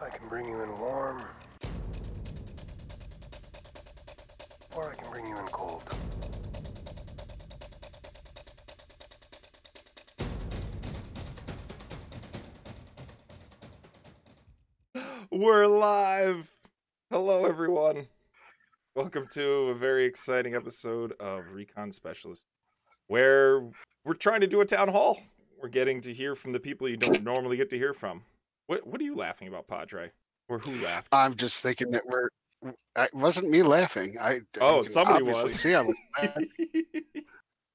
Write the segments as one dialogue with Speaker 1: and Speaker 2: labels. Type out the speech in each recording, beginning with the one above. Speaker 1: I can bring you in warm, or I can bring you in cold.
Speaker 2: We're live. Hello, everyone. Welcome to a very exciting episode of Recon Specialist, where we're trying to do a town hall. We're getting to hear from the people you don't normally get to hear from. What What are you laughing about, Padre? Or who laughed?
Speaker 3: I'm just thinking that we're. It wasn't me laughing. I you
Speaker 2: Oh,
Speaker 3: can
Speaker 2: somebody
Speaker 3: obviously
Speaker 2: was.
Speaker 3: See, I was laughing.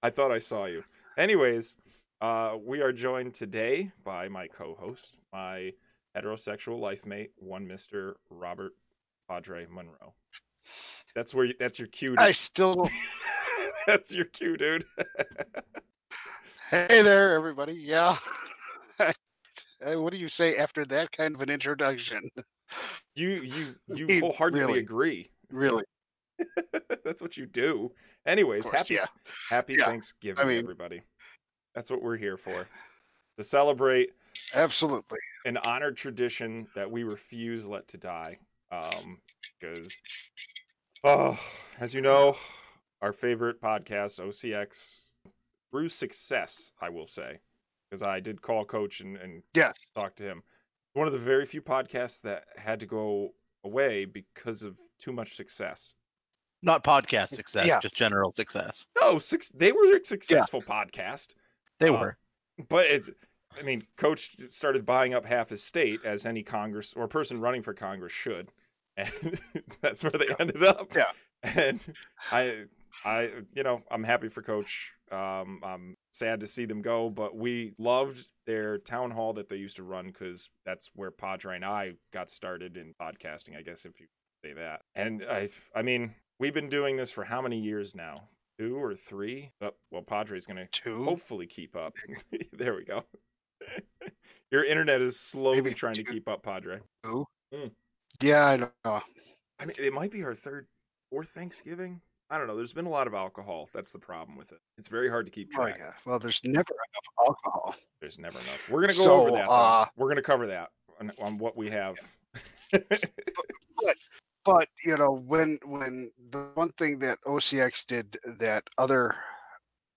Speaker 2: I thought I saw you. Anyways, uh, we are joined today by my co-host, my heterosexual life mate, one Mister Robert Padre Monroe. That's where you, that's your cue.
Speaker 3: I still.
Speaker 2: That's your cue, dude.
Speaker 3: Hey there, everybody. Yeah. Hey, what do you say after that kind of an introduction?
Speaker 2: You you you
Speaker 3: He-
Speaker 2: wholeheartedly
Speaker 3: really.
Speaker 2: agree.
Speaker 3: Really?
Speaker 2: That's what you do.
Speaker 3: Of
Speaker 2: Anyways,
Speaker 3: course,
Speaker 2: happy
Speaker 3: yeah.
Speaker 2: happy
Speaker 3: Yeah,
Speaker 2: Thanksgiving,
Speaker 3: I mean-
Speaker 2: everybody. That's what we're here for. To celebrate
Speaker 3: Absolutely.
Speaker 2: an honored tradition that we refuse let to die. Um, because oh, as you know, our favorite podcast, OCX, through success, I will say, because I did call coach and, and
Speaker 3: Yes.
Speaker 2: talk to him. One of the very few podcasts that had to go away because of too much success.
Speaker 4: Not podcast success,
Speaker 3: Yeah.
Speaker 4: just general success.
Speaker 2: No, six, they were a successful podcast,
Speaker 4: They
Speaker 2: Uh,
Speaker 4: were.
Speaker 2: but it's, I mean, Coach started buying up half his state as any Congress or person running for Congress should, and that's where they ended up.
Speaker 3: Yeah.
Speaker 2: And I, I, you know, I'm happy for Coach. Um, I'm sad to see them go, but we loved their town hall that they used to run because that's where Padre and I got started in podcasting. I guess if you say that. And I, I mean, we've been doing this for how many years now? Two or three? Oh, well, Padre's gonna
Speaker 3: Two.
Speaker 2: hopefully keep up. there we go. Your internet is slowly
Speaker 3: Maybe
Speaker 2: trying to
Speaker 3: two.
Speaker 2: keep up, Padre.
Speaker 5: Mm.
Speaker 3: Yeah, I don't know.
Speaker 2: I mean, it might be our third or Thanksgiving. I don't know. There's been a lot of alcohol. That's the problem with it. It's very hard to keep
Speaker 3: Oh,
Speaker 2: track.
Speaker 3: yeah. Well, there's never enough alcohol.
Speaker 2: There's never enough. We're gonna go
Speaker 3: So,
Speaker 2: over that. though.
Speaker 3: uh,
Speaker 2: We're gonna cover that on, on what we have.
Speaker 3: but you know when when the one thing that OCX did that other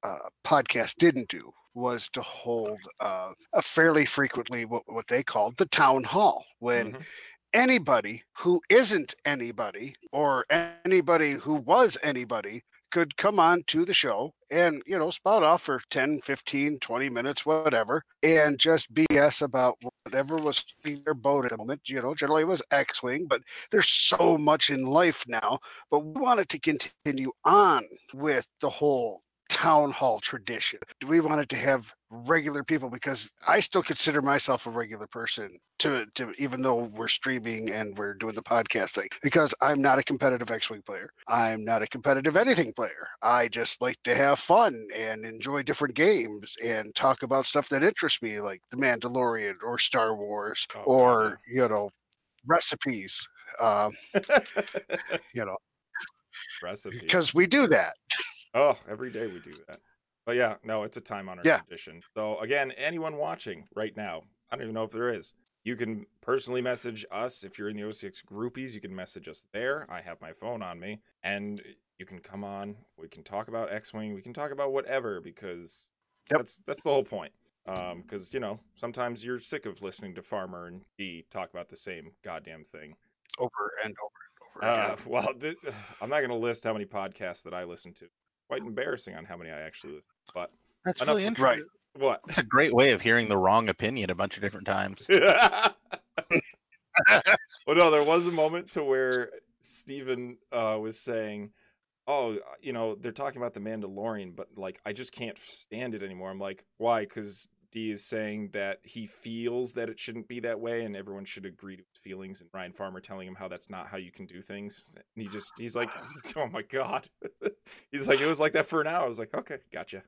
Speaker 3: uh, podcast didn't do was to hold uh, a fairly frequently what, what they called the town hall when
Speaker 2: Mhm.
Speaker 3: anybody who isn't anybody or anybody who was anybody could come on to the show and you know spout off for 10 15 20 minutes whatever and just bs about whatever was in their boat at the moment you know generally it was x-wing but there's so much in life now but we wanted to continue on with the whole town hall tradition we wanted to have regular people because i still consider myself a regular person to, to even though we're streaming and we're doing the podcast thing because i'm not a competitive x-wing player i'm not a competitive anything player i just like to have fun and enjoy different games and talk about stuff that interests me like the mandalorian or star wars
Speaker 2: Oh,
Speaker 3: or
Speaker 2: God.
Speaker 3: you know recipes um, you know
Speaker 2: Recipe.
Speaker 3: because we do that
Speaker 2: Oh, every day we do that. But yeah, no, it's a time honored
Speaker 3: Yeah.
Speaker 2: tradition. So again, anyone watching right now, I don't even know if there is. You can personally message us if you're in the OCX groupies. You can message us there. I have my phone on me, and you can come on. We can talk about X-wing. We can talk about whatever because
Speaker 3: Yep.
Speaker 2: that's that's the whole point. Um, because you know sometimes you're sick of listening to Farmer and D talk about the same goddamn thing.
Speaker 3: over and over and over
Speaker 2: Uh,
Speaker 3: again.
Speaker 2: well, th- I'm not going to list how many podcasts that I listen to. Quite embarrassing on how many I actually listen. But
Speaker 4: That's
Speaker 2: enough
Speaker 4: really
Speaker 2: with-
Speaker 4: interesting.
Speaker 3: right
Speaker 2: what?
Speaker 4: That's a great way of hearing the wrong opinion a bunch of different times.
Speaker 2: well, no, there was a moment to where Steven uh, was saying, "Oh, you know, they're talking about the Mandalorian, but like, I just can't stand it anymore." I'm like, "Why?" Because D is saying that he feels that it shouldn't be that way, and everyone should agree to his feelings. And Ryan Farmer telling him how that's not how you can do things. And he just, he's like, "Oh my god," he's like, "It was like that for an hour." I was like, "Okay, gotcha."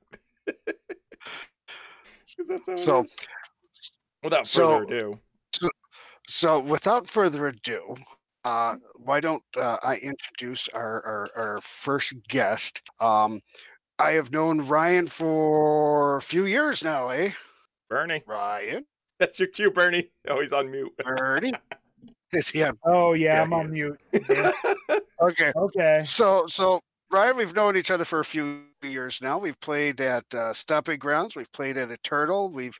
Speaker 2: 'Cause that's how it
Speaker 3: So-
Speaker 2: is. Without
Speaker 3: so-
Speaker 2: further ado.
Speaker 3: so without further ado uh, why don't uh, i introduce our, our our first guest um i have known ryan for a few years now eh
Speaker 2: Bernie.
Speaker 3: ryan
Speaker 2: That's your cue, Bernie. Oh, he's on mute.
Speaker 3: Bernie. Is he on?
Speaker 5: Oh yeah,
Speaker 3: Yeah,
Speaker 5: I'm
Speaker 3: he
Speaker 5: on
Speaker 3: is.
Speaker 5: mute.
Speaker 3: Okay.
Speaker 5: Okay.
Speaker 3: So, so Ryan, we've known each other for a few years now. We've played at uh, Stomping Grounds. We've played at a Turtle. We've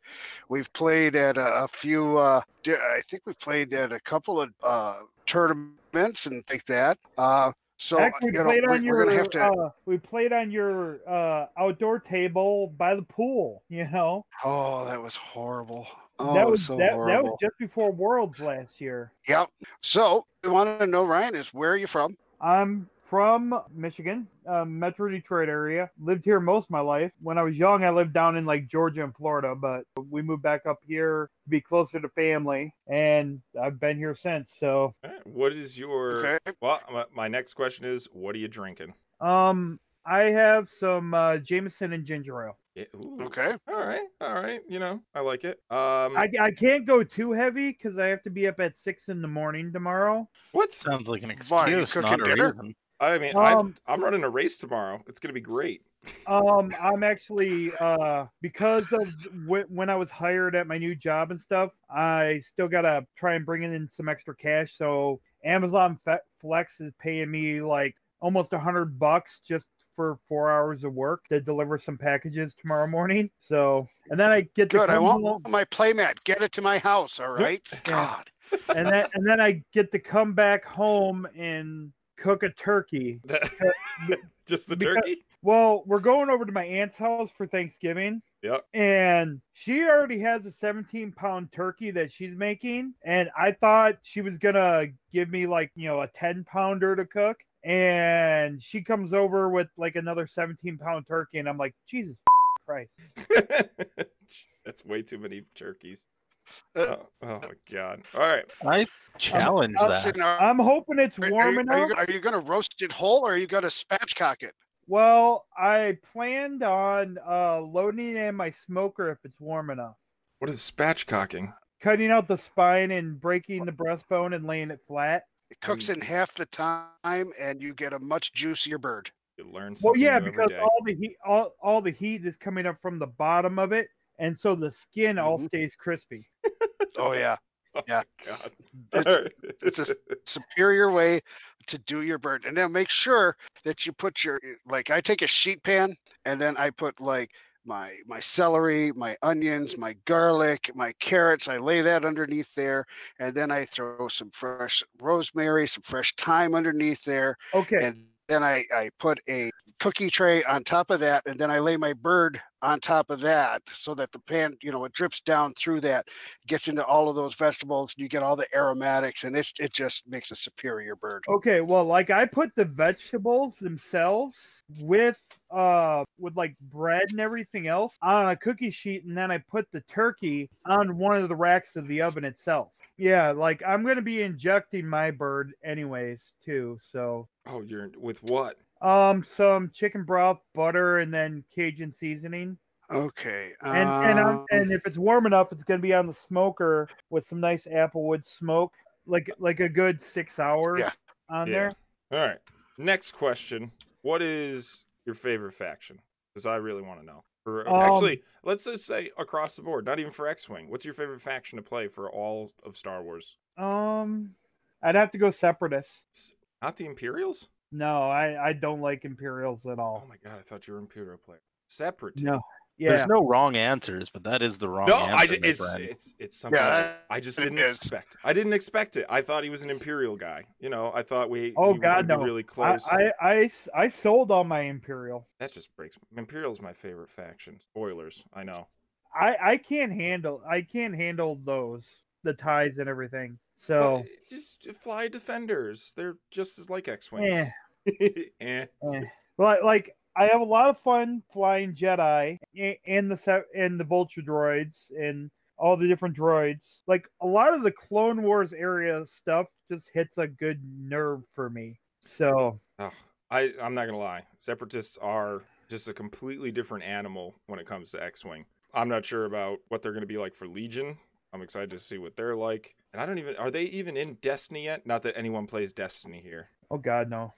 Speaker 3: we've played at a, a few. Uh, di- I think we've played at a couple of uh, tournaments and like that. Uh, so
Speaker 5: Heck, we
Speaker 3: you know,
Speaker 5: played
Speaker 3: we're,
Speaker 5: on
Speaker 3: we're
Speaker 5: your
Speaker 3: gonna have to.
Speaker 5: uh, we played on your uh, outdoor table by the pool. You know
Speaker 3: oh, that was horrible. Oh,
Speaker 5: that
Speaker 3: it was,
Speaker 5: was
Speaker 3: so
Speaker 5: that,
Speaker 3: horrible.
Speaker 5: that was just before Worlds last year.
Speaker 3: Yep. So we want to know, Ryan, is where are you from?
Speaker 5: I'm from Michigan, uh, Metro Detroit area. Lived here most of my life. When I was young, I lived down in like Georgia and Florida, but we moved back up here to be closer to family, and I've been here since. So,
Speaker 2: All right, What is your?
Speaker 3: Okay.
Speaker 2: Well, my, my next question is, what are you drinking?
Speaker 5: um, I have some uh, Jameson and ginger ale.
Speaker 2: Yeah, ooh,
Speaker 3: Okay.
Speaker 2: All right. All right. You know, I like it. Um,
Speaker 5: I, I can't go too heavy because I have to be up at six in the morning tomorrow.
Speaker 2: what's?
Speaker 4: Sounds like an
Speaker 3: Why, you
Speaker 4: excuse, not
Speaker 3: cooking
Speaker 4: a
Speaker 3: dinner?
Speaker 4: reason.
Speaker 2: I mean,
Speaker 5: Um,
Speaker 2: I'm I'm running a race tomorrow. It's gonna be great.
Speaker 5: Um, I'm actually uh because of w- when I was hired at my new job and stuff, I still gotta try and bring in some extra cash. So Amazon Fe- Flex is paying me like almost a hundred bucks just for four hours of work to deliver some packages tomorrow morning. So and then I get to
Speaker 3: Good. I
Speaker 5: come
Speaker 3: want
Speaker 5: home,
Speaker 3: my playmat. Get it to my house. All right. God.
Speaker 5: and then and then I get to come back home and cook a turkey
Speaker 2: That, just the
Speaker 5: Because-
Speaker 2: turkey.
Speaker 5: Well, we're going over to my aunt's house for Thanksgiving.
Speaker 2: Yep.
Speaker 5: And she already has a 17 pound turkey that she's making. And I thought she was going to give me, like, you know, a 10 pounder to cook. And she comes over with, like, another 17 pound turkey. And I'm like, Jesus Christ.
Speaker 2: That's way too many turkeys.
Speaker 3: Uh,
Speaker 2: oh, oh my god. All right.
Speaker 4: I challenge
Speaker 3: That's
Speaker 4: that.
Speaker 3: in our-
Speaker 5: I'm hoping it's
Speaker 3: Are- are
Speaker 5: warm
Speaker 3: you-
Speaker 5: enough.
Speaker 3: are you, are you going to roast it whole or are you going to spatchcock it?
Speaker 5: Well, I planned on uh, loading in my smoker if it's warm enough.
Speaker 2: What is spatchcocking?
Speaker 5: Cutting out the spine and breaking the breastbone and laying it flat.
Speaker 3: It cooks in half the time and you get a much juicier bird.
Speaker 2: You learn
Speaker 5: Well,
Speaker 2: something
Speaker 5: yeah,
Speaker 2: new every
Speaker 5: because
Speaker 2: day.
Speaker 5: all the heat, all, all the heat is coming up from the bottom of it, and so the skin all
Speaker 3: Mhm.
Speaker 5: stays crispy.
Speaker 3: Oh, yeah. yeah.
Speaker 2: God.
Speaker 3: It's-
Speaker 2: All right.
Speaker 3: it's a- Superior way to do your bird. And now make sure that you put your, like, I take a sheet pan and then I put, like, my my celery, my onions, my garlic, my carrots. I lay that underneath there, and then I throw some fresh rosemary, some fresh thyme underneath there,
Speaker 5: Okay,
Speaker 3: and then I, I put a cookie tray on top of that and then i lay my bird on top of that so that the pan you know it drips down through that gets into all of those vegetables and you get all the aromatics and it's it just makes a superior bird
Speaker 5: okay. Well, like I put the vegetables themselves with uh with like bread and everything else on a cookie sheet, and then I put the turkey on one of the racks of the oven itself. Yeah, like I'm gonna be injecting my bird anyways too, so
Speaker 2: oh, you're with what?
Speaker 5: um some chicken broth, butter, and then Cajun seasoning.
Speaker 3: okay
Speaker 5: And and, I'm,
Speaker 3: um,
Speaker 5: and if it's warm enough, it's gonna be on the smoker with some nice applewood smoke, like like a good six hours
Speaker 3: Yeah.
Speaker 5: on
Speaker 2: Yeah.
Speaker 5: there.
Speaker 2: All right. Next question. What is your favorite faction? Because I really want to know. For,
Speaker 5: Um,
Speaker 2: actually, let's just say across the board, not even for X-wing. What's your favorite faction to play for all of Star Wars?
Speaker 5: Um, I'd have to go separatists.
Speaker 2: Not the Imperials?
Speaker 5: No, I I don't like imperials at
Speaker 2: Oh
Speaker 5: all.
Speaker 2: my God, I thought you were an Imperial player. Separatist.
Speaker 5: No. Yeah.
Speaker 4: There's no wrong answers, but that is the wrong
Speaker 2: No,
Speaker 4: answer.
Speaker 2: I di-
Speaker 4: my
Speaker 2: it's,
Speaker 4: friend.
Speaker 2: it's it's something
Speaker 3: yeah
Speaker 2: I just
Speaker 3: it
Speaker 2: didn't
Speaker 3: is.
Speaker 2: expect. I didn't expect it. I thought he was an Imperial guy. You know, I thought we
Speaker 5: Oh,
Speaker 2: we
Speaker 5: God,
Speaker 2: were
Speaker 5: no.
Speaker 2: really
Speaker 5: I,
Speaker 2: close.
Speaker 5: I, I s- I sold all my imperial.
Speaker 2: That just breaks. me. Imperial's my favorite faction. Spoilers, I know.
Speaker 5: I I can't handle I can't handle those the ties and everything.
Speaker 2: Well,
Speaker 5: So
Speaker 2: it- just fly defenders. They're just as like X-wings.
Speaker 5: yeah.
Speaker 2: Eh.
Speaker 5: Eh. Like, like I have a lot of fun flying Jedi a- and the se- and the Vulture droids and all the different droids. Like a lot of the Clone Wars area stuff just hits a good nerve for me. So
Speaker 2: Ugh. I I'm not gonna lie. Separatists are just a completely different animal when it comes to X-wing. I'm not sure about what they're gonna be like for Legion. I'm excited to see what they're like. And I don't even are they even in Destiny yet? Not that anyone plays Destiny here.
Speaker 5: oh god no.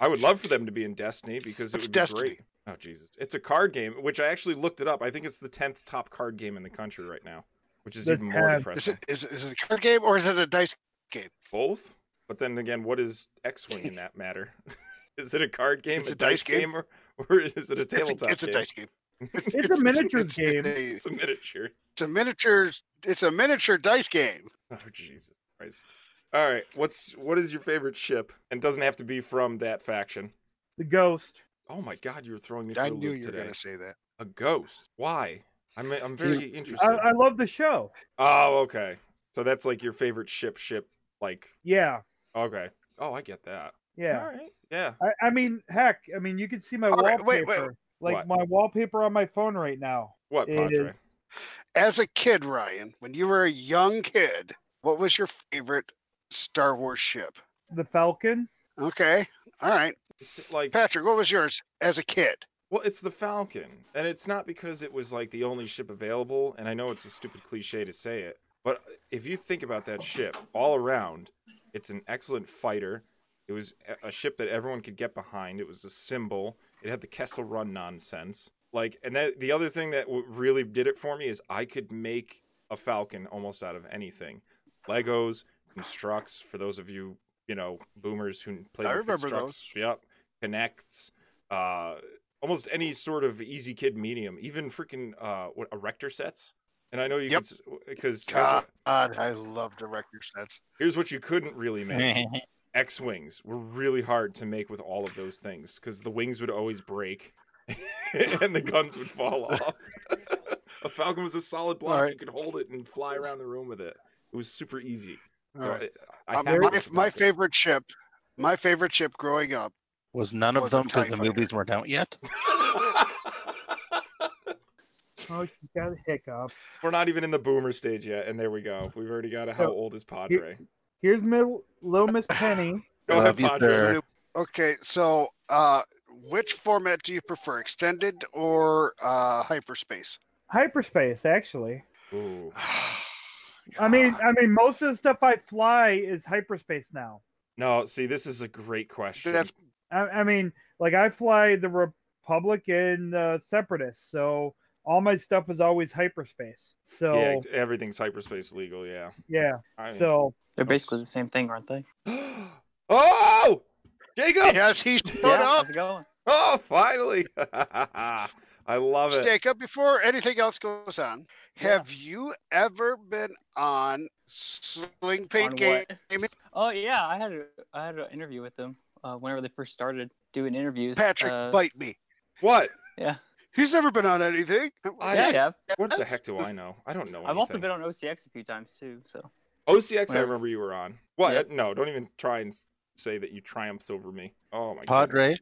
Speaker 2: I would love for them to be in Destiny because it
Speaker 3: What's
Speaker 2: would be
Speaker 3: Destiny?
Speaker 2: great. Oh Jesus. It's a card game, which I actually looked it up. I think it's the tenth top card game in the country right now. Which is
Speaker 5: The
Speaker 2: even more
Speaker 5: 10th.
Speaker 3: is
Speaker 2: depressing.
Speaker 3: it is, it- is it a card game or is it a dice game
Speaker 2: both. But then again, what is X-wing in that matter? is it a card game,
Speaker 3: It's
Speaker 2: a,
Speaker 3: a
Speaker 2: dice
Speaker 3: dice
Speaker 2: game, or, or is it a
Speaker 3: It's
Speaker 2: tabletop
Speaker 3: a, it's a
Speaker 2: game?
Speaker 3: dice game.
Speaker 5: It's a miniatures game.
Speaker 3: a-
Speaker 2: It's a miniature.
Speaker 3: it's a miniature. It's a miniature dice game.
Speaker 2: Oh Jesus Christ! All right, what's what is your favorite ship? And doesn't have to be from that faction.
Speaker 5: The ghost.
Speaker 2: Oh my God, you were throwing me for
Speaker 3: I
Speaker 2: a
Speaker 3: knew
Speaker 2: loop
Speaker 3: you were
Speaker 2: today.
Speaker 3: gonna say that.
Speaker 2: A ghost? Why? I'm I'm very interested.
Speaker 5: I, I love the show.
Speaker 2: Oh, okay. So that's like your favorite ship, ship. Like,
Speaker 5: Yeah,
Speaker 2: okay. Oh, I get that. All
Speaker 5: yeah.
Speaker 2: right. Yeah.
Speaker 5: I, I mean, heck, I mean, you can see my
Speaker 3: All right,
Speaker 5: wallpaper.
Speaker 3: wait, wait,
Speaker 5: Like
Speaker 2: What?
Speaker 5: my wallpaper on my phone right now.
Speaker 2: What,
Speaker 5: It
Speaker 2: Padre?
Speaker 3: As a kid, Ryan, when you were a young kid, what was your favorite Star Wars ship?
Speaker 5: The Falcon.
Speaker 3: Okay. All right.
Speaker 2: It's like,
Speaker 3: Patrick, what was yours as a kid?
Speaker 2: well, it's the Falcon, and it's not because it was like the only ship available. And I know it's a stupid cliche to say it, but if you think about that ship all around, it's an excellent fighter. It was a- a ship that everyone could get behind. It was a symbol. It had the Kessel Run nonsense. Like, and that the other thing that w- really did it for me is I could make a Falcon almost out of anything. Legos, constructs. For those of you, you know, boomers who played
Speaker 3: I
Speaker 2: with
Speaker 3: remember
Speaker 2: constructs. Yep. Connects. Uh, almost any sort of easy kid medium. Even freaking uh, what erector sets. And I know you
Speaker 3: Yep.
Speaker 2: could because
Speaker 3: God, I love director sets.
Speaker 2: here's what you couldn't really make. X wings were really hard to make with all of those things because the wings would always break and the guns would fall off. a Falcon was a solid block;
Speaker 3: Alright.
Speaker 2: you could hold it and fly around the room with it. It was super easy.
Speaker 3: All
Speaker 2: So
Speaker 3: right.
Speaker 2: I, I
Speaker 3: Uh,
Speaker 2: have
Speaker 3: my,
Speaker 2: to
Speaker 3: if
Speaker 2: talk
Speaker 3: my
Speaker 2: about that.
Speaker 3: favorite ship, my favorite ship growing up.
Speaker 4: Was none of
Speaker 3: Was a
Speaker 4: them because
Speaker 3: TIE
Speaker 4: the
Speaker 3: fighter.
Speaker 4: movies weren't out yet?
Speaker 5: Oh, she got a hiccup.
Speaker 2: We're not even in the boomer stage yet, and there we go. We've already got a how
Speaker 5: So-
Speaker 2: old is Padre?
Speaker 5: Here's middle, little Miss Penny.
Speaker 2: Go
Speaker 4: Love you,
Speaker 2: ahead, Padre.
Speaker 4: sir.
Speaker 3: Okay, so uh, which format do you prefer, extended or uh, hyperspace? Ah,
Speaker 5: Hyperspace, actually.
Speaker 2: Ooh.
Speaker 5: I mean,
Speaker 3: God.
Speaker 5: I mean, most of the stuff I fly is hyperspace now.
Speaker 2: No, see, this is a great question.
Speaker 3: That's-
Speaker 5: I, I mean, like I fly the Republic and uh, Separatists, so all my stuff is always hyperspace. So
Speaker 2: Yeah, ex- everything's hyperspace legal. Yeah.
Speaker 5: yeah,
Speaker 2: I mean-
Speaker 5: so
Speaker 6: They're basically the same thing, aren't they?
Speaker 2: oh, Jacob!
Speaker 3: yes, he showed
Speaker 6: yeah,
Speaker 3: up.
Speaker 6: how's it going?
Speaker 2: Oh, finally! I love it.
Speaker 3: Jacob, before anything else goes on, have you ever been on Sling Paint
Speaker 6: On
Speaker 3: Game?
Speaker 6: what? Oh yeah, I had a, I had an interview with them uh, whenever they first started doing interviews.
Speaker 3: Patrick,
Speaker 6: uh,
Speaker 3: bite me.
Speaker 2: What?
Speaker 6: Yeah,
Speaker 3: He's never been on anything.
Speaker 2: I-
Speaker 6: yeah, I have.
Speaker 2: What the heck do I know? I don't know.
Speaker 6: I've also
Speaker 2: anything.
Speaker 6: been on OCX a few times too. So
Speaker 2: OCX. I
Speaker 6: Where-
Speaker 2: remember you were on. What?
Speaker 6: Yep.
Speaker 2: No, don't even try and s- say that you triumphed over me. Oh my god.
Speaker 4: Padre,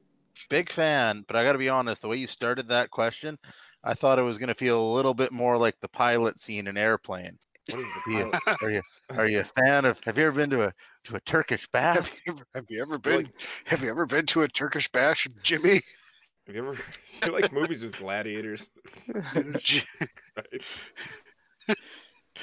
Speaker 4: big fan, but I got to be honest, the way you started that question, I thought it was going to feel a little bit more like the pilot scene in Airplane.
Speaker 2: What is the
Speaker 4: Yeah.
Speaker 2: pilot?
Speaker 4: Are you are you a fan of have you ever been to a to a Turkish
Speaker 3: Have
Speaker 4: bath?
Speaker 3: you, ever, have you ever been? Have you ever been to a Turkish bash, Jimmy?
Speaker 2: Have you ever? you like movies with gladiators?
Speaker 3: J-
Speaker 2: Right.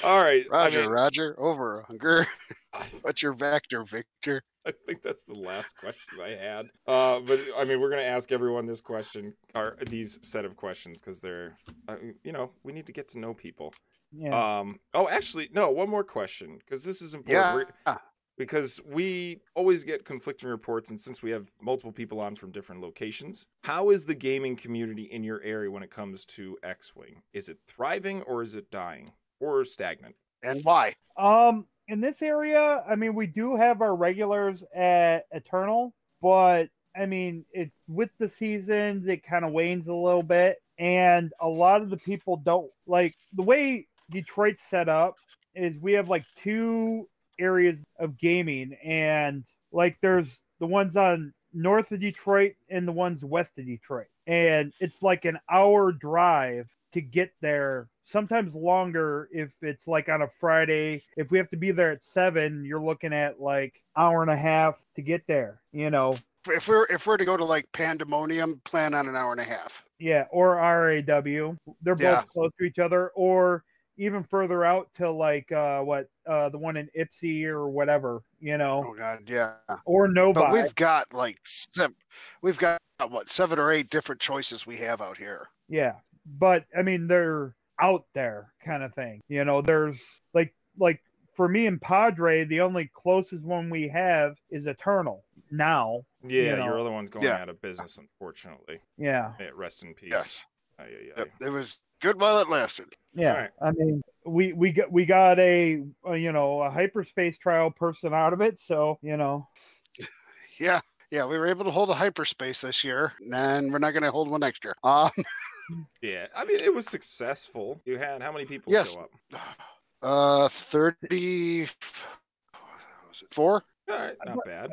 Speaker 2: All right.
Speaker 3: Roger,
Speaker 2: I mean,
Speaker 3: Roger, over hunger.
Speaker 2: I-
Speaker 3: What's your vector, Victor?
Speaker 2: I think that's the last question I had. Uh, but I mean, we're gonna ask everyone this question or these set of questions because they're, uh, you know, we need to get to know people.
Speaker 5: yeah.
Speaker 2: Um. Oh, actually, no. One more question because this is important.
Speaker 3: Yeah.
Speaker 2: We're- because we always get conflicting reports, and since we have multiple people on from different locations, how is the gaming community in your area when it comes to X-wing? Is it thriving or is it dying or stagnant?
Speaker 3: And why?
Speaker 5: Um, in this area, I mean, we do have our regulars at Eternal, but I mean, it's with the seasons, it kind of wanes a little bit, and a lot of the people don't like the way Detroit's set up. Is we have like two areas of gaming, and like there's the ones on north of Detroit and the ones west of Detroit, and it's like an hour drive to get there sometimes longer if it's like on a friday if we have to be there at seven you're looking at like hour and a half to get there you know
Speaker 3: If we're if we're to go to like Pandemonium, plan on an hour and a half.
Speaker 5: yeah or raw they're both
Speaker 3: Yeah.
Speaker 5: close to each other or even further out to like uh what uh the one in ipsy or whatever you know
Speaker 3: Oh God, yeah.
Speaker 5: or
Speaker 3: But
Speaker 5: nobody
Speaker 3: we've got like seven, we've got what seven or eight different choices we have out here.
Speaker 5: Yeah, but I mean they're out there kind of thing. You know, there's like like for me and Padre, the only closest one we have is Eternal now.
Speaker 2: Yeah,
Speaker 5: You know.
Speaker 2: your other one's going
Speaker 3: Yeah.
Speaker 2: out of business, unfortunately.
Speaker 5: Yeah,
Speaker 2: Yeah, rest in peace.
Speaker 3: Yes.
Speaker 2: Aye, aye, aye.
Speaker 3: Yep. It was good while it lasted.
Speaker 5: yeah.
Speaker 2: All right.
Speaker 5: I mean, we we got we got a, uh you know a hyperspace trial person out of it, so you know.
Speaker 3: Yeah. Yeah, we were able to hold a hyperspace this year, and we're not going to hold one next year. Um,
Speaker 2: Yeah, I mean it was successful. You had how many people
Speaker 3: Yes.
Speaker 2: show up?
Speaker 3: uh, 30, what was it, four?
Speaker 2: All right, not bad.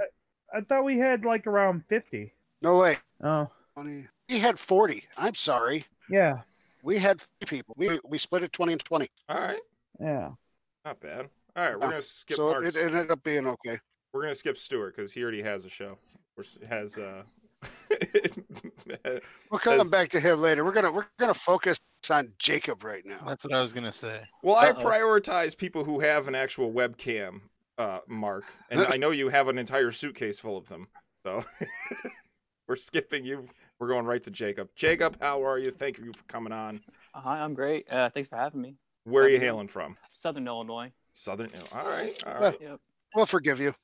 Speaker 5: I thought we had like around fifty.
Speaker 3: No way.
Speaker 5: Oh,
Speaker 3: 20. We had 40. I'm sorry.
Speaker 5: yeah,
Speaker 3: We had 50 people. We, we split it 20 and 20.
Speaker 2: All right,
Speaker 5: yeah. Not
Speaker 2: not bad. All right, we're
Speaker 3: Yeah.
Speaker 2: gonna skip
Speaker 3: so
Speaker 2: Mark's.
Speaker 3: it ended up being okay.
Speaker 2: We're gonna skip Stewart because he already has a show. Or s- has uh.
Speaker 3: We'll come
Speaker 2: As-
Speaker 3: back to him later. We're gonna we're gonna focus on Jacob right now.
Speaker 4: That's what I was gonna say.
Speaker 2: well, I
Speaker 6: Uh-oh.
Speaker 2: prioritize people who have an actual webcam, uh, Mark, and I know you have an entire suitcase full of them. So we're skipping you. We're going right to Jacob. Jacob, how are you? Thank you for coming on.
Speaker 6: Hi, I'm great. Uh, thanks for having me.
Speaker 2: Where are you
Speaker 6: I'm-
Speaker 2: hailing from?
Speaker 6: Southern Illinois.
Speaker 2: Southern. Ill- All right. All
Speaker 3: Well,
Speaker 2: right.
Speaker 6: Yep.
Speaker 3: We'll forgive you.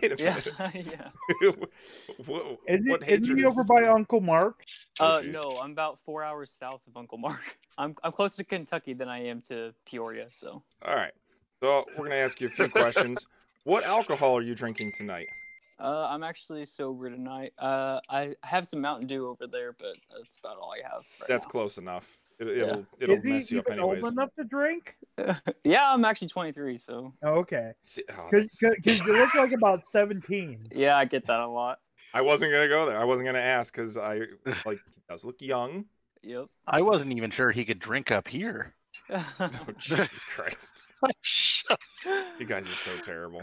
Speaker 2: Wait a
Speaker 6: Yeah.
Speaker 2: minute.
Speaker 6: yeah.
Speaker 2: Whoa,
Speaker 5: Is
Speaker 2: what
Speaker 5: it, isn't
Speaker 2: hatred
Speaker 5: he
Speaker 2: is
Speaker 5: over by Uncle Mark?
Speaker 6: Uh,
Speaker 2: jeez.
Speaker 6: no, I'm about four hours south of Uncle Mark. I'm I'm closer to Kentucky than I am to Peoria. So
Speaker 2: All right. So we're gonna ask you a few questions. What alcohol are you drinking tonight?
Speaker 6: uh, I'm actually sober tonight. Uh, I have some Mountain Dew over there, but that's about all I have. Right
Speaker 2: That's
Speaker 6: now.
Speaker 2: close enough. It,
Speaker 6: Yeah.
Speaker 2: It'll it'll
Speaker 5: Is he
Speaker 2: mess you up
Speaker 5: even
Speaker 2: anyways.
Speaker 5: old enough to drink?
Speaker 6: Yeah, I'm actually 23, so
Speaker 5: Oh, okay,
Speaker 2: See- oh,
Speaker 5: because
Speaker 2: that's-
Speaker 5: you look like about seventeen.
Speaker 6: yeah, I get that a lot.
Speaker 2: I wasn't gonna go there. I wasn't gonna ask because I like he does look young.
Speaker 6: Yep.
Speaker 4: I wasn't even sure he could drink up here.
Speaker 2: Oh Jesus Christ! You guys are so terrible.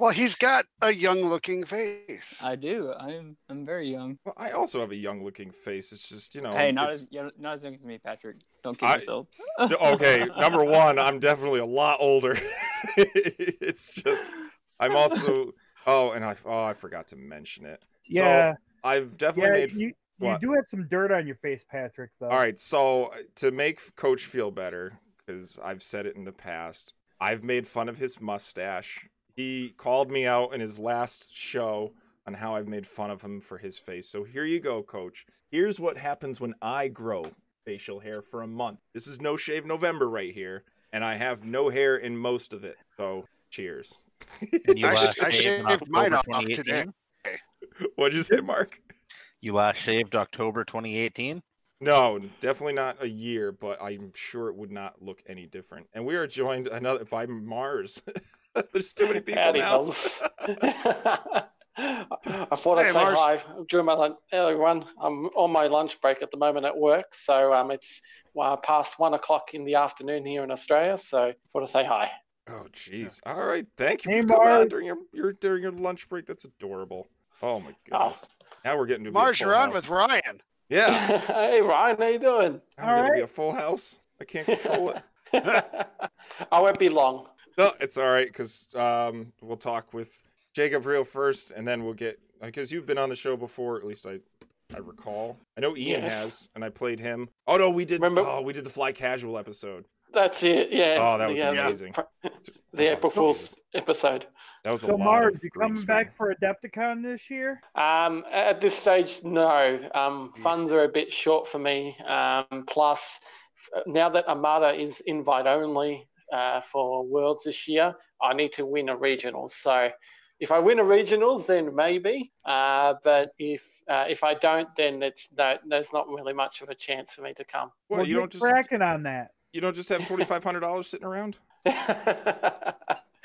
Speaker 3: Well, he's got a young-looking face.
Speaker 6: I do. I'm I'm very young.
Speaker 2: Well, I also have a young-looking face. It's just you know.
Speaker 6: hey, not
Speaker 2: it's-
Speaker 6: as yeah, not as young as me, Patrick. Don't kid
Speaker 2: I-
Speaker 6: yourself.
Speaker 2: okay. Number one, I'm definitely a lot older. it's just I'm also oh, and I oh I forgot to mention it.
Speaker 5: Yeah,
Speaker 2: I've definitely
Speaker 5: yeah.
Speaker 2: made.
Speaker 5: you you
Speaker 2: what?
Speaker 5: do have some dirt on your face, Patrick. Though.
Speaker 2: All right, so to make Coach feel better, because I've said it in the past, I've made fun of his mustache. He called me out in his last show on how I've made fun of him for his face. So here you go, Coach. Here's what happens when I grow facial hair for a month. This is no shave November right here, and I have no hair in most of it. So cheers.
Speaker 4: And you
Speaker 3: I sh-
Speaker 4: last
Speaker 3: I
Speaker 4: shaved in
Speaker 3: shaved mine
Speaker 4: October
Speaker 3: off today.
Speaker 4: 2018?
Speaker 2: What'd you say, Mark?
Speaker 4: You last shaved October 2018.
Speaker 2: No, definitely not a year, but I'm sure it would not look any different. And we are joined another by Mars. There's too many people
Speaker 7: Howdy,
Speaker 2: now.
Speaker 7: fellas. I thought I'd say
Speaker 3: Hey, Lars.
Speaker 7: hi during my lunch. Hello, everyone. I'm on my lunch break at the moment at work, so um, it's well, past one o'clock in the afternoon here in Australia. So thought I'd say hi.
Speaker 2: Oh, jeez. All right, thank you
Speaker 5: Hey,
Speaker 2: for coming on
Speaker 5: Mars.
Speaker 2: during your, your during your lunch break. That's adorable. Oh my
Speaker 7: Oh.
Speaker 2: goodness. Now we're getting to be a
Speaker 3: Marge,
Speaker 2: full
Speaker 3: you're on
Speaker 2: house.
Speaker 3: with Ryan.
Speaker 2: Yeah.
Speaker 7: hey, Ryan, how you doing?
Speaker 2: Now we're
Speaker 5: All
Speaker 2: gonna be a full house. I can't control it.
Speaker 7: I won't be long.
Speaker 2: No, it's all right because um, we'll talk with Jacob Real first, and then we'll get because you've been on the show before, at least I I recall. I know Ian
Speaker 7: Yes.
Speaker 2: has, and I played him. Oh no, we did.
Speaker 7: Remember-
Speaker 2: Oh, we did the Fly Casual episode.
Speaker 7: That's it. Yeah.
Speaker 2: Oh, that was
Speaker 7: the, uh,
Speaker 2: amazing.
Speaker 7: The
Speaker 2: Oh,
Speaker 7: April Fool's
Speaker 2: Jesus.
Speaker 7: episode.
Speaker 2: That was a
Speaker 5: So
Speaker 2: lot.
Speaker 5: Marv,
Speaker 2: of
Speaker 5: you
Speaker 2: green
Speaker 5: coming
Speaker 2: screen.
Speaker 5: back for Adepticon this year?
Speaker 7: Um, at this stage, no. Um,
Speaker 2: Hmm.
Speaker 7: funds are a bit short for me. Um, plus, f- now that Armada is invite only uh, for Worlds this year, I need to win a regional. So, if I win a regional, then maybe. Uh, but if uh, if I don't, then it's that there's not really much of a chance for me to come.
Speaker 2: Well,
Speaker 5: Well,
Speaker 2: you
Speaker 5: get
Speaker 2: don't just
Speaker 5: cracking on that.
Speaker 2: you don't just have twenty five hundred dollars sitting around.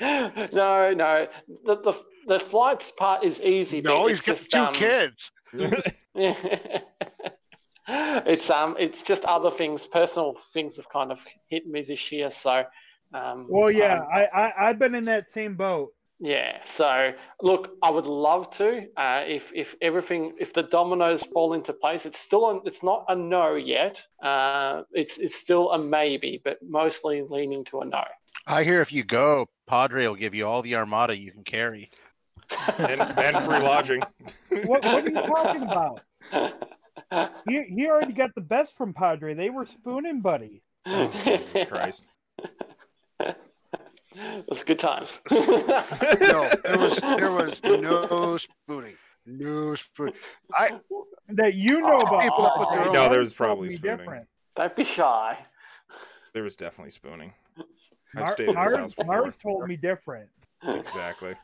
Speaker 7: no, no. The, the the flights part is easy. but
Speaker 3: No, he's
Speaker 7: it's
Speaker 3: got
Speaker 7: just,
Speaker 3: two
Speaker 7: um,
Speaker 3: kids.
Speaker 7: it's um it's just other things personal things have kind of hit me this year so um
Speaker 5: Well, yeah,
Speaker 7: um,
Speaker 5: I, I I've been in that same boat.
Speaker 7: yeah so look i would love to uh if if everything if the dominoes fall into place it's still an, it's not a no yet uh it's it's still a maybe but mostly leaning to a no
Speaker 4: I hear if you go, Padre will give you all the armada you can carry.
Speaker 2: and, and free lodging.
Speaker 5: What what are you talking about? He he already got the
Speaker 7: Oh,
Speaker 5: best from Padre. They were spooning buddy.
Speaker 2: Oh, Jesus Christ.
Speaker 7: was good times.
Speaker 3: No, there was there was no spooning. No spooning.
Speaker 5: that you know about.
Speaker 3: People up with their
Speaker 5: Jay.
Speaker 3: own-
Speaker 2: No, there
Speaker 5: Mark
Speaker 2: was
Speaker 5: told
Speaker 2: probably
Speaker 5: me
Speaker 2: spooning.
Speaker 5: different.
Speaker 7: Don't be shy.
Speaker 2: There was definitely spooning. I've
Speaker 5: Mar-
Speaker 2: stayed at his
Speaker 5: Mars,
Speaker 2: house before.
Speaker 5: Mars told me different.
Speaker 2: Exactly.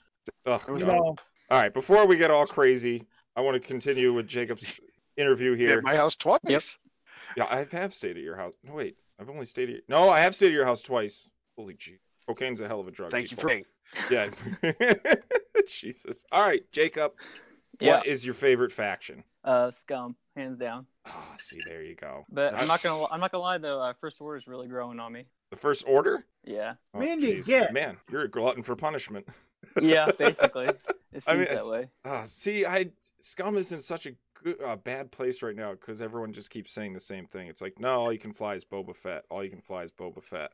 Speaker 2: Oh,
Speaker 3: was
Speaker 5: So,
Speaker 2: God. All right, before we get all crazy, I want to continue with Jacob's interview
Speaker 3: Been
Speaker 2: here.
Speaker 3: at my house twice.
Speaker 6: Yep.
Speaker 2: Yeah, I have stayed at your house. No, wait, I've only stayed at your... No, I have stayed at your house twice. Holy gee. Cocaine's a hell of a drug.
Speaker 3: Thank you for
Speaker 2: people.
Speaker 3: being.
Speaker 2: Yeah. Jesus. All right, Jacob,
Speaker 6: Yeah.
Speaker 2: what is your favorite faction?
Speaker 6: Uh, scum, hands down.
Speaker 2: Oh, see, there you go.
Speaker 6: But
Speaker 2: I-
Speaker 6: I'm not gonna. li- I'm not gonna lie though. Uh, First Order's really growing on me.
Speaker 2: The first order?
Speaker 6: Yeah.
Speaker 2: Oh,
Speaker 5: Mandy,
Speaker 2: jeez.
Speaker 5: get-
Speaker 2: Man, you're a glutton for punishment.
Speaker 6: Yeah. Basically, it seems
Speaker 2: I mean,
Speaker 6: that
Speaker 2: it's-
Speaker 6: way.
Speaker 2: Ah, see, I Scum is in such a good, uh, bad place right now because everyone just keeps saying the same thing. It's like, no, all you can fly is Boba Fett. All you can fly is Boba Fett.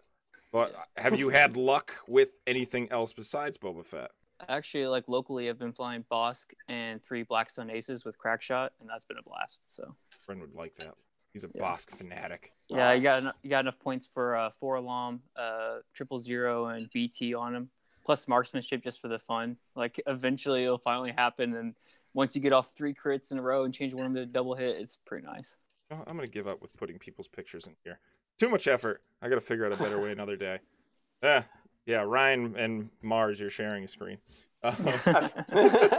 Speaker 2: But uh, have you had luck with anything else besides Boba Fett?
Speaker 6: Actually, like locally, I've been flying Bosk and three Blackstone Aces with crack shot, and that's been a blast. So
Speaker 2: Friend would like that. He's a
Speaker 6: Yeah.
Speaker 2: Bosk fanatic.
Speaker 6: yeah, you got enough, you got enough points for uh, four alarm, uh, triple zero, and BT on them, plus marksmanship just for the fun. Like eventually, it'll finally happen, and once you get off three crits in a row and change one of them to double hit, it's pretty nice.
Speaker 2: Oh, I'm gonna give up with putting people's pictures in here. Too much effort. I gotta figure out a better way another day. Ah, yeah, Ryan and Mars, you're sharing a screen. Uh,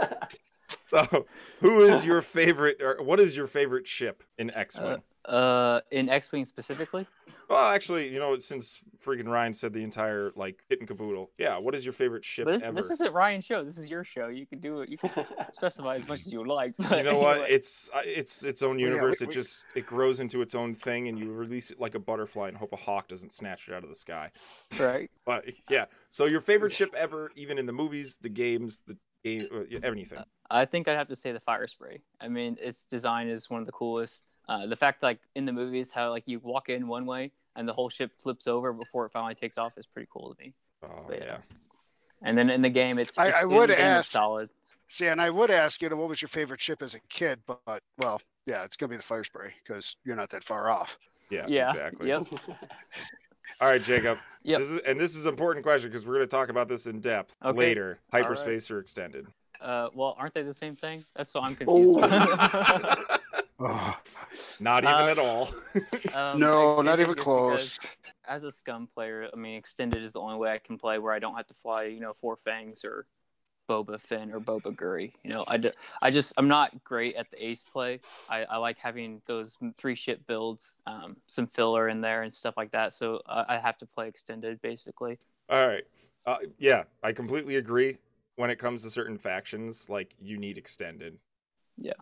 Speaker 2: so, who is your favorite, or what is your favorite ship in X-Men?
Speaker 6: uh, in X-wing specifically,
Speaker 2: Well, actually, you know, since freaking Ryan said the entire like kit and caboodle, yeah. What is your favorite ship
Speaker 6: but this,
Speaker 2: ever?
Speaker 6: this isn't Ryan's show. This is your show. You can do it. You can specify as much as you like. But
Speaker 2: you know what?
Speaker 6: anyway.
Speaker 2: It's uh, it's its own
Speaker 3: yeah,
Speaker 2: universe.
Speaker 3: we-
Speaker 2: it
Speaker 3: we-
Speaker 2: just it grows into its own thing, and you release it like a butterfly and hope a hawk doesn't snatch it out of the sky.
Speaker 6: right.
Speaker 2: But yeah, so your favorite ship ever, even in the movies, the games, the game, uh, everything.
Speaker 6: I think I'd have to say the fire spray. I mean, its design is one of the coolest. Uh, the fact like in the movies how like you walk in one way and the whole ship flips over before it finally takes off is pretty cool to me.
Speaker 2: Oh
Speaker 6: but yeah.
Speaker 2: yeah.
Speaker 6: And then in the game, it's
Speaker 3: I-
Speaker 6: it's-
Speaker 3: I
Speaker 6: in
Speaker 3: would
Speaker 6: the game, it's
Speaker 3: ask-
Speaker 6: solid.
Speaker 3: See, and I would ask, you know, what was your favorite ship as a kid? But, but well, yeah, it's gonna be the fire spray because you're not that far off.
Speaker 2: yeah,
Speaker 6: Yeah.
Speaker 2: exactly.
Speaker 6: Yep.
Speaker 2: All right, Jacob.
Speaker 6: Yep.
Speaker 2: This is and this is an important question because we're gonna talk about this in depth
Speaker 6: Okay.
Speaker 2: later.
Speaker 6: right.
Speaker 2: Hyperspace or extended?
Speaker 6: Uh, well, aren't they the same thing? That's what I'm
Speaker 3: Oh.
Speaker 6: confused. with.
Speaker 3: Ugh.
Speaker 2: Not even
Speaker 6: Uh,
Speaker 2: at all.
Speaker 6: Um,
Speaker 3: no, not
Speaker 6: extended
Speaker 3: even
Speaker 6: just because
Speaker 3: close.
Speaker 6: As a scum player, I mean, extended is the only way I can play where I don't have to fly, you know, four fangs or Boba Finn or Boba Guri. You know, I, d- I just I'm not great at the ace play. I, I like having those three ship builds, um, some filler in there and stuff like that. So uh, I have to play extended basically.
Speaker 2: All right. Uh, yeah, I completely agree. When it comes to certain factions, like you need extended.
Speaker 6: Yeah.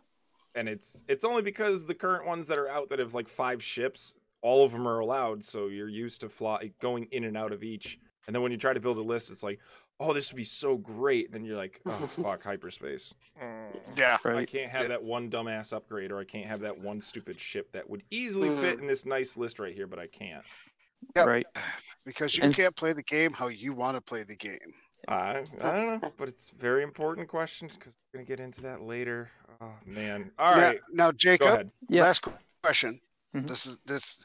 Speaker 2: And it's it's only because the current ones that are out that have like five ships, all of them are allowed, so you're used to fly going in and out of each. And then when you try to build a list, it's like, oh, this would be so great. And then you're like, oh fuck, hyperspace.
Speaker 3: Yeah.
Speaker 2: I can't have that one dumbass upgrade, or I can't have that one stupid ship that would easily
Speaker 7: Mhm.
Speaker 2: fit in this nice list right here, but I can't.
Speaker 3: Mm. Yep.
Speaker 6: Right.
Speaker 3: Because you
Speaker 6: And-
Speaker 3: can't play the game how you want to play the game.
Speaker 2: I, I don't know, but it's very important questions because we're gonna get into that later. Oh man! All
Speaker 3: now,
Speaker 2: right,
Speaker 3: Now,
Speaker 2: go
Speaker 3: Jacob,
Speaker 2: ahead.
Speaker 6: Yeah.
Speaker 3: last qu- question.
Speaker 6: Mhm.
Speaker 3: This is this.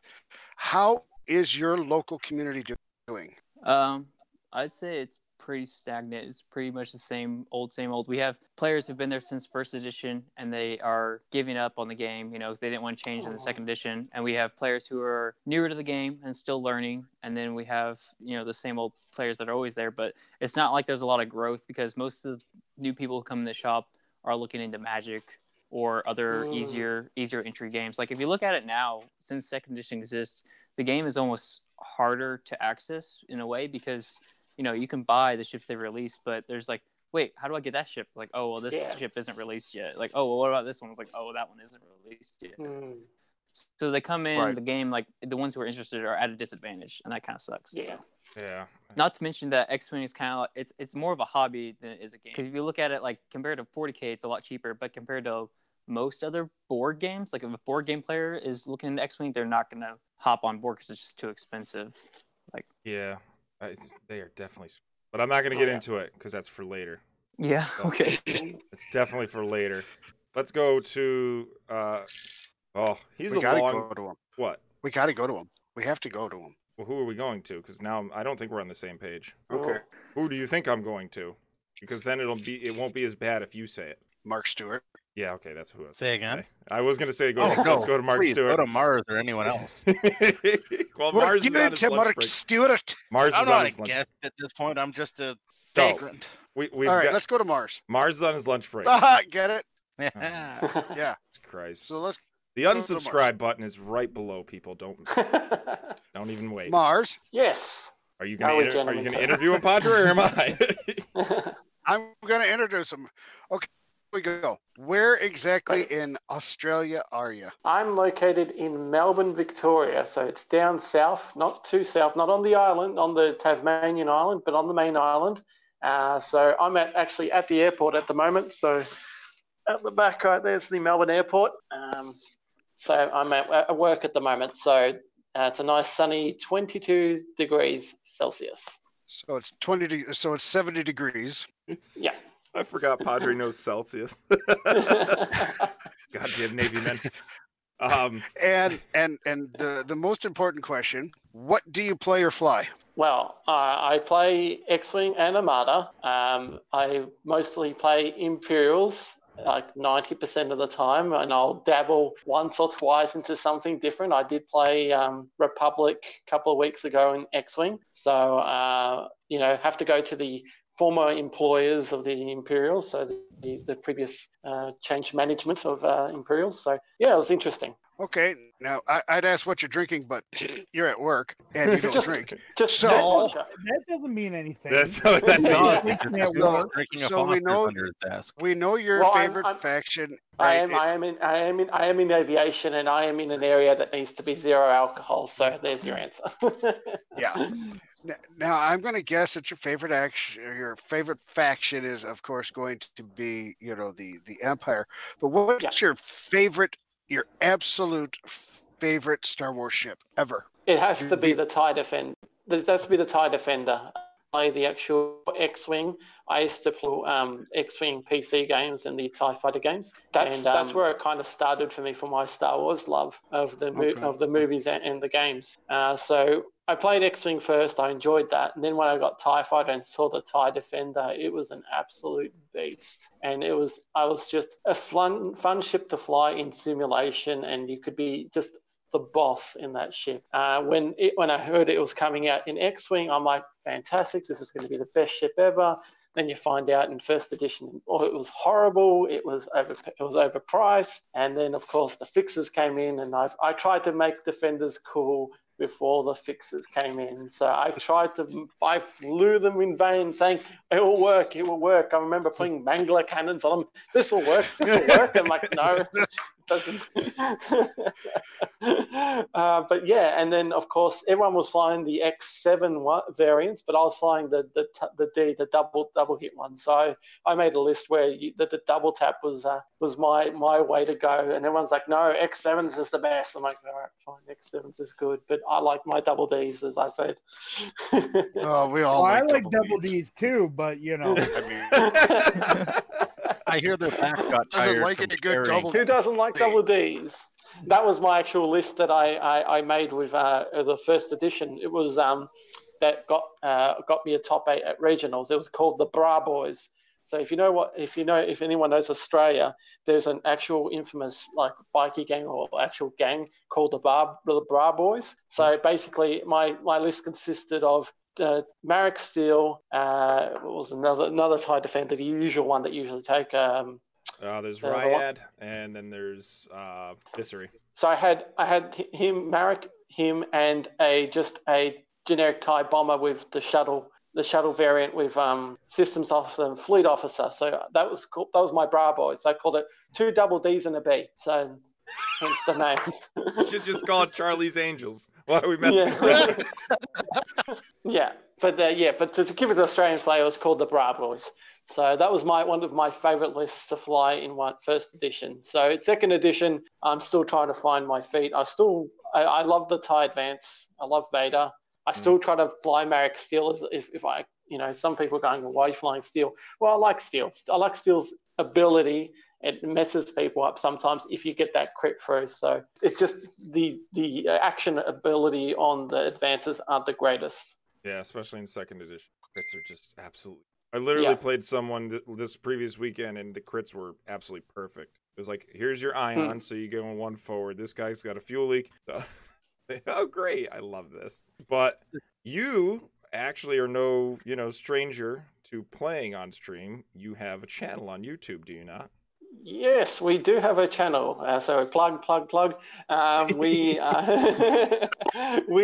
Speaker 3: How is your local community do- doing?
Speaker 6: Um, I'd say it's pretty stagnant. It's pretty much the same old, same old. We have players who've been there since first edition, and they are giving up on the game, you know, 'cause they didn't want to change in the second edition. And we have players who are newer to the game and still learning. And then we have, you know, the same old players that are always there. But it's not like there's a lot of growth because most of the new people who come in the shop are looking into Magic or other
Speaker 7: Mm.
Speaker 6: easier, easier entry games. Like if you look at it now, since second edition exists the game is almost harder to access in a way because you know you can buy the ships they release, but there's like, wait, how do I get that ship? Like, oh well, this
Speaker 7: Yeah.
Speaker 6: ship isn't released yet. Like, oh well, what about this one? It's like, oh that one isn't released yet.
Speaker 7: Mm,
Speaker 6: So they come in
Speaker 4: Right.
Speaker 6: the game like the ones who are interested are at a disadvantage, and that kind of sucks.
Speaker 7: yeah.
Speaker 6: So.
Speaker 2: Yeah.
Speaker 6: Not to mention that X-wing is kind of like, it's it's more of a hobby than it is a game. Because if you look at it like compared to 40k, it's a lot cheaper, but compared to most other board games, like if a board game player is looking at X-wing, they're not gonna hop on board because it's just too expensive.
Speaker 2: Yeah. I, they are definitely. sc- But I'm not gonna get
Speaker 7: Oh, yeah.
Speaker 2: into it because that's for later.
Speaker 6: Yeah. Okay.
Speaker 2: It's definitely for later. Let's go to. Uh, oh, he's
Speaker 3: we
Speaker 2: a
Speaker 3: gotta
Speaker 2: long.
Speaker 3: go to him.
Speaker 2: What?
Speaker 3: We gotta go to him. We have to go to him.
Speaker 2: Well, who are we going to? Because now I'm- I don't think we're on the same page.
Speaker 1: Okay.
Speaker 2: Who do you think I'm going to? Because then it'll be it won't be as bad if you say it.
Speaker 3: Mark Stewart.
Speaker 2: Yeah, okay, that's who. I was
Speaker 4: Say
Speaker 2: gonna
Speaker 4: again?
Speaker 2: say. I was gonna say go.
Speaker 4: Oh, no,
Speaker 2: let's go to Mark
Speaker 4: Please
Speaker 2: Stewart.
Speaker 4: go to Mars or anyone else.
Speaker 2: well,
Speaker 3: We're
Speaker 2: Mars is
Speaker 3: giving
Speaker 2: on
Speaker 3: it
Speaker 2: his
Speaker 3: to
Speaker 2: lunch
Speaker 3: Mark
Speaker 2: break.
Speaker 3: Stewart.
Speaker 2: Mars
Speaker 4: I'm
Speaker 2: is on
Speaker 4: not a
Speaker 2: his lunch.
Speaker 4: guest at this point. I'm just a
Speaker 2: No.
Speaker 4: vagrant.
Speaker 2: We we've
Speaker 3: All right,
Speaker 2: got
Speaker 3: let's go to Mars.
Speaker 2: Mars is on his lunch break.
Speaker 3: Ah, get it?
Speaker 2: Oh.
Speaker 3: Yeah.
Speaker 2: Jesus Christ.
Speaker 3: So let's
Speaker 2: the
Speaker 3: go to Mars.
Speaker 2: unsubscribe button is right below. People don't don't even wait.
Speaker 3: Mars.
Speaker 7: yes.
Speaker 2: Are you gonna
Speaker 7: Now we
Speaker 2: inter- are you
Speaker 7: gentlemen
Speaker 2: gonna
Speaker 7: say-
Speaker 2: interview him, Padre, or am I?
Speaker 3: I'm going to introduce him. Okay, here we go. Where exactly in Australia are you?
Speaker 7: I'm located in Melbourne, Victoria, so it's down south, not too south, not on the island, on the Tasmanian island, but on the main island. Uh, so I'm at, actually at the airport at the moment. So at the back right there's the Melbourne airport. Um, so I'm at, at work at the moment. So uh, it's a nice sunny 22 degrees Celsius.
Speaker 3: So it's 20 de- so it's 70 degrees.
Speaker 7: Yeah.
Speaker 2: I forgot Padre knows Celsius. Goddamn Navy men. Um,
Speaker 3: And and and the the most important question, what do you play or fly?
Speaker 7: Well, uh, I play X-wing and Armada. Um, I mostly play Imperials like 90% of the time, and I'll dabble once or twice into something different. I did play um, Republic a couple of weeks ago in X-wing, so uh, you know have to go to the former employers of the Imperials, so the, the previous uh, change management of uh, Imperials. So yeah, it was interesting.
Speaker 3: Okay, now I, I'd ask what you're drinking, but you're at work and you don't drink.
Speaker 7: Just
Speaker 3: So-
Speaker 7: just vodka.
Speaker 5: That doesn't mean anything.
Speaker 2: that's so that's
Speaker 7: Yeah.
Speaker 2: all.
Speaker 4: Dog is
Speaker 5: Drinking
Speaker 4: just
Speaker 5: at
Speaker 4: doing-
Speaker 5: work.
Speaker 4: drinking a
Speaker 3: So we
Speaker 4: Foster's
Speaker 3: know-
Speaker 4: under his desk.
Speaker 3: We know your
Speaker 7: Well, I'm-
Speaker 3: favorite
Speaker 7: I'm-
Speaker 3: faction.
Speaker 7: I
Speaker 3: Right?
Speaker 7: am. I am in. I am in. I am in aviation, and I am in an area that needs to be zero alcohol. So there's your answer.
Speaker 3: yeah. N- Now I'm going to guess that your favorite action, or your favorite faction is, of course, going to be, you know, the the Empire. But what's
Speaker 7: Yeah.
Speaker 3: your favorite, your absolute favorite Star Wars ship ever?
Speaker 7: It has to be the tie defender. It has to be the tie defender. I the actual X-wing. I used to play um, X-wing PC games and the Tie Fighter games,
Speaker 6: That's-
Speaker 7: and um,
Speaker 6: that's
Speaker 7: that's where it kind of started for me for my Star Wars love of the mo-
Speaker 3: Okay.
Speaker 7: of the movies and, and the games. Uh, so I played X-wing first. I enjoyed that, and then when I got Tie Fighter and saw the Tie Defender, it was an absolute beast. And it was I was just a fun fun ship to fly in simulation, and you could be just the boss in that ship. Uh, when it, when I heard it was coming out in X-wing, I'm like, fantastic! This is going to be the best ship ever. Then you find out in first edition, oh, it was horrible. It was over, it was overpriced. And then of course the fixes came in, and I I tried to make defenders cool before the fixes came in. So I tried to I flew them in vain, saying it will work, it will work. I remember putting Mangler cannons on them. This will work, this will work. I'm like, no, it doesn't. uh, but yeah, and then of course everyone was flying the X7 wa- variants, but I was flying the the t- the D, the double double hit one. So I made a list where you, the, the double tap was uh, was my my way to go, and everyone's like, no, X7s is the best. I'm like, all right, fine, X7s is good, but I like my double Ds, as I said.
Speaker 3: Oh, we all
Speaker 5: Well, I
Speaker 3: like,
Speaker 5: like double
Speaker 3: D.
Speaker 5: D's too, but you know.
Speaker 4: I hear their back got
Speaker 3: Doesn't
Speaker 4: tired.
Speaker 3: like
Speaker 4: from
Speaker 3: it a good
Speaker 4: carrying-
Speaker 3: double-
Speaker 7: Who doesn't like double D's? That was my actual list that I, I, I made with uh, the first edition. It was um, that got uh, got me a top eight at regionals. It was called the Bra Boys. So if you know what, if you know, if anyone knows Australia, there's an actual infamous like bikie gang or actual gang called the Bar the Bra Boys. So basically, my my list consisted of uh, Marek Steele, uh, what was another another tie defender, the usual one that you usually take. Um,
Speaker 2: Uh, there's
Speaker 7: Yeah, the one-
Speaker 2: Ryad, and then there's uh, Viscery.
Speaker 7: So I had I had h- him, Marek, him, and a just a generic Thai bomber with the shuttle the shuttle variant with um, systems officer and fleet officer. So that was cool. That was my bra boys. I called it two double D's and a B. So hence the
Speaker 2: We
Speaker 7: name.
Speaker 2: should just call it Charlie's Angels. Why are we messing
Speaker 7: Yeah.
Speaker 2: around?
Speaker 7: yeah, but uh, yeah, but to, to give it an Australian flavour, it was called the bra boys. So that was my one of my favourite lists to fly in one first edition. So it's second edition, I'm still trying to find my feet. I still I, I love the Tie Advance. I love Vader. I still try to fly Marek Steel as- if, if I you know some people are going why are you flying Steel? Well, I like Steel. I like Steel's ability it messes people up sometimes if you get that quick through. So it's just the the action ability on the advances aren't the greatest.
Speaker 2: Yeah, especially in second edition, crits are just absolutely. I literally
Speaker 7: Yeah.
Speaker 2: played someone th- this previous weekend, and the crits were absolutely perfect. It was like, here's
Speaker 7: Hmm.
Speaker 2: your ion, so you go one forward. This guy's got a fuel leak. oh, great! I love this. But you actually are no, you know, stranger to playing on stream. You have a channel on YouTube, do you not?
Speaker 7: Yes, we do have a channel. Uh, so plug, plug, plug. Um, we uh, we.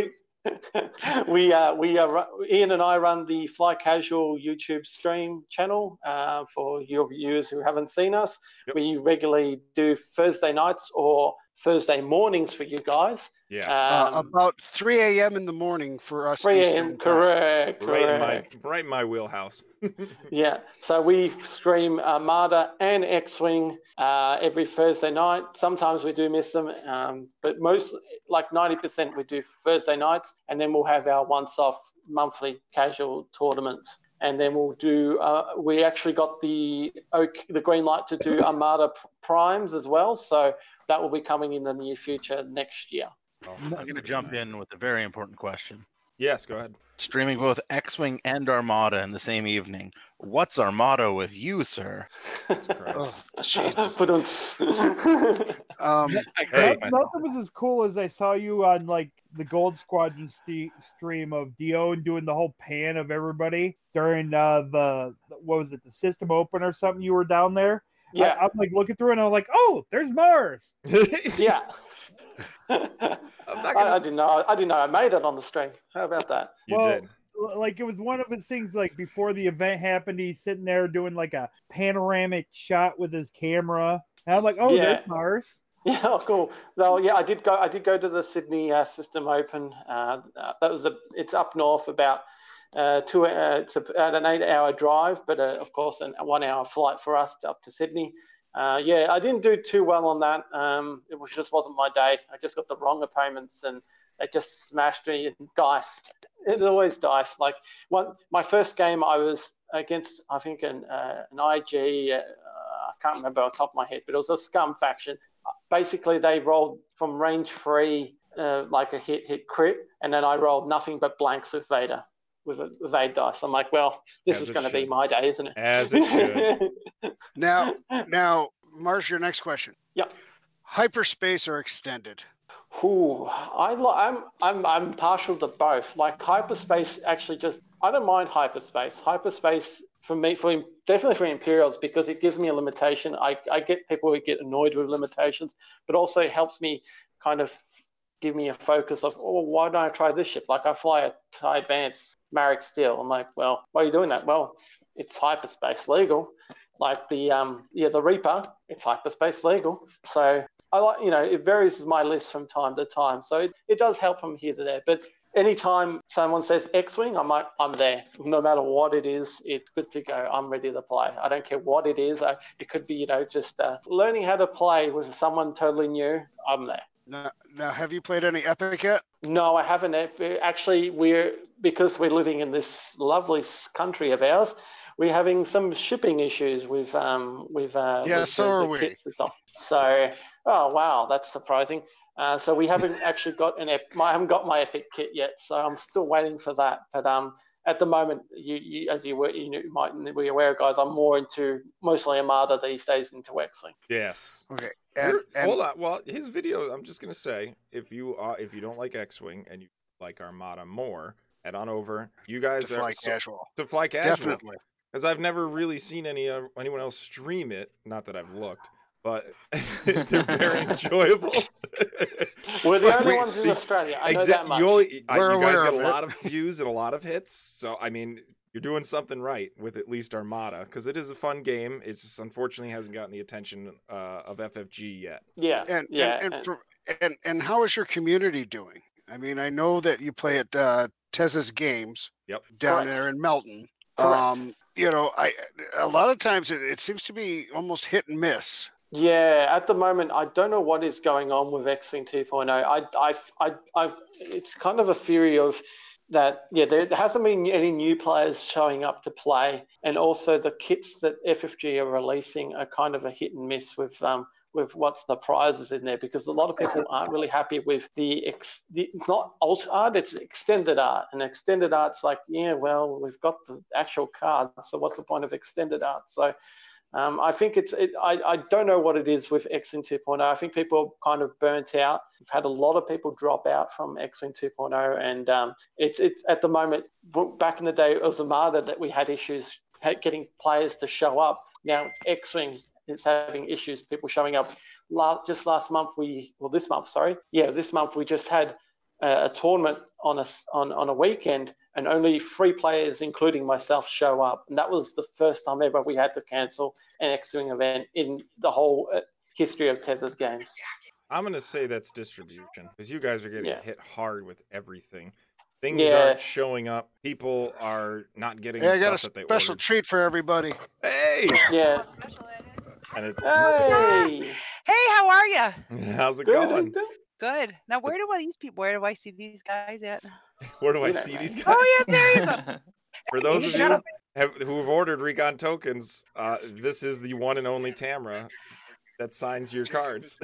Speaker 7: we uh, we are ru- Ian and I run the Fly Casual YouTube stream channel uh, for your viewers who haven't seen us.
Speaker 2: Yep.
Speaker 7: We regularly do Thursday nights or Thursday mornings for you guys.
Speaker 2: Yeah.
Speaker 3: Uh,
Speaker 7: Um,
Speaker 3: about 3 a.m. in the morning for us.
Speaker 7: 3
Speaker 3: Eastern
Speaker 7: a.m.
Speaker 3: time.
Speaker 7: Correct,
Speaker 2: right in my
Speaker 7: correct.
Speaker 2: right in my wheelhouse.
Speaker 7: Yeah, so we stream Armada and X Wing uh, every Thursday night. Sometimes we do miss them, um, but most, like 90%, we do Thursday nights, and then we'll have our once off monthly casual tournament. And then we'll do, uh, we actually got the oak, the green light to do Armada p- Primes as well, so that will be coming in the near future next year.
Speaker 5: I'm
Speaker 2: Oh, that's
Speaker 4: I'm gonna
Speaker 2: pretty
Speaker 4: jump
Speaker 2: nice.
Speaker 4: in with a very important question.
Speaker 2: Yes, go ahead.
Speaker 4: Streaming both X-wing and Armada in the same evening. What's Armada with you, sir?
Speaker 2: Christ.
Speaker 3: Oh, Jesus.
Speaker 7: Put on.
Speaker 3: Um,
Speaker 2: Hey.
Speaker 5: Noth- nothing was as cool as I saw you on like the Gold Squadron st- stream of Dio and doing the whole pan of everybody during uh, the what was it the system open or something. You were down there. I-
Speaker 7: yeah.
Speaker 5: I'm like looking through and I'm like, oh, there's Mars.
Speaker 7: yeah.
Speaker 2: not
Speaker 7: I,
Speaker 2: gonna-
Speaker 7: I didn't know. I didn't know I made it on the stream. How about that?
Speaker 2: You
Speaker 5: Well,
Speaker 2: did.
Speaker 5: L- Like it was one of his things. Like before the event happened, he's sitting there doing like a panoramic shot with his camera. And I'm like, oh,
Speaker 7: Yeah.
Speaker 5: there's Mars.
Speaker 7: Yeah, oh, cool. No, yeah, I did go. I did go to the Sydney uh, System Open. Uh, uh, that was a. It's up north, about uh, two. Uh, it's about an eight-hour drive, but uh, of course, an, a one-hour flight for us up to Sydney. Uh, yeah, I didn't do too well on that. Um, it was, just wasn't my day. I just got the wrong opponents, and they just smashed me in dice. It's always dice. Like one, my first game, I was against, I think, an, uh, an IG. Uh, I can't remember off the top of my head, but it was a scum faction basically they rolled from range three, uh, like a hit, hit, crit, and then I rolled nothing but blanks with Vader, with a evade dice. I'm like, well, this
Speaker 2: As
Speaker 7: is
Speaker 2: it
Speaker 7: going to be
Speaker 2: should.
Speaker 7: my day, isn't it?
Speaker 2: As it should.
Speaker 3: now, now, Mars, your next question.
Speaker 7: Yep.
Speaker 3: Hyperspace or extended?
Speaker 7: Ooh, I lo- I'm I'm I'm partial to both. Like hyperspace, actually, just I don't mind hyperspace. Hyperspace for me, for definitely for Imperials, because it gives me a limitation. I I get people who get annoyed with limitations, but also it helps me kind of give me a focus of oh, why don't I try this ship? Like I fly a Thai Vance Marek Steel. I'm like, well, why are you doing that? Well, it's hyperspace legal. Like the um yeah the Reaper, it's hyperspace legal. So I like, you know, it varies my list from time to time. So it, it does help from here to there. But anytime someone says X Wing, I'm like, I'm there. No matter what it is, it's good to go. I'm ready to play. I don't care what it is. I, it could be, you know, just uh, learning how to play with someone totally new. I'm there.
Speaker 3: Now, now, have you played any Epic yet?
Speaker 7: No, I haven't. Actually, we're because we're living in this lovely s- country of ours. We're having some shipping issues with um with uh
Speaker 3: Yeah,
Speaker 7: with
Speaker 3: so
Speaker 7: the,
Speaker 3: are
Speaker 7: the
Speaker 3: we.
Speaker 7: kits and stuff. So oh wow, that's surprising. Uh, so we haven't actually got an ep- my, I haven't got my epic kit yet, so I'm still waiting for that. But um at the moment, you, you as you were you, know, you might be aware, guys, I'm more into mostly Armada these days into X-wing.
Speaker 2: Yes.
Speaker 3: Okay. And,
Speaker 2: You're-
Speaker 3: and
Speaker 2: hold on. Well, his video. I'm just gonna say, if you uh, if you don't like X-wing and you like Armada more, head on over. You guys
Speaker 3: to
Speaker 2: are
Speaker 3: fly
Speaker 2: so-
Speaker 3: casual.
Speaker 2: to fly casual.
Speaker 3: Definitely.
Speaker 2: Because I've never really seen any uh, anyone else stream it. Not that I've looked, but they're very enjoyable.
Speaker 7: We're the only
Speaker 2: Wait,
Speaker 7: ones in
Speaker 2: the-
Speaker 7: Australia. I know
Speaker 2: Exact-
Speaker 7: that much.
Speaker 2: You, only, I-
Speaker 3: We're
Speaker 2: you guys
Speaker 3: aware
Speaker 2: get a
Speaker 3: of it.
Speaker 2: lot of views and a lot of hits, so I mean, you're doing something right with at least Armada, because it is a fun game. It's just unfortunately hasn't gotten the attention uh, of FFG yet.
Speaker 7: yeah,
Speaker 3: And,
Speaker 7: yeah. uh,
Speaker 3: and, and,
Speaker 7: and-
Speaker 3: for, and and how is your community doing? I mean, I know that you play at uh, Tez's Games
Speaker 2: Yep.
Speaker 3: down
Speaker 7: Correct.
Speaker 3: there in Melton.
Speaker 7: Correct.
Speaker 3: Um, you know, I a lot of times it, it seems to be almost hit and miss.
Speaker 7: Yeah, at the moment, I don't know what oh. is going on with X Wing 2.0. I, I, I, I, it's kind of a theory of that yeah, there hasn't been any new players showing up to play, and also the kits that FFG are releasing are kind of a hit and miss with um, with what's the prizes in there because a lot of people aren't really happy with the, ex- the it's not alt art it's extended art and extended art's like yeah well we've got the actual card so what's the point of extended art so um, I think it's it, I, I don't know what it is with X-Wing 2.0 oh. I think people are kind of burnt out we've had a lot of people drop out from X-Wing 2.0 and um, it's it's at the moment back in the day it was Amada that we had issues getting players to show up now it's X-Wing it's having issues, people showing up. Last, just last month, we well, this month, sorry, yeah, this month we just had a, a tournament on a on, on a weekend, and only three players, including myself, show up, and that was the first time ever we had to cancel an X-wing event in the whole uh, history of Tesla's games.
Speaker 2: I'm gonna say that's distribution because you guys are getting
Speaker 7: Yeah.
Speaker 2: hit hard with everything. Things
Speaker 7: Yeah.
Speaker 2: aren't showing up. People are not getting
Speaker 3: Hey,
Speaker 2: the
Speaker 3: I got a
Speaker 2: stuff that they
Speaker 3: special
Speaker 2: ordered.
Speaker 3: treat for everybody.
Speaker 2: Hey,
Speaker 7: Yeah.
Speaker 2: and it's
Speaker 7: Hey.
Speaker 8: Hey, how are you?
Speaker 2: how's it
Speaker 7: Good.
Speaker 2: going?
Speaker 8: Good. Now, where do all these people? Where do I see these guys at?
Speaker 2: Where do I
Speaker 7: You know,
Speaker 2: see
Speaker 7: man.
Speaker 2: these guys?
Speaker 8: Oh yeah, there you go.
Speaker 2: For those of
Speaker 8: Shut
Speaker 2: you
Speaker 8: up.
Speaker 2: have, who've ordered Recon tokens, uh, this is the one and only Tamra that signs your cards.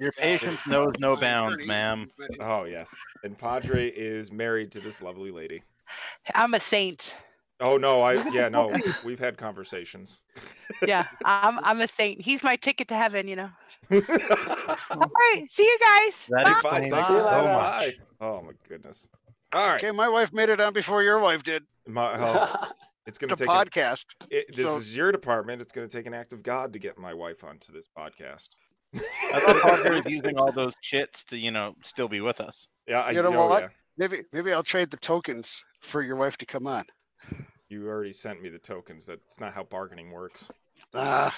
Speaker 4: Your patience knows no bounds, ma'am.
Speaker 2: Oh yes, and Padre is married to this lovely lady.
Speaker 8: I'm a saint.
Speaker 2: Oh no, I yeah no, we've had conversations.
Speaker 8: Yeah, I'm I'm a saint. He's my ticket to heaven, you know. All right, see you guys.
Speaker 4: That
Speaker 8: Bye.
Speaker 2: Bye.
Speaker 4: explains
Speaker 2: Thank
Speaker 7: See
Speaker 2: you
Speaker 7: you
Speaker 2: so
Speaker 7: later.
Speaker 2: much. Oh my goodness. All right,
Speaker 3: Okay, my wife made it on before your wife did.
Speaker 2: my, oh, it's gonna
Speaker 3: The
Speaker 2: take. an-
Speaker 3: podcast.
Speaker 2: it- this
Speaker 3: so-
Speaker 2: is your department. It's gonna take an act of God to get my wife onto this podcast.
Speaker 4: I thought Parker was using all those chits to, you know, still be with us.
Speaker 2: Yeah, I
Speaker 3: You know
Speaker 2: oh,
Speaker 3: what?
Speaker 2: yeah.
Speaker 3: Maybe maybe I'll trade the tokens for your wife to come on.
Speaker 2: You already sent me the tokens. That's not how bargaining works.
Speaker 3: Ah,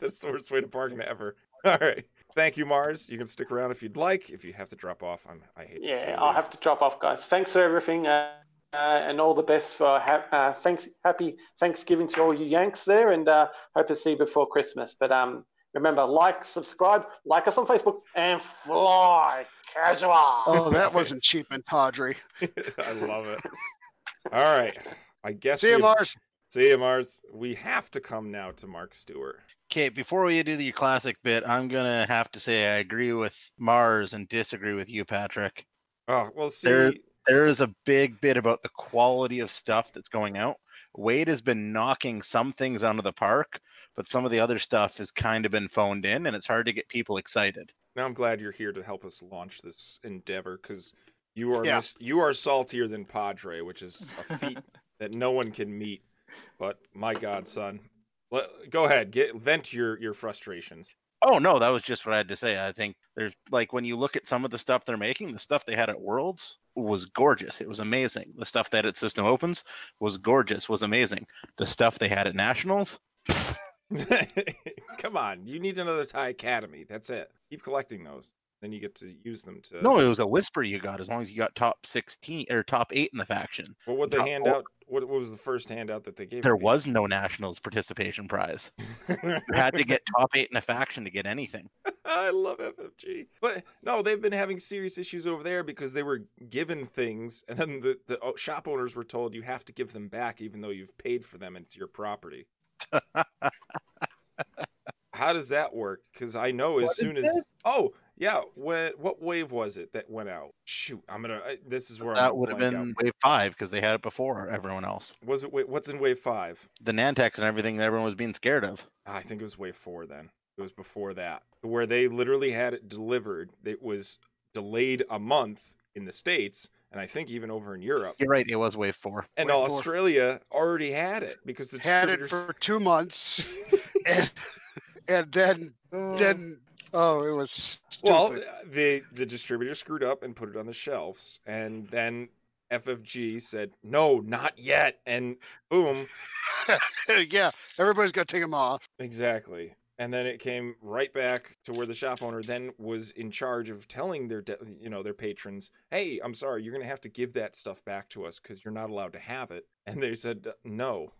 Speaker 2: That's the worst way to bargain ever. All right. Thank you, Mars. You can stick around if you'd like. If you have to drop off, I'm. I hate to see
Speaker 7: yeah,
Speaker 2: you.
Speaker 7: I'll
Speaker 2: leave.
Speaker 7: have to drop off, guys. Thanks for everything, uh, uh, and all the best for ha- uh, thanks, happy Thanksgiving to all you Yanks there, and uh, hope to see you before Christmas. But um, remember, like, subscribe, like us on Facebook, and fly casual.
Speaker 3: oh, that wasn't cheap and tawdry.
Speaker 2: I love it. All right. I guess
Speaker 3: See you,
Speaker 2: we-
Speaker 3: Mars.
Speaker 2: See you, Mars. We have to come now to Mark Stewart.
Speaker 4: Okay, before we do the classic bit, I'm gonna have to say I agree with Mars and disagree with you, Patrick.
Speaker 2: Oh, well, see.
Speaker 4: There- There is a big bit about the quality of stuff that's going out. Wade has been knocking some things out of the park, but some of the other stuff has kind of been phoned in, and it's hard to get people excited.
Speaker 2: Now I'm glad you're here to help us launch this endeavor because you are
Speaker 3: Yeah.
Speaker 2: mis- you are saltier than Padre, which is a feat that no one can meet. But my God, son, Let- go ahead, get vent your your frustrations.
Speaker 4: Oh no, that was just what I had to say. I think there's like when you look at some of the stuff they're making, the stuff they had at Worlds was gorgeous. It was amazing. The stuff they had at System Opens was gorgeous, was amazing. The stuff they had at Nationals,
Speaker 2: Come on, you need another Thai Academy. That's it. Keep collecting those, then you get to use them to.
Speaker 4: no, it was a whisper you got as long as you got top 16 or top 8 in the faction.
Speaker 2: Well, what the
Speaker 4: Top four.
Speaker 2: handout? What, what was the first handout that they gave?
Speaker 4: There
Speaker 2: me?
Speaker 4: was no Nationals participation prize. You had to get top 8 in a faction to get anything.
Speaker 2: I love FFG. But no, they've been having serious issues over there because they were given things, and then the, the o- shop owners were told you have to give them back even though you've paid for them and it's your property. How does that work? Because I know as
Speaker 5: What is
Speaker 2: soon as
Speaker 5: this?
Speaker 2: oh yeah, when, what wave was it that went out? Shoot, I'm gonna. I, this is where I'm
Speaker 4: That
Speaker 2: gonna
Speaker 4: would have
Speaker 2: blank
Speaker 4: been
Speaker 3: um,
Speaker 2: out.
Speaker 4: wave 5 because they had it before everyone else.
Speaker 2: Was it? wa- What's in wave five?
Speaker 4: The Nantex and everything that everyone was being scared of.
Speaker 2: Ah, I think it was wave four then. It was before that, where they literally had it delivered. It was delayed a month in the states, and I think even over in Europe.
Speaker 4: You're right, it was wave 4.
Speaker 2: And
Speaker 3: Wave four.
Speaker 2: Australia already had it because the
Speaker 3: Had it
Speaker 2: distributors.
Speaker 3: for two months, and and then then oh, it was stupid.
Speaker 2: well, the the distributor screwed up and put it on the shelves, and then FFG said no, not yet, and boom,
Speaker 3: yeah, everybody's got to take them off.
Speaker 2: Exactly. And then it came right back to where the shop owner then was in charge of telling their de- you know their patrons, "Hey, I'm sorry, you're going to have to give that stuff back to us cuz you're not allowed to have it." And they said, "No."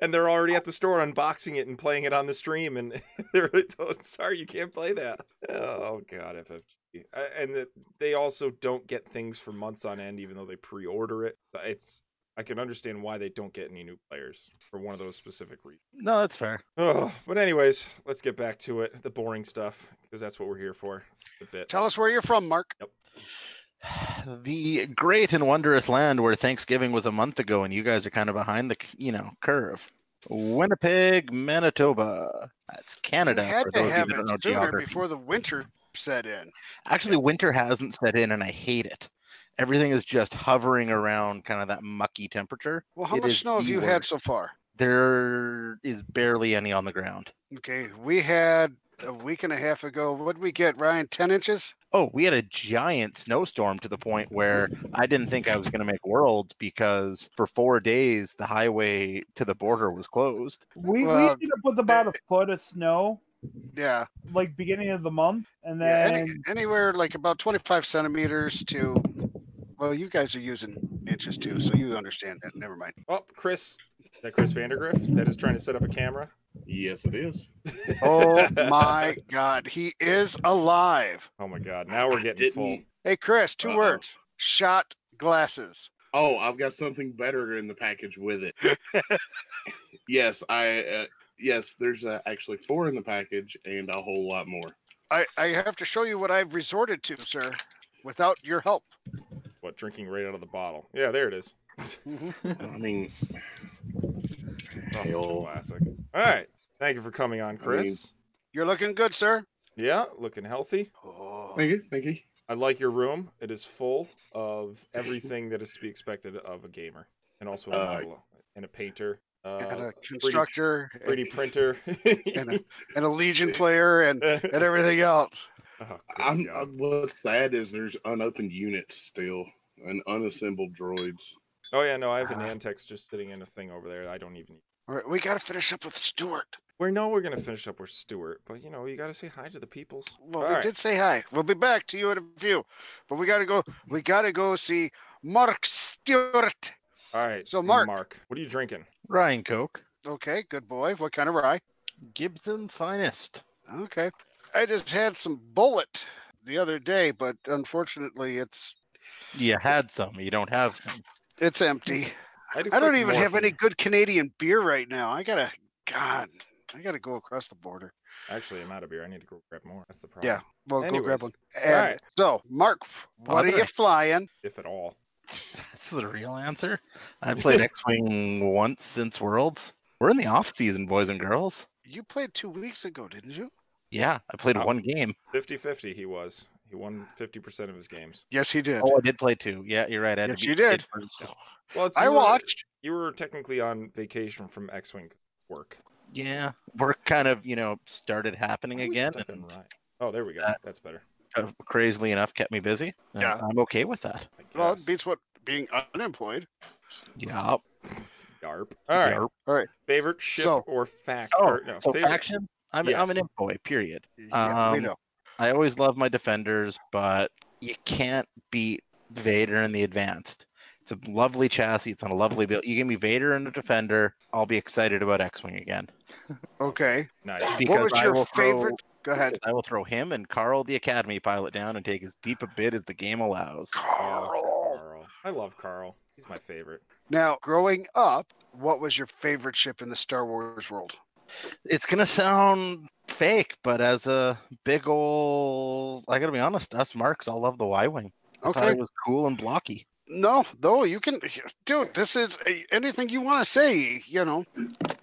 Speaker 2: and they're already at the store unboxing it and playing it on the stream, and they're really told, "Sorry, you can't play that." Oh God, FFG. Uh, And that they also don't get things for months on end, even though they pre-order it. It's I can understand why they don't get any new players for one of those specific reasons.
Speaker 4: No, that's fair.
Speaker 2: Oh, but anyways, let's get back to it, the boring stuff, because that's what we're here for. The bit.
Speaker 3: Tell us where you're from, Mark.
Speaker 4: The great and wondrous land where Thanksgiving was a month ago, and you guys are kind of behind the c- you know curve. Winnipeg, Manitoba. That's Canada.
Speaker 3: you had
Speaker 4: for
Speaker 3: to
Speaker 4: those of you
Speaker 3: have
Speaker 4: that
Speaker 3: it
Speaker 4: don't know
Speaker 3: sooner
Speaker 4: geography.
Speaker 3: before the winter set in.
Speaker 4: Actually, winter hasn't set in, and I hate it. Everything is just hovering around kind of that mucky temperature.
Speaker 3: Well, how
Speaker 4: It
Speaker 3: much
Speaker 4: is
Speaker 3: snow have
Speaker 4: the
Speaker 3: you had
Speaker 4: worst.
Speaker 3: so far?
Speaker 4: There is barely any on the ground.
Speaker 3: Okay, we had a week and a half ago. What did we get, Ryan? Ten inches?
Speaker 4: Oh, we had a giant snowstorm to the point where I didn't think I was going to make worlds because for four days the highway to the border was closed.
Speaker 5: We,
Speaker 3: Well,
Speaker 5: we ended up with about a foot of snow,
Speaker 3: Yeah.
Speaker 5: like beginning of the month, and
Speaker 3: yeah
Speaker 5: then
Speaker 3: any, anywhere like about 25 centimeters to. Well, you guys are using inches too, so you understand that. Never mind.
Speaker 2: Oh, Chris. Is that Chris Vandergriff that is trying to set up a camera?
Speaker 9: Yes, it is.
Speaker 3: Oh my God, he is alive.
Speaker 2: Oh my God! Now we're
Speaker 9: I
Speaker 2: getting
Speaker 9: didn't-
Speaker 2: full.
Speaker 3: e-, Hey, Chris, 2
Speaker 9: Uh-oh.
Speaker 3: words: shot glasses.
Speaker 9: Oh, I've got something better in the package with it. yes, I. Uh, yes, there's uh, actually four in the package and a whole lot more.
Speaker 3: I I have to show you what I've resorted to, sir, without your help.
Speaker 2: What drinking right out of the bottle? Yeah, there it is.
Speaker 9: I mean,
Speaker 2: Oh,
Speaker 9: hell,
Speaker 2: classic. All right. Thank you for coming on, Chris.
Speaker 3: You're looking good, sir.
Speaker 2: Yeah, looking healthy.
Speaker 3: Oh,
Speaker 9: thank you, thank you.
Speaker 2: I like your room. It is full of everything that is to be expected of a gamer, and also a
Speaker 9: Uh,
Speaker 2: model and a painter, uh,
Speaker 3: and a
Speaker 2: 3D,
Speaker 3: constructor,
Speaker 2: 3D printer.
Speaker 3: and, a, and a legion player, and and everything else.
Speaker 2: Oh, good
Speaker 9: I'm,
Speaker 2: God.
Speaker 9: I'm. What's sad is there's unopened units still and unassembled droids.
Speaker 2: Oh yeah, no, I have an
Speaker 3: Ah.
Speaker 2: Antex just sitting in a thing over there. I don't even.
Speaker 3: All right, we gotta finish up with Stuart.
Speaker 2: We know we're gonna finish up with Stuart, but you know you gotta say hi to the peoples.
Speaker 3: Well,
Speaker 2: All
Speaker 3: we
Speaker 2: right.
Speaker 3: did say hi. We'll be back to you in a few, but we gotta go. We gotta go see Mark Stewart.
Speaker 2: All right.
Speaker 3: So, Mark.
Speaker 2: Mark, what are you drinking?
Speaker 4: Ryan Coke,
Speaker 3: Okay, good boy. What kind of rye?
Speaker 4: Gibson's finest.
Speaker 3: Okay, I just had some bullet the other day, but unfortunately, it's
Speaker 4: You had some, you don't have some.
Speaker 3: it's empty.
Speaker 2: I'd
Speaker 3: I
Speaker 2: expect
Speaker 3: don't even
Speaker 2: more
Speaker 3: have
Speaker 2: from
Speaker 3: any
Speaker 2: you.
Speaker 3: good Canadian beer right now. I gotta, God, I gotta go across the border.
Speaker 2: Actually, I'm out of beer. I need to go grab more. That's the problem,
Speaker 3: Yeah, well, go
Speaker 2: Anyways,
Speaker 3: grab one.
Speaker 2: all
Speaker 3: And
Speaker 2: right.
Speaker 3: So, Mark, what are you
Speaker 4: Father.
Speaker 3: flying?
Speaker 2: if at all.
Speaker 4: That's the real answer. I played X-wing once since Worlds. We're in the off season, boys and girls.
Speaker 3: You played two weeks ago, didn't you?
Speaker 4: Yeah, I played
Speaker 2: Wow.
Speaker 4: one game.
Speaker 2: 50-50 He was. He won 50% of his games.
Speaker 3: Yes, he did.
Speaker 4: Oh, I did play two. Yeah, you're right. I had
Speaker 3: Yes,
Speaker 4: to beat
Speaker 3: you
Speaker 4: the kid
Speaker 3: did.
Speaker 4: first.
Speaker 2: Well, it's,
Speaker 3: I
Speaker 2: you were-
Speaker 3: watched.
Speaker 2: You were technically on vacation from X-wing work.
Speaker 4: Yeah, work kind of you know started happening
Speaker 2: Are we
Speaker 4: again,
Speaker 2: stuck on
Speaker 4: and
Speaker 2: Ryan? Oh, there we go.
Speaker 4: That-
Speaker 2: That's better.
Speaker 4: uh, crazily enough kept me busy. and
Speaker 3: Yeah.
Speaker 4: I'm okay with that.
Speaker 2: I guess.
Speaker 3: Well, it beats what being unemployed.
Speaker 4: Yeah.
Speaker 2: Yarp. All right.
Speaker 4: Yarp.
Speaker 3: All right.
Speaker 2: Favorite ship
Speaker 3: So-
Speaker 2: or fact?
Speaker 4: Oh,
Speaker 2: or, no,
Speaker 4: so
Speaker 2: favorite-
Speaker 4: faction. I'm, I'm an
Speaker 2: Yes.
Speaker 4: employee. Period.
Speaker 3: Yeah, we
Speaker 4: Um,
Speaker 3: know.
Speaker 4: I always love my defenders, but you can't beat Vader in the advanced. It's a lovely chassis. It's on a lovely build. You give me Vader and a defender, I'll be excited about X-wing again.
Speaker 3: Okay.
Speaker 2: Nice.
Speaker 4: Because
Speaker 3: what was
Speaker 4: I
Speaker 3: your
Speaker 4: will throw-
Speaker 3: favorite? Go ahead.
Speaker 4: I will throw him and Carl, the academy pilot, down and take as deep a bid as the game allows.
Speaker 2: Oh,
Speaker 3: Carl.
Speaker 2: Carl. I love Carl. He's my favorite.
Speaker 3: Now, growing up, what was your favorite ship in the Star Wars world?
Speaker 4: It's gonna sound fake, but as a big ol' I gotta be honest, us marks all love the Y-wing. I thought
Speaker 3: Okay.
Speaker 4: it was cool and blocky.
Speaker 3: No, no, you can, dude. This is a- anything you want to say. You know,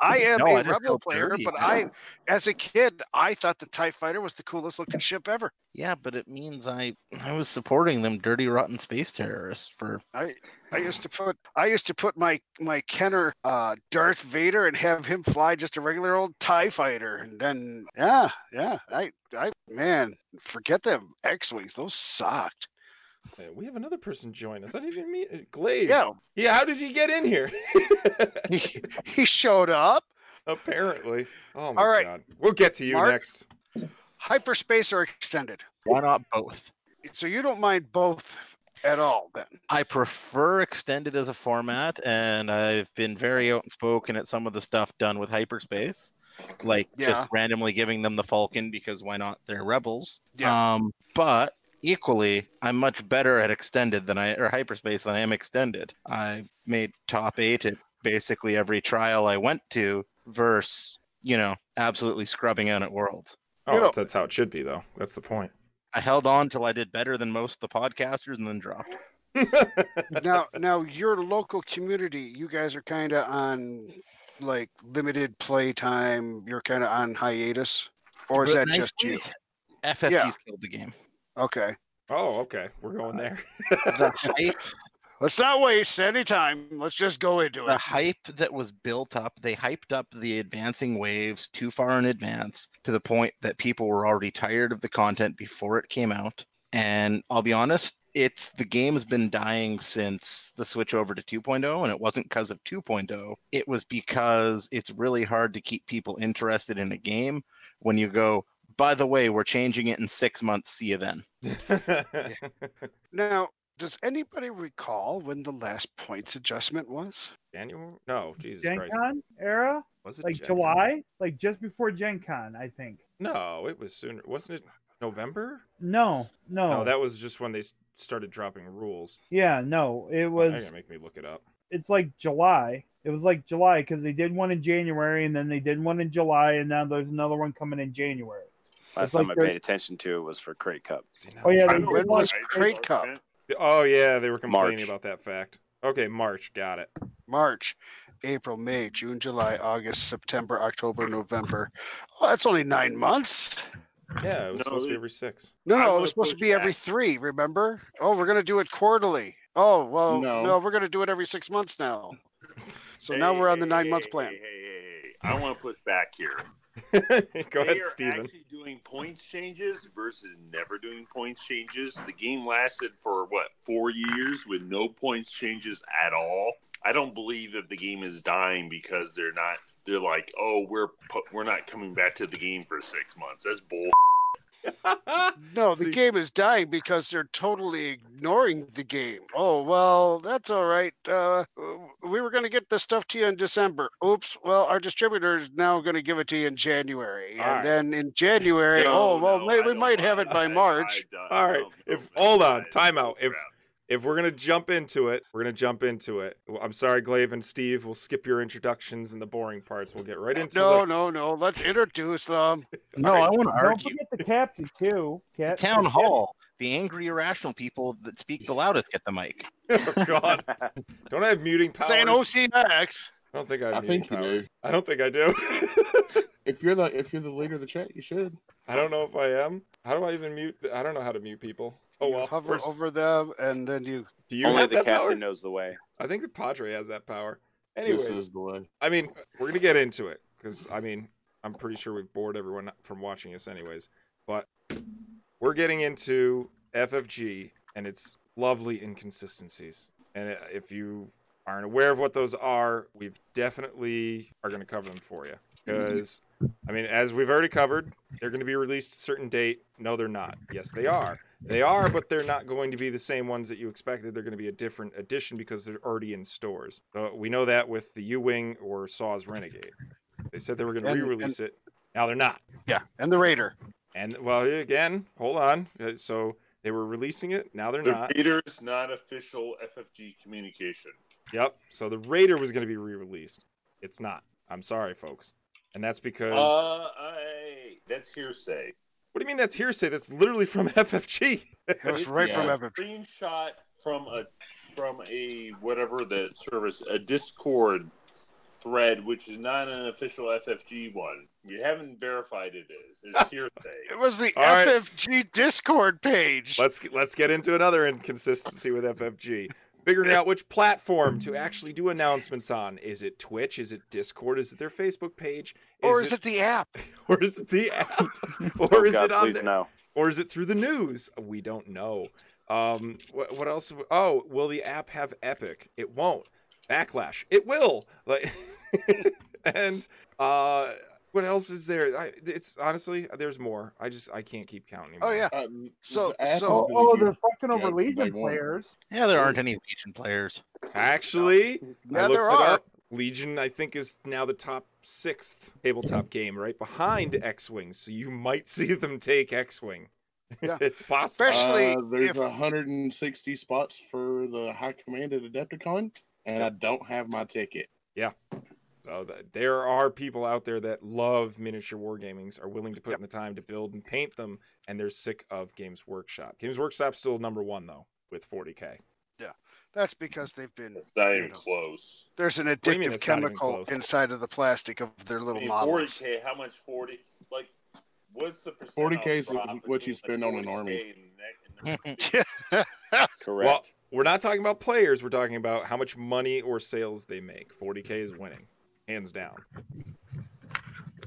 Speaker 3: I am
Speaker 4: No, I
Speaker 3: a
Speaker 4: just
Speaker 3: rebel
Speaker 4: feel
Speaker 3: player,
Speaker 4: dirty.
Speaker 3: but I, as a kid, I thought the Tie Fighter was the coolest looking ship ever.
Speaker 4: Yeah, but it means I I was supporting them dirty rotten space terrorists for
Speaker 3: I, I used to put, I used to put my my Kenner uh, Darth Vader and have him fly just a regular old Tie Fighter, and then yeah, yeah, I, I, man, forget them X wings. Those sucked.
Speaker 2: Uh, We have another person join us. I didn't even meet uh, Glaive.
Speaker 3: Yeah,
Speaker 2: Yeah. How did he get in here?
Speaker 3: he, he showed up.
Speaker 2: Apparently. Oh my
Speaker 3: All right.
Speaker 2: god. We'll get to you
Speaker 3: Mark?
Speaker 2: next.
Speaker 3: Hyperspace or extended.
Speaker 4: why not both?
Speaker 3: So you don't mind both at all then.
Speaker 4: I prefer extended as a format, and I've been very outspoken at some of the stuff done with hyperspace, like
Speaker 3: Yeah.
Speaker 4: just randomly giving them the Falcon because why not? They're rebels.
Speaker 3: Yeah.
Speaker 4: Um, but equally, I'm much better at extended than I or hyperspace than I am extended. I made top eight at basically every trial I went to, versus you know absolutely scrubbing out at Worlds.
Speaker 2: Oh,
Speaker 3: You know-
Speaker 2: that's how it should be though. That's the point.
Speaker 4: I held on till I did better than most of the podcasters, and then dropped.
Speaker 3: now now your local community you guys are kind of on like limited play time you're kind of on hiatus or is that
Speaker 4: But
Speaker 3: just you
Speaker 4: nicely, FFG's
Speaker 3: Yeah.
Speaker 4: killed the game.
Speaker 3: okay
Speaker 2: Oh, okay. We're
Speaker 3: Uh,
Speaker 2: going there.
Speaker 4: the hype,
Speaker 3: let's not waste any time let's just go into
Speaker 4: the
Speaker 3: it
Speaker 4: hype that was built up, they hyped up the advancing waves too far in advance to the point that people were already tired of the content before it came out. And I'll be honest, it's the game's been dying since the switch over to 2.0, and it wasn't because of 2.0. It was because it's really hard to keep people interested in a game when you go, by the way, we're changing it in six months. See you then.
Speaker 3: now does anybody recall when the last points adjustment was
Speaker 2: January? No, Jesus
Speaker 5: Gen
Speaker 2: Christ.
Speaker 5: Con era?
Speaker 2: Was it
Speaker 5: Like
Speaker 2: Gen Con?
Speaker 5: July? Like just before Gen Con, I think.
Speaker 2: No, it was sooner. Wasn't it November?
Speaker 5: No, no.
Speaker 2: No, that was just when they s- started dropping rules.
Speaker 5: Yeah, no.
Speaker 10: Oh,
Speaker 5: It
Speaker 2: Was...
Speaker 5: was
Speaker 2: They're gonna make me look it up.
Speaker 5: it's like July. It was like July because they did one in January and then they did one in July and now there's another one coming in January.
Speaker 10: Last
Speaker 5: like
Speaker 10: time I
Speaker 5: they're-
Speaker 10: paid attention to it was for Crate Cup.
Speaker 5: Oh yeah, they
Speaker 3: When
Speaker 5: did one.
Speaker 3: was crate cup
Speaker 2: Oh yeah, they were complaining
Speaker 10: March.
Speaker 2: about that fact. Okay, March. Got it.
Speaker 3: march april may june july august september october november oh that's only nine months
Speaker 2: Yeah, it was
Speaker 10: No,
Speaker 2: supposed to be
Speaker 10: it-
Speaker 2: every six.
Speaker 3: No,
Speaker 10: I
Speaker 3: no, it
Speaker 10: would've
Speaker 3: was supposed to
Speaker 10: pushed
Speaker 3: be every
Speaker 10: back.
Speaker 3: three, remember? Oh, we're going to do it quarterly. Oh, well, no,
Speaker 9: No.
Speaker 3: we're going to do it every six months now. So now we're on the nine month plan.
Speaker 10: Hey, hey, hey. I want to push back here.
Speaker 2: Go
Speaker 10: they
Speaker 2: ahead,
Speaker 10: are
Speaker 2: Steven.
Speaker 10: actually doing points changes versus never doing points changes. The game lasted for what four years with no points changes at all. I don't believe that the game is dying because they're not. They're like, oh, we're pu- we're not coming back to the game for six months. That's bull.
Speaker 3: No, the
Speaker 2: See-
Speaker 3: game is dying because they're totally ignoring the game. Oh, well, that's all right. Uh, we were going to get this stuff to you in December. Oops. Well, our distributor is now going to give it to you in January. And
Speaker 2: All right.
Speaker 3: then in January, oh,
Speaker 10: No,
Speaker 3: well,
Speaker 10: no,
Speaker 3: may,
Speaker 10: I
Speaker 3: we
Speaker 10: don't
Speaker 3: might have
Speaker 10: want-
Speaker 3: it by
Speaker 10: I- I
Speaker 3: March.
Speaker 10: don't-
Speaker 2: All right,
Speaker 10: no, no,
Speaker 2: if-
Speaker 10: no,
Speaker 2: hold on,
Speaker 10: I-
Speaker 2: time
Speaker 10: no
Speaker 2: out. If-
Speaker 10: crap.
Speaker 2: If we're gonna jump into it, we're gonna jump into it. Well, I'm sorry, Glaive and Steve. We'll skip your introductions and the boring parts. We'll get right into
Speaker 3: No,
Speaker 2: the.
Speaker 3: no, no. Let's introduce them.
Speaker 4: No, I want to
Speaker 5: Don't
Speaker 4: argue.
Speaker 5: forget the captain too.
Speaker 4: The
Speaker 5: Cap-
Speaker 4: town
Speaker 5: the cap-
Speaker 4: hall. The angry, irrational people that speak the loudest get the mic.
Speaker 2: Oh God, don't I have muting powers?
Speaker 3: Saying OCX.
Speaker 2: I don't think I have
Speaker 9: I
Speaker 2: muting
Speaker 9: think you do.
Speaker 2: powers. I don't think I do.
Speaker 9: If you're the if you're the leader of the chat, you should.
Speaker 2: I don't know if I am. How do I even mute? I don't know how to mute people. Oh
Speaker 3: you
Speaker 2: well.
Speaker 3: hover
Speaker 2: we're s-
Speaker 3: over them and then you
Speaker 2: do you
Speaker 10: Only
Speaker 2: have
Speaker 10: the
Speaker 2: that
Speaker 10: captain
Speaker 2: power?
Speaker 10: knows the way.
Speaker 2: I think the Padre has that power.
Speaker 9: This
Speaker 2: Anyways,
Speaker 9: is the way.
Speaker 2: I mean, we're gonna get into it because I mean, I'm pretty sure we've bored everyone from watching us, anyways. But we're getting into FFG and its lovely inconsistencies. And uh, if you aren't aware of what those are, we've definitely are gonna cover them for you because. I mean, as we've already covered, they're going to be released a certain date. No, they're not. Yes, they are. They are, but they're not going to be the same ones that you expected. They're going to be a different edition because they're already in stores. Uh, we know that with the U-Wing or Saw's Renegades. They said they were going to
Speaker 3: And-
Speaker 2: re-release it. Now they're not.
Speaker 3: yeah and the raider
Speaker 2: And well, again, hold on. Uh, So they were releasing it. Now they're
Speaker 10: The
Speaker 2: not.
Speaker 10: Peter is not official FFG communication.
Speaker 2: Yep. So the Raider was going to be re-released. It's not. I'm sorry, folks. And that's because.
Speaker 10: Uh, I, that's hearsay.
Speaker 2: what do you mean that's hearsay? That's literally from FFG.
Speaker 3: it was right from
Speaker 9: Yeah.
Speaker 3: Evan.
Speaker 10: Screenshot from a from a whatever the service, a Discord thread, which is not an official FFG one. We haven't verified it is. It's hearsay.
Speaker 3: it was the
Speaker 2: All right.
Speaker 3: ffg discord page
Speaker 2: Let's let's get into another inconsistency with FFG. Figuring out which platform to actually do announcements on. Is it Twitch? Is it Discord? Is it their Facebook page?
Speaker 3: or is it, the app
Speaker 2: or is it the app? Or
Speaker 10: oh
Speaker 2: is
Speaker 10: God,
Speaker 2: it on
Speaker 10: please
Speaker 2: their,
Speaker 10: no.
Speaker 2: or is it through the news? We don't know. Um, what, what else? Oh, will the app have Epic? It won't. Backlash. It will. Like, and uh, What else is there? I, it's honestly, there's more. I just I can't keep counting.
Speaker 3: Oh
Speaker 2: anymore.
Speaker 3: yeah.
Speaker 9: Um,
Speaker 3: So-
Speaker 9: the app
Speaker 3: so-
Speaker 9: has
Speaker 5: Oh,
Speaker 9: been a
Speaker 5: oh
Speaker 9: huge
Speaker 5: they're fucking
Speaker 9: drag
Speaker 5: over
Speaker 9: for day
Speaker 5: Legion
Speaker 9: one.
Speaker 5: players.
Speaker 4: Yeah, there aren't any Legion players.
Speaker 2: Actually, I
Speaker 3: Yeah,
Speaker 2: looked
Speaker 3: there
Speaker 2: it
Speaker 3: are.
Speaker 2: up. Legion, I think, is now the top sixth tabletop game, right behind X Wing. So you might see them take X Wing.
Speaker 3: Yeah.
Speaker 2: it's possible.
Speaker 3: Especially-
Speaker 9: uh, there's
Speaker 3: if-
Speaker 9: 160 spots for the High Command at Adepticon, and I don't have my ticket.
Speaker 2: So th- there are people out there that love miniature wargamings, are willing to put in the time to build and paint them, and they're sick of Games Workshop. Games Workshop's still number one though, with 40k.
Speaker 3: That's because they've been.
Speaker 10: It's not
Speaker 3: You
Speaker 10: even
Speaker 3: know.
Speaker 10: close.
Speaker 3: There's an
Speaker 2: do you mean
Speaker 3: addictive
Speaker 2: it's not even
Speaker 3: chemical
Speaker 2: close?
Speaker 3: inside of the plastic of their
Speaker 10: I
Speaker 3: little
Speaker 10: mean,
Speaker 3: models.
Speaker 10: 40k. How much 40? Like, what's the percent?
Speaker 9: 40K is
Speaker 10: off
Speaker 9: Um, what
Speaker 10: between,
Speaker 9: you spend on an
Speaker 10: 40K
Speaker 9: army.
Speaker 10: and that- and
Speaker 3: Yeah.
Speaker 10: that-
Speaker 2: Well,
Speaker 10: Correct.
Speaker 2: we're not talking about players. We're talking about how much money or sales they make. 40k is winning, hands down.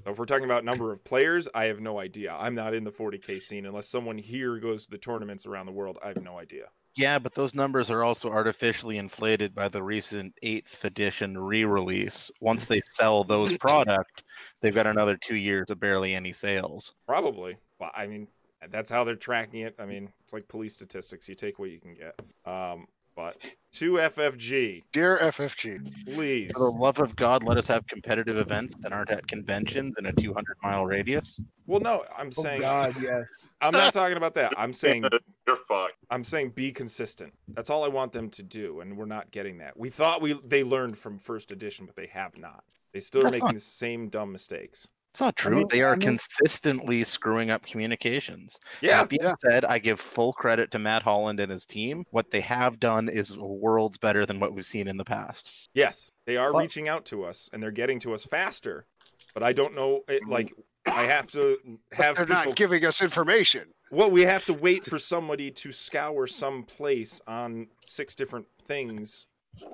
Speaker 2: So if we're talking about number of players, I have no idea. I'm not in the 40k scene unless someone here goes to the tournaments around the world. I have no idea.
Speaker 4: Yeah, but those numbers are also artificially inflated by the recent eighth edition re-release. Once they sell those product, they've got another two years of barely any sales.
Speaker 2: Probably. Well, I mean, that's how they're tracking it. I mean, it's like police statistics. You take what you can get. Um, but to FFG,
Speaker 3: Dear FFG.
Speaker 2: please.
Speaker 4: For the love of God, let us have competitive events that aren't at conventions in a 200 mile radius.
Speaker 2: Well, no, I'm
Speaker 5: Oh
Speaker 2: saying
Speaker 5: God, yes.
Speaker 2: I'm not talking about that. I'm saying
Speaker 10: You're fucked.
Speaker 2: I'm saying be consistent. That's all I want them to do, and we're not getting that. We thought we they learned from first edition, but they have not. They still are
Speaker 4: That's
Speaker 2: making
Speaker 4: not-
Speaker 2: the same dumb mistakes.
Speaker 4: It's not true.
Speaker 5: mean-
Speaker 4: they are
Speaker 5: I mean-
Speaker 4: consistently screwing up communications. That being
Speaker 3: yeah.
Speaker 4: said, I give full credit to Matt Holland and his team. What they have done is worlds better than what we've seen in the past.
Speaker 2: Yes, they are
Speaker 5: Well-
Speaker 2: reaching out to us, and they're getting to us faster. But I don't know. It, like I have to have
Speaker 3: Mm. They're
Speaker 2: people
Speaker 3: not giving us information.
Speaker 2: Well, we have to wait for somebody to scour some place on six different things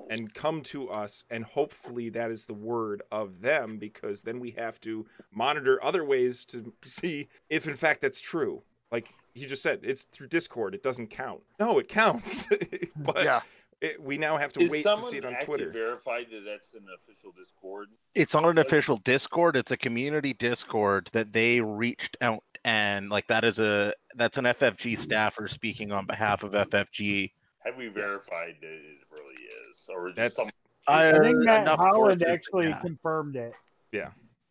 Speaker 2: and come to us, and hopefully that is the word of them, because then we have to monitor other ways to see if in fact that's true. Like you just said, it's through Discord. It doesn't count. No, it counts. but
Speaker 3: Yeah.
Speaker 2: it, we now have to
Speaker 10: Is
Speaker 2: wait to
Speaker 10: someone
Speaker 2: see it on
Speaker 10: active
Speaker 2: Twitter.
Speaker 10: verified that that's an official Discord?
Speaker 4: It's not an
Speaker 10: Like-
Speaker 4: official Discord. It's a community Discord that they reached out and like that is a that's an FFG staffer speaking on behalf of FFG.
Speaker 10: Have we verified that it really is, or just
Speaker 2: That's
Speaker 10: some
Speaker 4: I,
Speaker 5: I think Matt
Speaker 4: enough
Speaker 5: Holland
Speaker 4: sources to-
Speaker 5: actually
Speaker 4: yeah.
Speaker 5: confirmed it.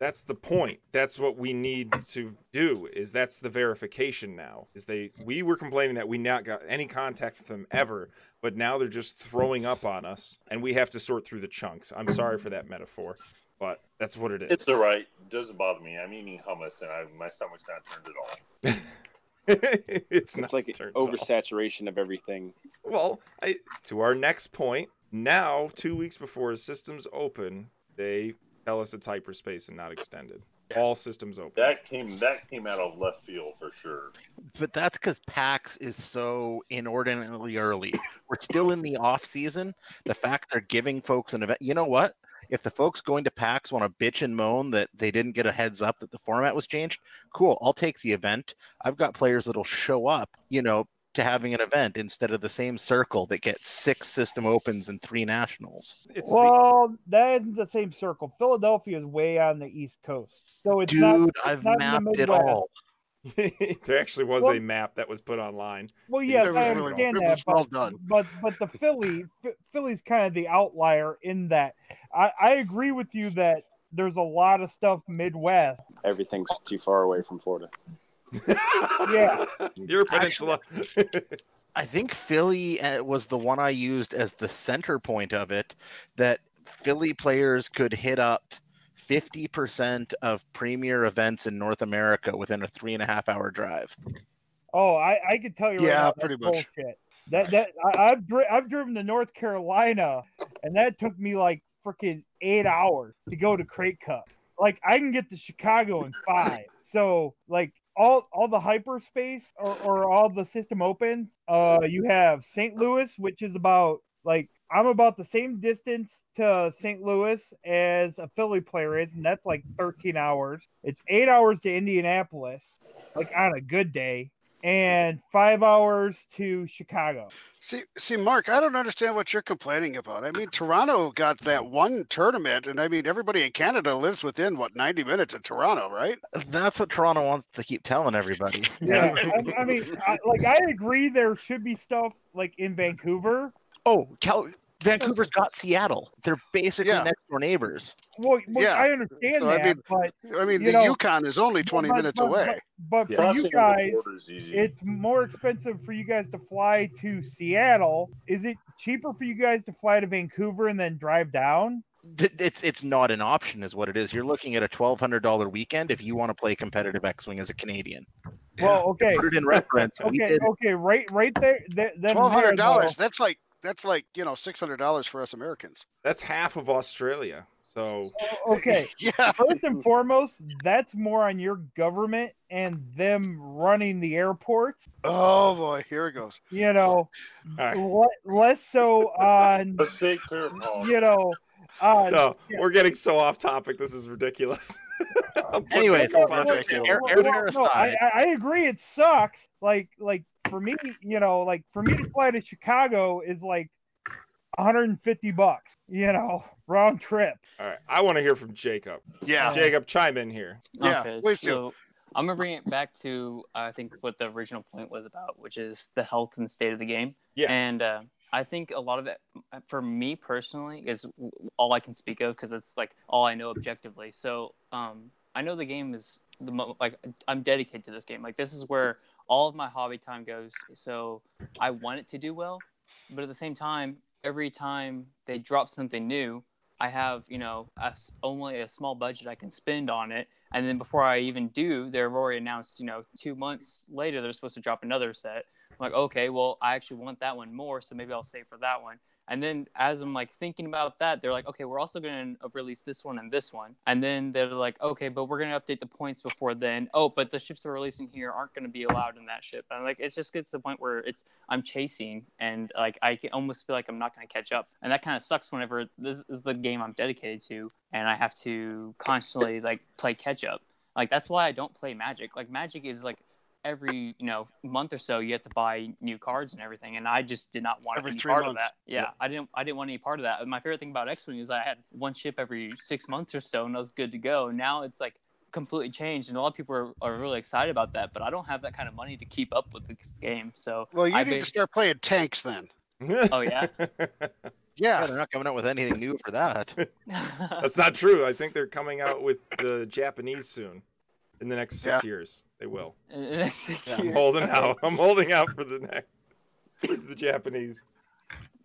Speaker 2: That's the point. That's what we need to do. Is that's the verification now? Is they we were complaining that we not got any contact with them ever, but now they're just throwing up on us, and we have to sort through the chunks. I'm sorry for that metaphor, but that's what it is.
Speaker 10: It's all right. It doesn't bother me. I'm eating hummus and I, my stomach's not turned at all.
Speaker 2: it's not
Speaker 11: It's like
Speaker 2: turned off.
Speaker 11: oversaturation of everything.
Speaker 2: Well, I, to our next point. Now, two weeks before systems open, they tell us it's hyperspace and not extended. All systems open.
Speaker 10: That came that came out of left field for sure.
Speaker 4: But that's because PAX is so inordinately early. We're still in the off season. The fact they're giving folks an event, you know what? If the folks going to PAX want to bitch and moan that they didn't get a heads up that the format was changed, cool. I'll take the event. I've got players that'll show up, you know, to having an event instead of the same circle that gets six system opens and three nationals.
Speaker 2: It's the-
Speaker 5: Well, that isn't the same circle. Philadelphia is way on the east coast, so it's
Speaker 4: Dude,
Speaker 5: not.
Speaker 4: I've
Speaker 5: not in the
Speaker 4: mapped it
Speaker 5: Midwest.
Speaker 4: all.
Speaker 2: there actually was
Speaker 5: Well-
Speaker 2: a map that was put online.
Speaker 5: Well,
Speaker 2: It
Speaker 5: yes,
Speaker 2: was
Speaker 5: I
Speaker 2: really well-
Speaker 5: understand
Speaker 3: it
Speaker 5: that,
Speaker 3: was
Speaker 5: but,
Speaker 3: well done.
Speaker 5: but but the Philly Ph- Philly's kind of the outlier in that. I, I agree with you that there's a lot of stuff Midwest.
Speaker 11: Everything's too far away from Florida.
Speaker 5: Yeah.
Speaker 2: Your peninsula.
Speaker 4: I think Philly uh, was the one I used as the center point of it that Philly players could hit up 50% of premier events in North America within a three and a half hour drive.
Speaker 5: Oh, I I can tell you. right
Speaker 3: Yeah,
Speaker 5: now,
Speaker 3: pretty
Speaker 5: that's
Speaker 3: much.
Speaker 5: Bullshit. That that I, I've dri- I've driven to North Carolina, and that took me like freaking eight hours to go to Crate Cup. Like I can get to Chicago in five. So like all all the hyperspace or, or all the system opens. Uh, you have St. Louis, which is about like I'm about the same distance to St. Louis as a Philly player is, and that's like 13 hours. It's eight hours to Indianapolis, like on a good day and five hours to Chicago.
Speaker 3: See, see, Mark, I don't understand what you're complaining about. I mean, Toronto got that one tournament, and I mean, everybody in Canada lives within what 90 minutes of Toronto, right?
Speaker 4: That's what Toronto wants to keep telling everybody.
Speaker 5: Yeah, I, I mean, I, like I agree there should be stuff like in Vancouver.
Speaker 4: Oh, Cal- Vancouver's got Seattle. They're basically next door neighbors.
Speaker 5: Well, well,
Speaker 3: Yeah.
Speaker 5: I understand
Speaker 3: So, I
Speaker 5: that,
Speaker 3: mean-
Speaker 5: but
Speaker 3: I mean,
Speaker 5: You
Speaker 3: the
Speaker 5: know,
Speaker 3: Yukon is only 20
Speaker 5: but-
Speaker 3: minutes
Speaker 5: but-
Speaker 3: away.
Speaker 5: but
Speaker 10: Yeah.
Speaker 5: for
Speaker 10: Crossing
Speaker 5: you
Speaker 10: the
Speaker 5: guys,
Speaker 10: border's easy.
Speaker 5: it's more expensive for you guys to fly to Seattle. Is it cheaper for you guys to fly to Vancouver and then drive down?
Speaker 4: Th- It's it's not an option, is what it is. You're looking at a twelve hundred dollar weekend if you want to play competitive X Wing as a Canadian.
Speaker 5: Well, okay,
Speaker 4: Put it in reference. we
Speaker 5: okay,
Speaker 4: did
Speaker 5: okay, right, right there. Th- then
Speaker 3: Twelve hundred dollars.
Speaker 5: $1,200.
Speaker 3: That's like that's like you know six hundred dollars for us Americans.
Speaker 2: That's half of Australia. So
Speaker 5: Okay,
Speaker 3: Yeah.
Speaker 5: first and foremost, that's more on your government and them running the airports.
Speaker 3: Oh boy, here it goes.
Speaker 5: You know,
Speaker 2: all right.
Speaker 5: le- less so on,
Speaker 10: Let's take clear, Paul.
Speaker 5: you know, on
Speaker 2: No, we're getting so off topic. This is ridiculous. I'm putting
Speaker 4: Anyways,
Speaker 2: myself
Speaker 3: well,
Speaker 2: on
Speaker 3: well,
Speaker 2: the-
Speaker 4: air-
Speaker 5: Well,
Speaker 4: airfare
Speaker 5: no, I,
Speaker 4: aside.
Speaker 5: I I agree it sucks. Like like for me, you know, like for me to fly to Chicago is like 150 bucks, you know, round trip.
Speaker 2: All right. I want to hear from Jacob.
Speaker 3: Yeah.
Speaker 5: Uh,
Speaker 2: Jacob, chime in here.
Speaker 3: Yeah, please do.
Speaker 6: so I'm gonna bring it back to I think what the original point was about, which is the health and state of the game.
Speaker 2: Yes.
Speaker 6: And uh, I think a lot of it, for me personally, is w- all I can speak of because it's like all I know objectively. So um, I know the game is the mo- like I'm dedicated to this game. Like this is where all of my hobby time goes. So I want it to do well, but at the same time, every time they drop something new, I have you know a s only a small budget I can spend on it. And then before I even do, they've already announced you know two months later they're supposed to drop another set. I'm like, okay, well, I actually want that one more, so maybe I'll save for that one. And then as I'm like thinking about that, they're like, okay, we're also going to release this one and this one. And then they're like, okay, but we're going to update the points before then. Oh, but the ships we're releasing here aren't going to be allowed in that ship. And like, it just gets to the point where it's I'm chasing and like I can almost feel like I'm not going to catch up. And that kind of sucks whenever this is the game I'm dedicated to and I have to constantly like play catch up. Like that's why I don't play Magic. Like Magic is like every you know month or so you have to buy new cards and everything and i just did not want
Speaker 3: Every
Speaker 6: any
Speaker 3: three
Speaker 6: part of
Speaker 3: months.
Speaker 6: that yeah, i didn't i didn't want any part of that my favorite thing about x-wing is i had one ship every six months or so and i was good to go now it's like completely changed and a lot of people are, are really excited about that but i don't have that kind of money to keep up with this game so
Speaker 3: Well, you
Speaker 6: I
Speaker 3: need to
Speaker 6: bas-
Speaker 3: start playing tanks then.
Speaker 6: oh yeah
Speaker 4: Yeah,
Speaker 3: Yeah.
Speaker 4: they're not coming out with anything new for that.
Speaker 2: That's not true. I think they're coming out with the Japanese soon. In the next six years, they will.
Speaker 6: In the next six
Speaker 4: Yeah, I'm
Speaker 2: I'm
Speaker 6: years.
Speaker 2: holding
Speaker 6: Okay.
Speaker 2: out. I'm holding out for the next the Japanese.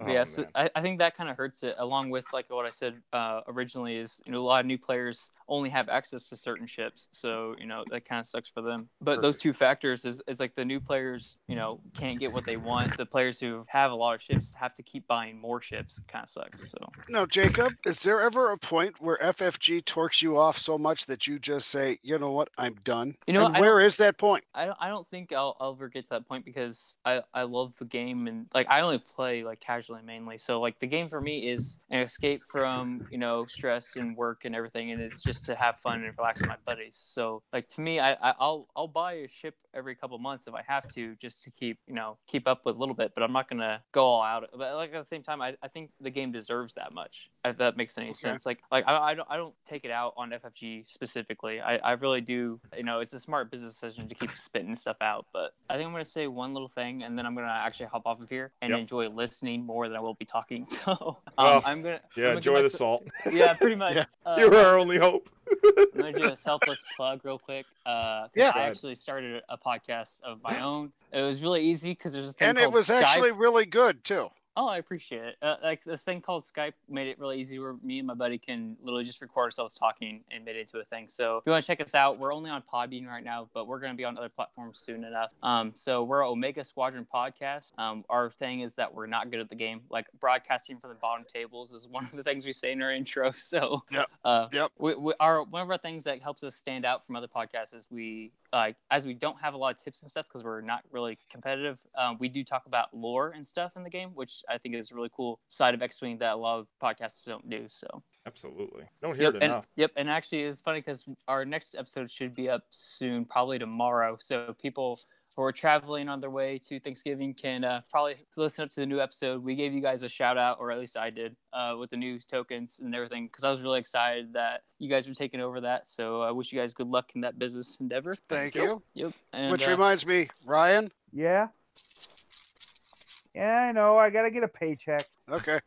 Speaker 2: Oh,
Speaker 6: But yeah, so I, I think that kind of hurts it, along with like what I said uh, originally is you know a lot of new players only have access to certain ships, so you know that kind of sucks for them. But those two factors is, is like the new players you know can't get what they want. The players who have a lot of ships have to keep buying more ships. Kind of sucks. So
Speaker 3: Now, Jacob, is there ever a point where FFG torques you off so much that you just say, you know what, I'm done?
Speaker 6: You know
Speaker 3: and
Speaker 6: what, I
Speaker 3: where is that point?
Speaker 6: I don't I don't think I'll I'll ever get to that point because I I love the game and like I only play like casually mainly. So like the game for me is an escape from, you know, stress and work and everything and it's just to have fun and relax with my buddies. So like to me I, I I'll I'll buy a ship every couple months if I have to just to keep, you know, keep up with a little bit, but I'm not going to go all out. But like at the same time I, I think the game deserves that much. If that makes any sense. Like like I, I don't I don't take it out on FFG specifically. I, I really do you know it's a smart business decision to keep spitting stuff out. But I think I'm gonna say one little thing and then I'm gonna actually hop off of here and
Speaker 2: Yep.
Speaker 6: enjoy listening more than I will be talking. So um,
Speaker 2: Well,
Speaker 6: I'm gonna I'm
Speaker 2: Yeah,
Speaker 6: gonna
Speaker 2: enjoy the
Speaker 6: give
Speaker 2: salt.
Speaker 6: myself- Yeah, pretty much.
Speaker 3: Yeah.
Speaker 6: Uh,
Speaker 2: You're our only hope.
Speaker 6: I'm gonna do a selfless plug real quick. Uh, 'cause
Speaker 3: Yeah.
Speaker 6: I actually started a podcast of my own. It was really easy because there's this thing
Speaker 3: And it
Speaker 6: called
Speaker 3: was
Speaker 6: Skype.
Speaker 3: actually really good, too.
Speaker 6: Oh, I appreciate it. Uh, like this thing called Skype made it really easy where me and my buddy can literally just record ourselves talking and made it into a thing. So if you want to check us out, we're only on Podbean right now, but we're going to be on other platforms soon enough. Um, so we're Omega Squadron Podcast. Um, our thing is that we're not good at the game. Like broadcasting from the bottom tables is one of the things we say in our intro. So
Speaker 3: Yep.
Speaker 6: uh,
Speaker 3: Yep.
Speaker 6: we, we, our one of our things that helps us stand out from other podcasts is we like as we don't have a lot of tips and stuff because we're not really competitive. Um, we do talk about lore and stuff in the game, which I think is a really cool side of X Wing that a lot of podcasts don't do. So
Speaker 2: Absolutely. Don't hear
Speaker 6: yep,
Speaker 2: it
Speaker 6: and
Speaker 2: enough.
Speaker 6: yep, and actually it's funny because our next episode should be up soon, probably tomorrow. So people or traveling on their way to Thanksgiving can uh, probably listen up to the new episode. We gave you guys a shout out, or at least I did, uh, with the new tokens and everything, because I was really excited that you guys were taking over that. So I wish you guys good luck in that business endeavor.
Speaker 3: Thank you.
Speaker 6: Yep. And,
Speaker 3: Which
Speaker 6: uh,
Speaker 3: reminds me, Ryan.
Speaker 5: Yeah. Yeah, I know. I gotta get a paycheck.
Speaker 3: Okay.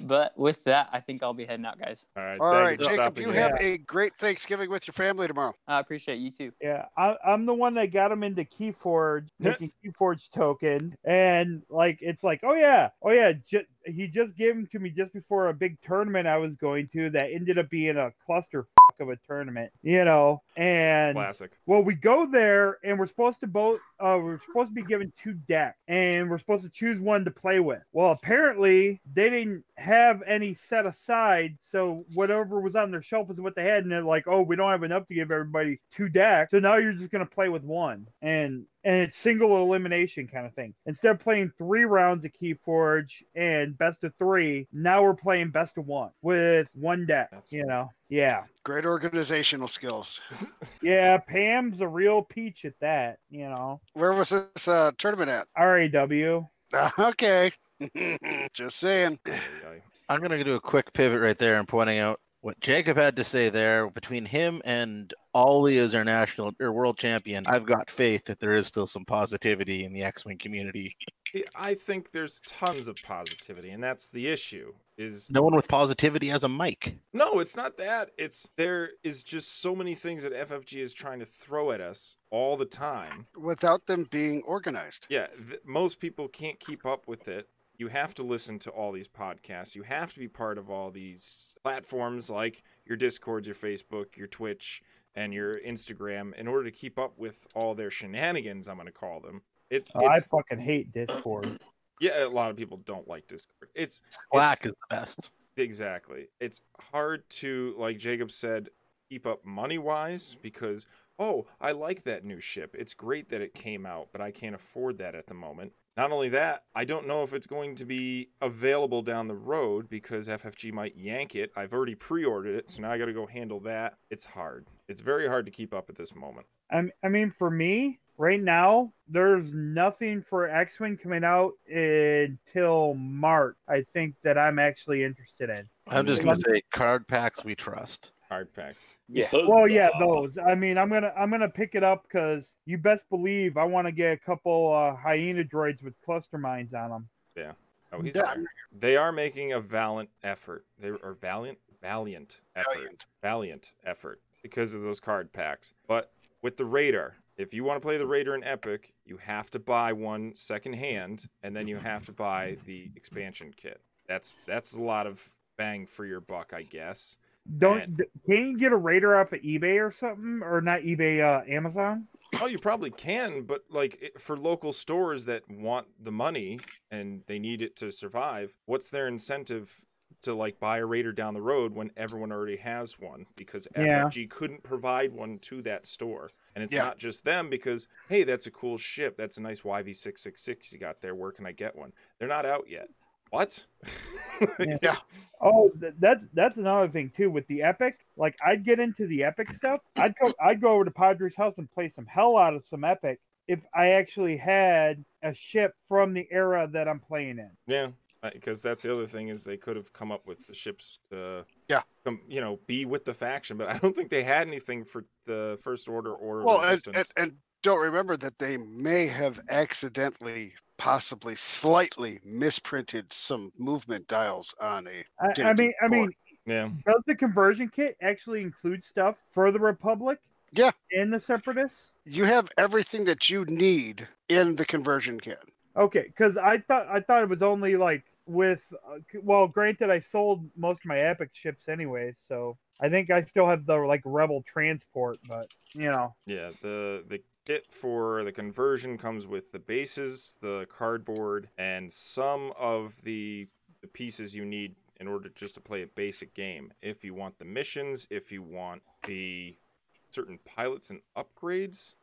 Speaker 6: but with that, I think I'll be heading out, guys.
Speaker 2: All right.
Speaker 3: All
Speaker 2: thank
Speaker 3: right,
Speaker 2: you for
Speaker 3: Jacob.
Speaker 2: stopping
Speaker 3: You
Speaker 2: in.
Speaker 3: have a great Thanksgiving with your family tomorrow.
Speaker 6: I appreciate you too.
Speaker 5: Yeah, I, I'm the one that got him into KeyForge, making KeyForge token, and like it's like, oh yeah, oh yeah, ju- he just gave him to me just before a big tournament I was going to that ended up being a cluster of a tournament, you know, and.
Speaker 2: Classic.
Speaker 5: Well, we go there and we're supposed to both uh, we're supposed to be given two decks and we're supposed to choose one to play with. Well, apparently they didn't have any set aside, so whatever was on their shelf is what they had, and they're like, oh, we don't have enough to give everybody two decks, so now you're just gonna play with one and. And it's single elimination kind of thing. Instead of playing three rounds of Keyforge and best of three, now we're playing best of one with one deck.
Speaker 2: That's
Speaker 5: you know, yeah.
Speaker 3: Great organizational skills.
Speaker 5: Yeah, Pam's a real peach at that, you know.
Speaker 3: Where was this uh, tournament at?
Speaker 5: RAW.
Speaker 3: Okay. Just saying.
Speaker 2: Ay,
Speaker 4: I'm going to do a quick pivot right there and pointing out what Jacob had to say there. Between him and Ollie as our national or world champion, I've got faith that there is still some positivity in the X-wing community.
Speaker 2: ay. I think there's tons of positivity, and that's the issue. Is
Speaker 4: No one with positivity has a mic.
Speaker 2: No, it's not that. It's there is just so many things that FFG is trying to throw at us all the time.
Speaker 3: Without them being organized.
Speaker 2: Yeah, th- most people can't keep up with it. You have to listen to all these podcasts. You have to be part of all these platforms like your Discords, your Facebook, your Twitch, and your Instagram in order to keep up with all their shenanigans. I'm going to call them. It's,
Speaker 5: Oh, I
Speaker 2: it's
Speaker 5: fucking hate Discord.
Speaker 2: yeah. A lot of people don't like Discord. It's
Speaker 4: Slack is the best.
Speaker 2: Exactly. It's hard to, like Jacob said, keep up money wise because, oh, I like that new ship. It's great that it came out, but I can't afford that at the moment. Not only that, I don't know if it's going to be available down the road because FFG might yank it. I've already pre ordered it, so now I got to go handle that. It's hard. It's very hard to keep up at this moment.
Speaker 5: I, I mean, for me, right now, there's nothing for X Wing coming out until March, I think, that I'm actually interested in.
Speaker 4: I'm just going to say card packs we trust.
Speaker 2: Hard packs.
Speaker 11: Yeah.
Speaker 5: Well, yeah, those. I mean, I'm gonna I'm gonna pick it up because you best believe I want to get a couple uh, hyena droids with cluster mines on them.
Speaker 2: Oh, he's
Speaker 3: Yeah.
Speaker 2: there. They are making a valiant effort. They are valiant, valiant effort,
Speaker 3: Valiant.
Speaker 2: valiant. effort because of those card packs. But with the radar, if you want to play the radar in Epic, you have to buy one second hand, and then you have to buy the expansion kit. That's that's a lot of bang for your buck, I guess.
Speaker 5: Don't d- can you get a raider off of eBay or something, or not eBay, uh, Amazon?
Speaker 2: Oh, you probably can, but like it- for local stores that want the money and they need it to survive, what's their incentive to like buy a Raider down the road when everyone already has one because
Speaker 5: Yeah.
Speaker 2: FFG couldn't provide one to that store. And it's
Speaker 3: Yeah.
Speaker 2: not just them because hey, that's a cool ship. That's a nice YV666 you got there. Where can I get one? They're not out yet. What?
Speaker 5: Oh, th- that's that's another thing too with the epic. Like I'd get into the epic stuff. I'd go I'd go over to Padre's house and play some hell out of some epic if I actually had a ship from the era that I'm playing in.
Speaker 2: Yeah, because that's the other thing is they could have come up with the ships to
Speaker 3: Yeah.
Speaker 2: come, you know, be with the faction, but I don't think they had anything for the First Order or
Speaker 3: Well, and,
Speaker 2: Resistance.
Speaker 3: and, and don't remember that they may have accidentally, possibly slightly misprinted some movement dials on a.
Speaker 5: I, I mean I
Speaker 3: JT4.
Speaker 5: mean
Speaker 2: yeah,
Speaker 5: does the conversion kit actually include stuff for the Republic?
Speaker 3: Yeah.
Speaker 5: And the Separatists?
Speaker 3: You have everything that you need in the conversion kit.
Speaker 5: Okay, because I thought I thought it was only like with uh, c- well, granted I sold most of my epic ships anyway, so I think I still have the like rebel transport, but you know,
Speaker 2: yeah. The the kit for the conversion comes with the bases, the cardboard, and some of the the pieces you need in order just to play a basic game. If you want the missions, if you want the certain pilots and upgrades,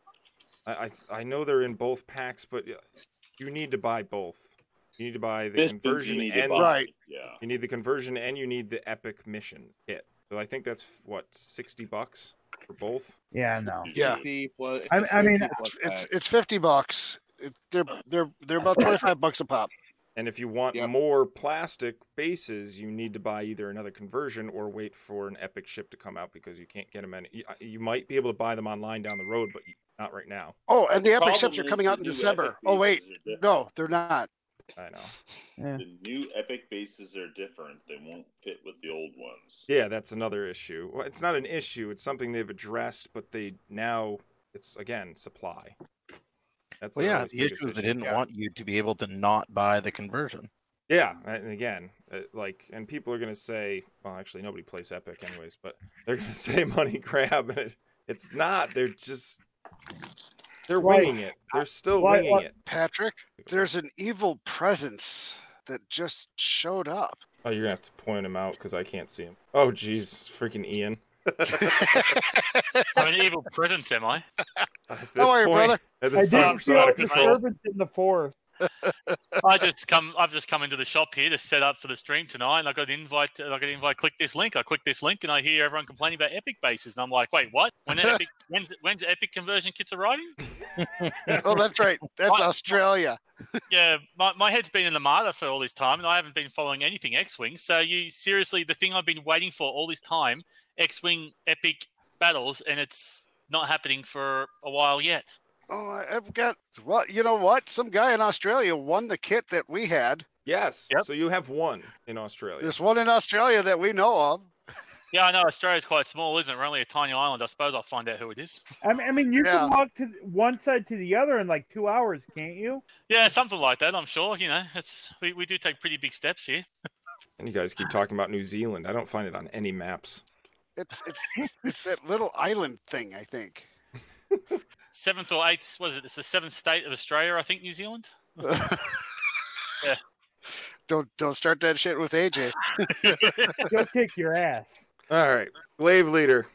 Speaker 2: I I, I know they're in both packs, but you need to buy both. You need to buy the
Speaker 10: This means you
Speaker 2: conversion
Speaker 10: need to
Speaker 2: and
Speaker 10: buy.
Speaker 3: Right.
Speaker 10: Yeah.
Speaker 2: you need the conversion and you need the epic mission kit. So I think that's what sixty bucks. for both?
Speaker 5: Yeah, no.
Speaker 3: Yeah.
Speaker 9: 50 plus,
Speaker 5: I- I mean,
Speaker 9: 50 plus
Speaker 3: It's
Speaker 9: tax.
Speaker 3: it's fifty bucks. It- They're they're they're about twenty five bucks a pop.
Speaker 2: And if you want
Speaker 9: Yep.
Speaker 2: more plastic bases, you need to buy either another conversion or wait for an Epic ship to come out because you can't get them any. You, you might be able to buy them online down the road, but not right now.
Speaker 3: Oh, and the
Speaker 10: Problem
Speaker 3: epic ships are
Speaker 10: is
Speaker 3: coming
Speaker 10: the
Speaker 3: out in
Speaker 10: new
Speaker 3: December.
Speaker 10: Epic
Speaker 3: Oh wait,
Speaker 10: bases are different.
Speaker 3: no, they're not.
Speaker 2: I know.
Speaker 10: The new epic bases are different. They won't fit with the old ones.
Speaker 2: Yeah, that's another issue. Well, it's not an issue. It's something they've aaddressed, but they now it's again supply. That's
Speaker 4: Well,
Speaker 2: their
Speaker 4: yeah,
Speaker 2: always
Speaker 4: the
Speaker 2: biggest
Speaker 4: issue is they didn't
Speaker 3: yeah.
Speaker 4: want you to be able to not buy the conversion.
Speaker 2: Yeah, and again, uh, like, and people are gonna say, well, actually, nobody plays Epic anyways, but they're gonna say money grab. and It, it's not. They're just they're
Speaker 5: Why-
Speaker 2: winging it. They're still
Speaker 5: why-
Speaker 2: winging
Speaker 5: why-
Speaker 2: it.
Speaker 3: Patrick, there's an evil presence that just showed up.
Speaker 2: Oh, you're gonna have to point him out because I can't see him. Oh, jeez, freaking Ian.
Speaker 12: I'm an evil presence, am I?
Speaker 2: At this
Speaker 3: How are you,
Speaker 2: point-
Speaker 3: brother?
Speaker 2: At
Speaker 5: I
Speaker 2: this point,
Speaker 5: did
Speaker 2: we're so out
Speaker 5: feel
Speaker 2: of control.
Speaker 5: disturbance in the forest.
Speaker 12: I just come. I've just come into the shop here to set up for the stream tonight, and I got an invite. I got an invite. Click this link. I click this link, and I hear everyone complaining about Epic bases, and I'm like, wait, what? When the Epic, when's when's the Epic conversion kits arriving?
Speaker 3: oh, that's right. That's Australia.
Speaker 12: Yeah, my, my head's been in the martyr for all this time, and I haven't been following anything X-wing. So you seriously, the thing I've been waiting for all this time, X-wing Epic battles, and it's not happening for a while yet.
Speaker 3: Oh, I- I've got. Well, you know what? Some guy in Australia won the kit that we had.
Speaker 2: Yes.
Speaker 12: Yep.
Speaker 2: So you have one in Australia.
Speaker 3: There's one in Australia that we know of.
Speaker 12: Yeah, I know Australia's quite small, isn't it? We're only a tiny island. I suppose I'll find out who it is.
Speaker 5: I mean, I mean you
Speaker 3: Yeah.
Speaker 5: can walk to th- one side to the other in like two hours, can't you?
Speaker 12: Yeah, something like that. I'm sure. You know, it's we, we do take pretty big steps here.
Speaker 2: And you guys keep talking about New Zealand. I don't find it on any maps.
Speaker 3: It's it's it's that little island thing, I think.
Speaker 12: Seventh or eighth? Was it? It's the seventh state of Australia, I think. New Zealand.
Speaker 3: Don't don't start that shit with AJ.
Speaker 5: Go kick your ass.
Speaker 2: All right, slave leader.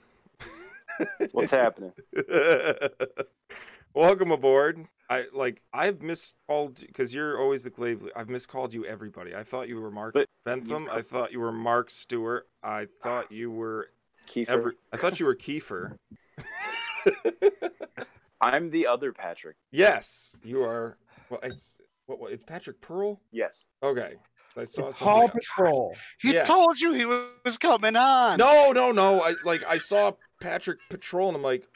Speaker 11: What's happening?
Speaker 2: Welcome aboard. I like I've miscalled because you're always the glaive. leader. I've miscalled you everybody. I thought you were Mark
Speaker 11: But-
Speaker 2: Bentham. I thought you were Mark Stewart. I thought you were
Speaker 11: Kiefer.
Speaker 2: every. I thought you were Kiefer.
Speaker 11: I'm the other Patrick.
Speaker 2: yes, you are. Well, it's what, what? It's Patrick Pearl.
Speaker 11: Yes.
Speaker 2: Okay, I saw
Speaker 5: It's Paw
Speaker 2: something.
Speaker 5: Patrol.
Speaker 3: He
Speaker 2: Yes.
Speaker 3: told you he was, was coming on.
Speaker 2: No, no, no. I like I saw Patrick Patrol and I'm like,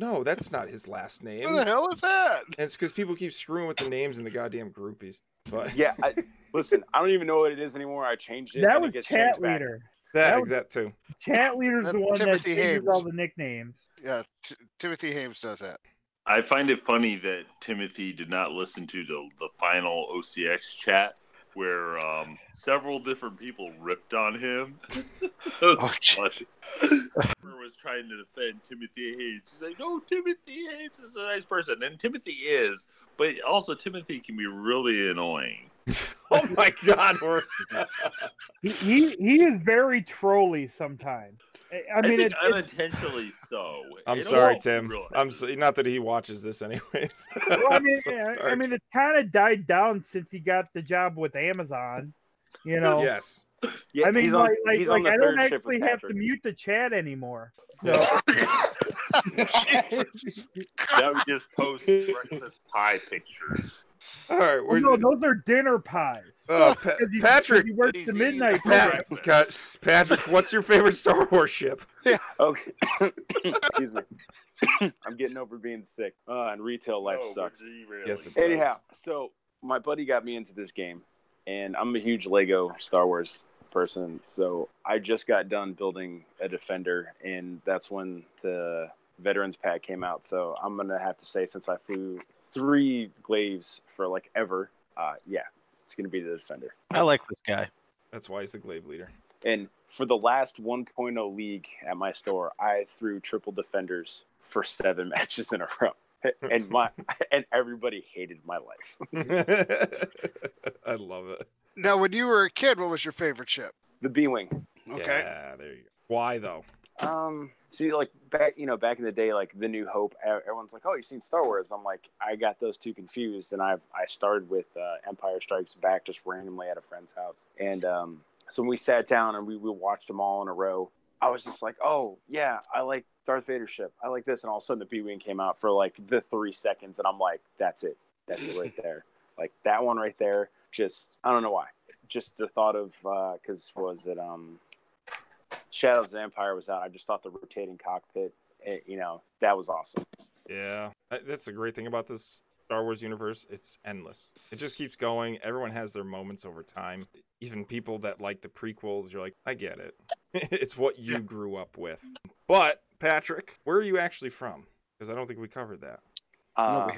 Speaker 2: no, that's not his last name.
Speaker 3: What the
Speaker 2: And
Speaker 3: hell is that?
Speaker 2: it's because people keep screwing with the names in the goddamn groupies. But
Speaker 11: Yeah. I, listen, I don't even know what it is anymore. I changed it.
Speaker 5: That
Speaker 11: and it
Speaker 5: was
Speaker 11: gets
Speaker 5: chat
Speaker 11: changed back.
Speaker 5: leader.
Speaker 2: that
Speaker 5: that was-
Speaker 2: exact too.
Speaker 5: Chat leader's
Speaker 3: That's
Speaker 5: the one
Speaker 3: Timothy
Speaker 5: that changes
Speaker 3: Hames.
Speaker 5: all the nicknames.
Speaker 3: Yeah, T- Timothy Hames does that.
Speaker 10: I find it funny that Timothy did not listen to the, the final OCX chat where um, several different people ripped on him. That was
Speaker 3: Oh, gee.
Speaker 10: funny. Boomer was trying to defend Timothy Hayes. He's like, no, Timothy Hayes is a nice person. And Timothy is, but also Timothy can be really annoying.
Speaker 2: Oh my god, we're
Speaker 5: He, he he is very trolly sometimes. I- I
Speaker 10: I,
Speaker 5: mean, it,
Speaker 10: think
Speaker 5: it,
Speaker 10: unintentionally so.
Speaker 2: I'm
Speaker 10: It
Speaker 2: sorry,
Speaker 10: all-
Speaker 2: Tim.
Speaker 10: realizes-
Speaker 2: I'm so, not that he watches this anyways.
Speaker 5: well, I
Speaker 2: I'm
Speaker 5: mean,
Speaker 2: so
Speaker 5: I- I,
Speaker 2: sorry.
Speaker 5: mean, it kind of died down since he got the job with Amazon. You know,
Speaker 2: yes.
Speaker 11: Yeah,
Speaker 5: I mean,
Speaker 11: he's on,
Speaker 5: like, like,
Speaker 11: he's
Speaker 5: like
Speaker 11: on the
Speaker 5: I don't
Speaker 11: third ship with
Speaker 5: actually have to
Speaker 11: Patrick.
Speaker 5: mute the chat anymore. So
Speaker 10: Now we just post breakfast pie pictures.
Speaker 2: All right,
Speaker 5: Oh,
Speaker 2: where's
Speaker 5: no, those are dinner pies.
Speaker 2: uh, Pa-
Speaker 5: 'Cause he- 'cause
Speaker 2: Patrick?
Speaker 5: he works
Speaker 10: he's
Speaker 5: the
Speaker 10: eating
Speaker 5: midnight.
Speaker 10: the
Speaker 5: program.
Speaker 2: Pat, God, Patrick, what's your favorite Star Wars ship?
Speaker 11: Okay. Excuse me. I'm getting over being sick. Uh, and retail life
Speaker 10: No,
Speaker 11: sucks.
Speaker 10: but he really-
Speaker 2: Yes, it does.
Speaker 11: Anyhow, so my buddy got me into this game, and I'm a huge Lego Star Wars person. So I just got done building a Defender, and that's when the Veterans Pack came out. So I'm gonna have to say, since I flew three glaives for like ever, uh, yeah, it's gonna be the Defender.
Speaker 4: I like this guy.
Speaker 2: That's why he's the glaive leader.
Speaker 11: And for the last 1.0 league at my store, I threw triple defenders for seven matches in a row, and my and everybody hated my life.
Speaker 2: I love it.
Speaker 3: Now, when you were a kid, what was your favorite ship?
Speaker 11: The B-wing.
Speaker 3: Okay.
Speaker 2: Yeah, there you go. Why though?
Speaker 11: Um, see, like back, you know, back in the day, like the New Hope. e- Everyone's like, "Oh, you've seen Star Wars?" I'm like, I got those two confused, and I I started with uh, Empire Strikes Back just randomly at a friend's house, and um, so when we sat down and we we watched them all in a row, I was just like, "Oh yeah, I like Darth Vader ship. I like this, and all of a sudden the B wing came out for like the three seconds, and I'm like, that's it, that's it right there. Like that one right there. Just I don't know why. Just the thought of because was it um Shadows of the Empire was out. I just thought the rotating cockpit. It, you know that was awesome.
Speaker 2: Yeah, That- that's the great thing about this Star Wars universe. It's endless. It just keeps going. Everyone has their moments over time. Even people that like the prequels, you're like, I get it. it's what you grew up with. But Patrick, where are you actually from? Because I don't think we covered that.
Speaker 11: Uh,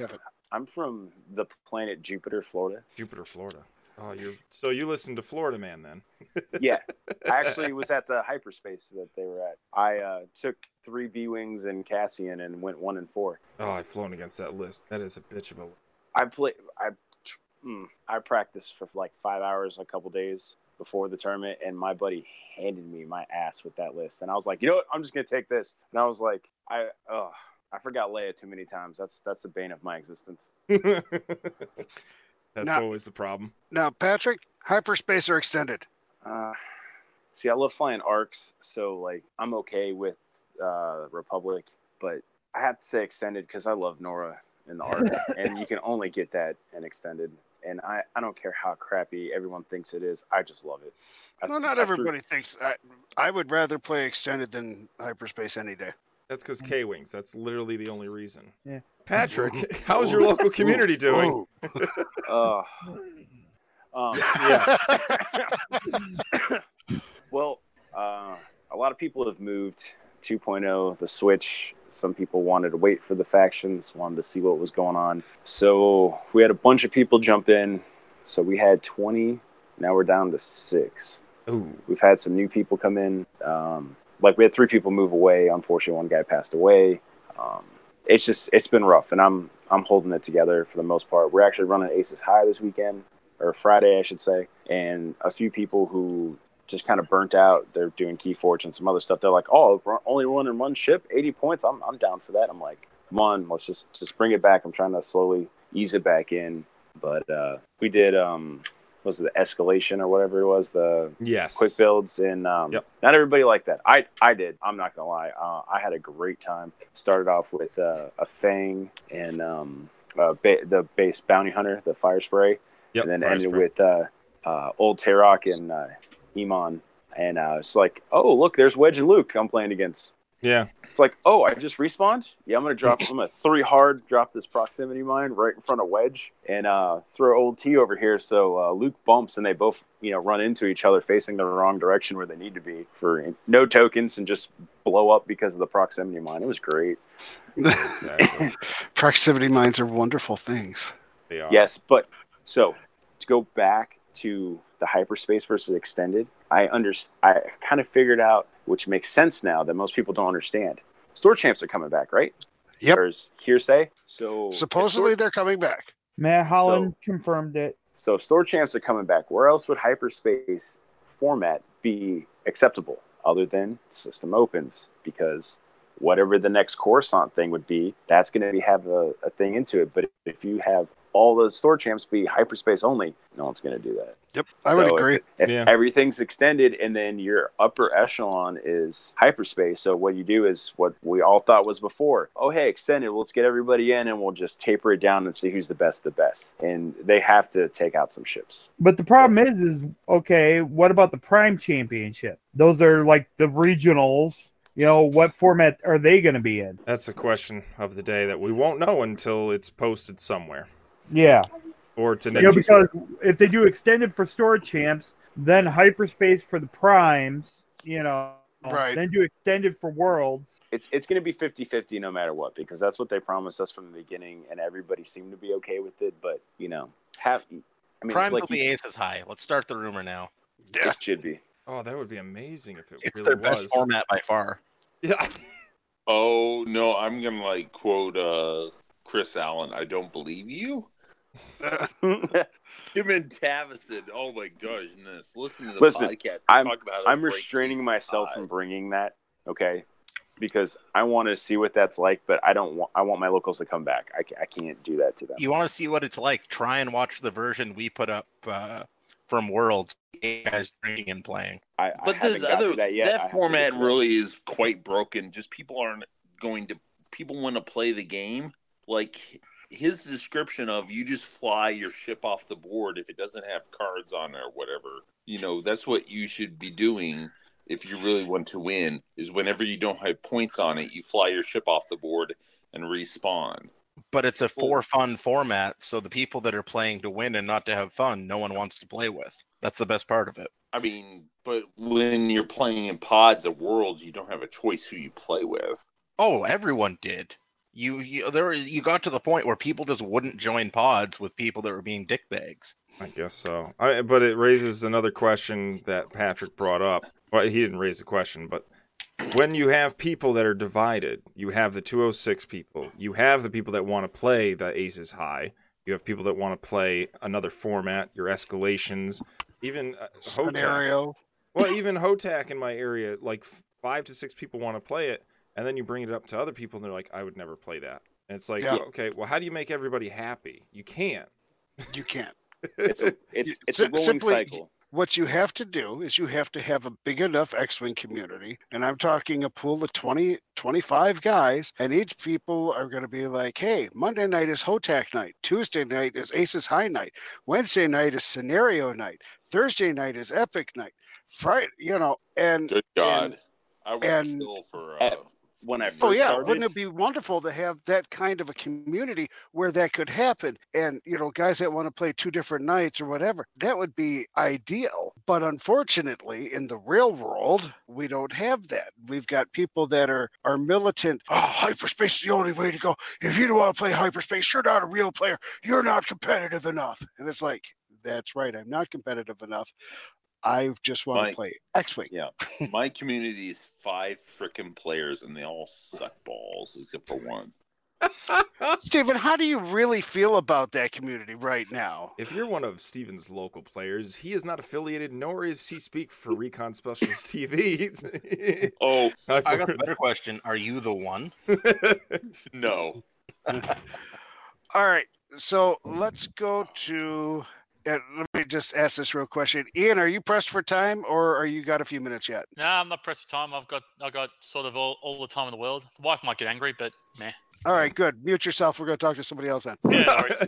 Speaker 11: I'm from the planet Jupiter, Florida.
Speaker 2: Jupiter, Florida. Oh, you're so you listen to Florida Man then?
Speaker 11: yeah, I actually was at the hyperspace that they were at. I uh, took three B wings and Cassian and went one and four.
Speaker 2: Oh, I've flown against that list. That is a bitch of a.
Speaker 11: I play. I mm, I practiced for like five hours a couple days before the tournament, and my buddy handed me my ass with that list, and I was like, you know what? I'm just gonna take this. And I was like, I oh, I forgot Leia too many times. That's that's the bane of my existence.
Speaker 2: That's
Speaker 11: Now-
Speaker 2: always the problem.
Speaker 3: Now, Patrick, hyperspace or extended?
Speaker 11: Uh, see, I love flying arcs, so like I'm okay with uh, Republic, but I have to say extended because I love Nora in the arc, and you can only get that in extended. And I, I don't care how crappy everyone thinks it is. I just love it. I-
Speaker 3: Well,
Speaker 11: I
Speaker 3: not
Speaker 11: threw-
Speaker 3: everybody thinks. I, I would rather play extended than hyperspace any day.
Speaker 2: That's because
Speaker 11: Mm.
Speaker 2: K wings. That's literally the only reason.
Speaker 5: Yeah.
Speaker 2: Patrick, how's your local community doing?
Speaker 11: Uh, um, well, uh, a lot of people have moved 2.0, oh, the Switch. Some people wanted to wait for the factions, wanted to see what was going on. So we had a bunch of people jump in. So we had 20. Now we're down to six.
Speaker 2: Ooh.
Speaker 11: We've had some new people come in. Um, like we had three people move away. Unfortunately, one guy passed away. Um, it's just it's been rough, and I'm I'm holding it together for the most part. We're actually running Aces High this weekend or Friday, I should say, and a few people who just kind of burnt out. They're doing Key Forge and some other stuff. They're like, oh, we're only running one ship, 80 points. I'm I'm down for that. I'm like, come on, let's just just bring it back. I'm trying to slowly ease it back in, but uh, we did um was it the escalation or whatever it was the
Speaker 2: Yes.
Speaker 11: quick builds and um, not everybody liked that i i did i'm not gonna lie uh, i had a great time started off with uh, a fang and um, uh, ba- the base bounty hunter the fire spray
Speaker 2: Yep,
Speaker 11: and then
Speaker 2: fire
Speaker 11: ended
Speaker 2: spray.
Speaker 11: with uh, uh, old Tarok and uh, Iman. And uh, it's like, oh, look, there's Wedge and Luke I'm playing against.
Speaker 2: Yeah.
Speaker 11: It's like, oh, I just respawned? Yeah, I'm going to drop, I'm going to three hard drop this proximity mine right in front of Wedge and uh, throw old T over here. So uh, Luke bumps and they both, you know, run into each other facing the wrong direction where they need to be for no tokens and just blow up because of the proximity mine. It was great.
Speaker 2: Exactly.
Speaker 3: Proximity mines are wonderful things.
Speaker 2: They are.
Speaker 11: Yes, but so to go back to the hyperspace versus extended, I under I kind of figured out which makes sense now that most people don't understand. Store champs are coming back, right?
Speaker 3: Yep.
Speaker 11: There's hearsay. So
Speaker 3: Supposedly they're coming back.
Speaker 5: Matt Holland confirmed it.
Speaker 11: so if store champs are coming back, where else would hyperspace format be acceptable other than system opens? Because whatever the next Coruscant thing would be, that's going to be have a, a thing into it. But if you have all the store champs be hyperspace only, no one's going to do that.
Speaker 3: Yep, I would
Speaker 11: So if-
Speaker 3: agree.
Speaker 11: If, everything's extended and then your upper echelon is hyperspace, so what you do is what we all thought was before. Oh, hey, extended, let's get everybody in and we'll just taper it down and see who's the best, of the best. And they have to take out some ships.
Speaker 5: But the problem
Speaker 2: Oh.
Speaker 5: is, is okay. What about the Prime Championship? Those are like the regionals. You know, what format are they going to be in?
Speaker 2: That's the question of the day that we won't know until it's posted somewhere
Speaker 5: Yeah.
Speaker 2: or to
Speaker 5: You know,
Speaker 2: next
Speaker 5: because if they do extended for store champs, then hyperspace for the primes. You know.
Speaker 11: Right.
Speaker 5: Then do extended for worlds.
Speaker 11: It's, it's going to be 50 50 no matter what because that's what they promised us from the beginning and everybody seemed to be okay with it. But, you know, have. I mean,
Speaker 4: Prime
Speaker 11: like
Speaker 4: will be aces high. Let's start the rumor now.
Speaker 11: It should be.
Speaker 2: Oh, that would be amazing if it
Speaker 4: It's
Speaker 2: really
Speaker 4: their
Speaker 2: was.
Speaker 4: best format by far.
Speaker 2: Yeah.
Speaker 10: Oh no, I'm gonna like quote uh Chris Allen. I don't believe you. Him and Tavison. Oh my gosh, goodness. Listen to the
Speaker 11: Listen,
Speaker 10: podcast. They
Speaker 11: I'm,
Speaker 10: talk about how
Speaker 11: I'm
Speaker 10: they break
Speaker 11: restraining
Speaker 10: these
Speaker 11: myself from bringing that, okay? Because I want to see what that's like, but I don't want I want my locals to come back. I, ca- I can't do that to them.
Speaker 4: You want to see what it's like? Try and watch the version we put up uh, from Worlds. You Guys drinking and playing.
Speaker 11: I,
Speaker 10: But this
Speaker 11: haven't got to
Speaker 10: other
Speaker 11: that yet. I have
Speaker 10: that
Speaker 11: to
Speaker 10: format
Speaker 11: get to that.
Speaker 10: really is quite broken. Just people aren't going to people want to play the game. Like his description of you just fly your ship off the board if it doesn't have cards on it or whatever. You know, that's what you should be doing if you really want to win is whenever you don't have points on it, you fly your ship off the board and respawn.
Speaker 4: But it's a for fun format, so the people that are playing to win and not to have fun, no one wants to play with. That's the best part of it.
Speaker 10: I mean, but when you're playing in pods of worlds, you don't have a choice who you play with.
Speaker 4: Oh, everyone did. You, you there were- you got to the point where people just wouldn't join pods with people that were being dickbags.
Speaker 2: I guess so. I, but it raises another question that Patrick brought up. Well, he didn't raise the question, but when you have people that are divided, you have the 206 people, you have the people that want to play the aces high, you have people that want to play another format, your escalations, even uh, Hotak.
Speaker 3: Scenario.
Speaker 2: Well, even Hotak in my area, like f- five to six people want to play it, and then you bring it up to other people, and they're like, I would never play that. And it's like, "Oh,
Speaker 3: Yeah.
Speaker 2: okay, well, how do you make everybody happy? You can't.
Speaker 3: You can't.
Speaker 11: It's a, it's, it's a
Speaker 3: Sim-
Speaker 11: rolling
Speaker 3: simply-
Speaker 11: cycle.
Speaker 3: What you have to do is you have to have a big enough X-wing community, and I'm talking a pool of 20, 25 guys, and each people are going to be like, hey, Monday night is Hotak night, Tuesday night is Aces High night, Wednesday night is Scenario night, Thursday night is Epic night, Friday, you know, and
Speaker 10: Good God. I would
Speaker 3: and-
Speaker 10: kill for uh,
Speaker 11: At- when I first
Speaker 3: Oh yeah,
Speaker 11: started,
Speaker 3: wouldn't it be wonderful to have that kind of a community where that could happen? And you know, guys that want to play two different nights or whatever, that would be ideal. But unfortunately, in the real world, we don't have that. We've got people that are are militant. Oh, hyperspace is the only way to go. If you don't want to play hyperspace, you're not a real player. You're not competitive enough. And it's like, that's right, I'm not competitive enough. I just want
Speaker 10: Mike.
Speaker 3: to play X-wing.
Speaker 10: my community is five frickin' players and they all suck balls except for one.
Speaker 3: Stephen, how do you really feel about that community right now?
Speaker 2: If you're one of Steven's local players, he is not affiliated, nor is he speak for Recon Specials TV.
Speaker 10: Oh
Speaker 2: I've
Speaker 4: I got a
Speaker 2: heard-
Speaker 4: better question. Are you the one?
Speaker 10: no.
Speaker 3: All right. So let's go to. Uh, let me just ask this real question. Ian, are you pressed for time or are you got a few minutes yet?
Speaker 12: No, I'm not pressed for time. I've got I got sort of all, all the time in the world. The wife might get angry, but meh.
Speaker 3: All right, good. Mute yourself. We're going to talk to somebody else then.
Speaker 12: Yeah, no worries.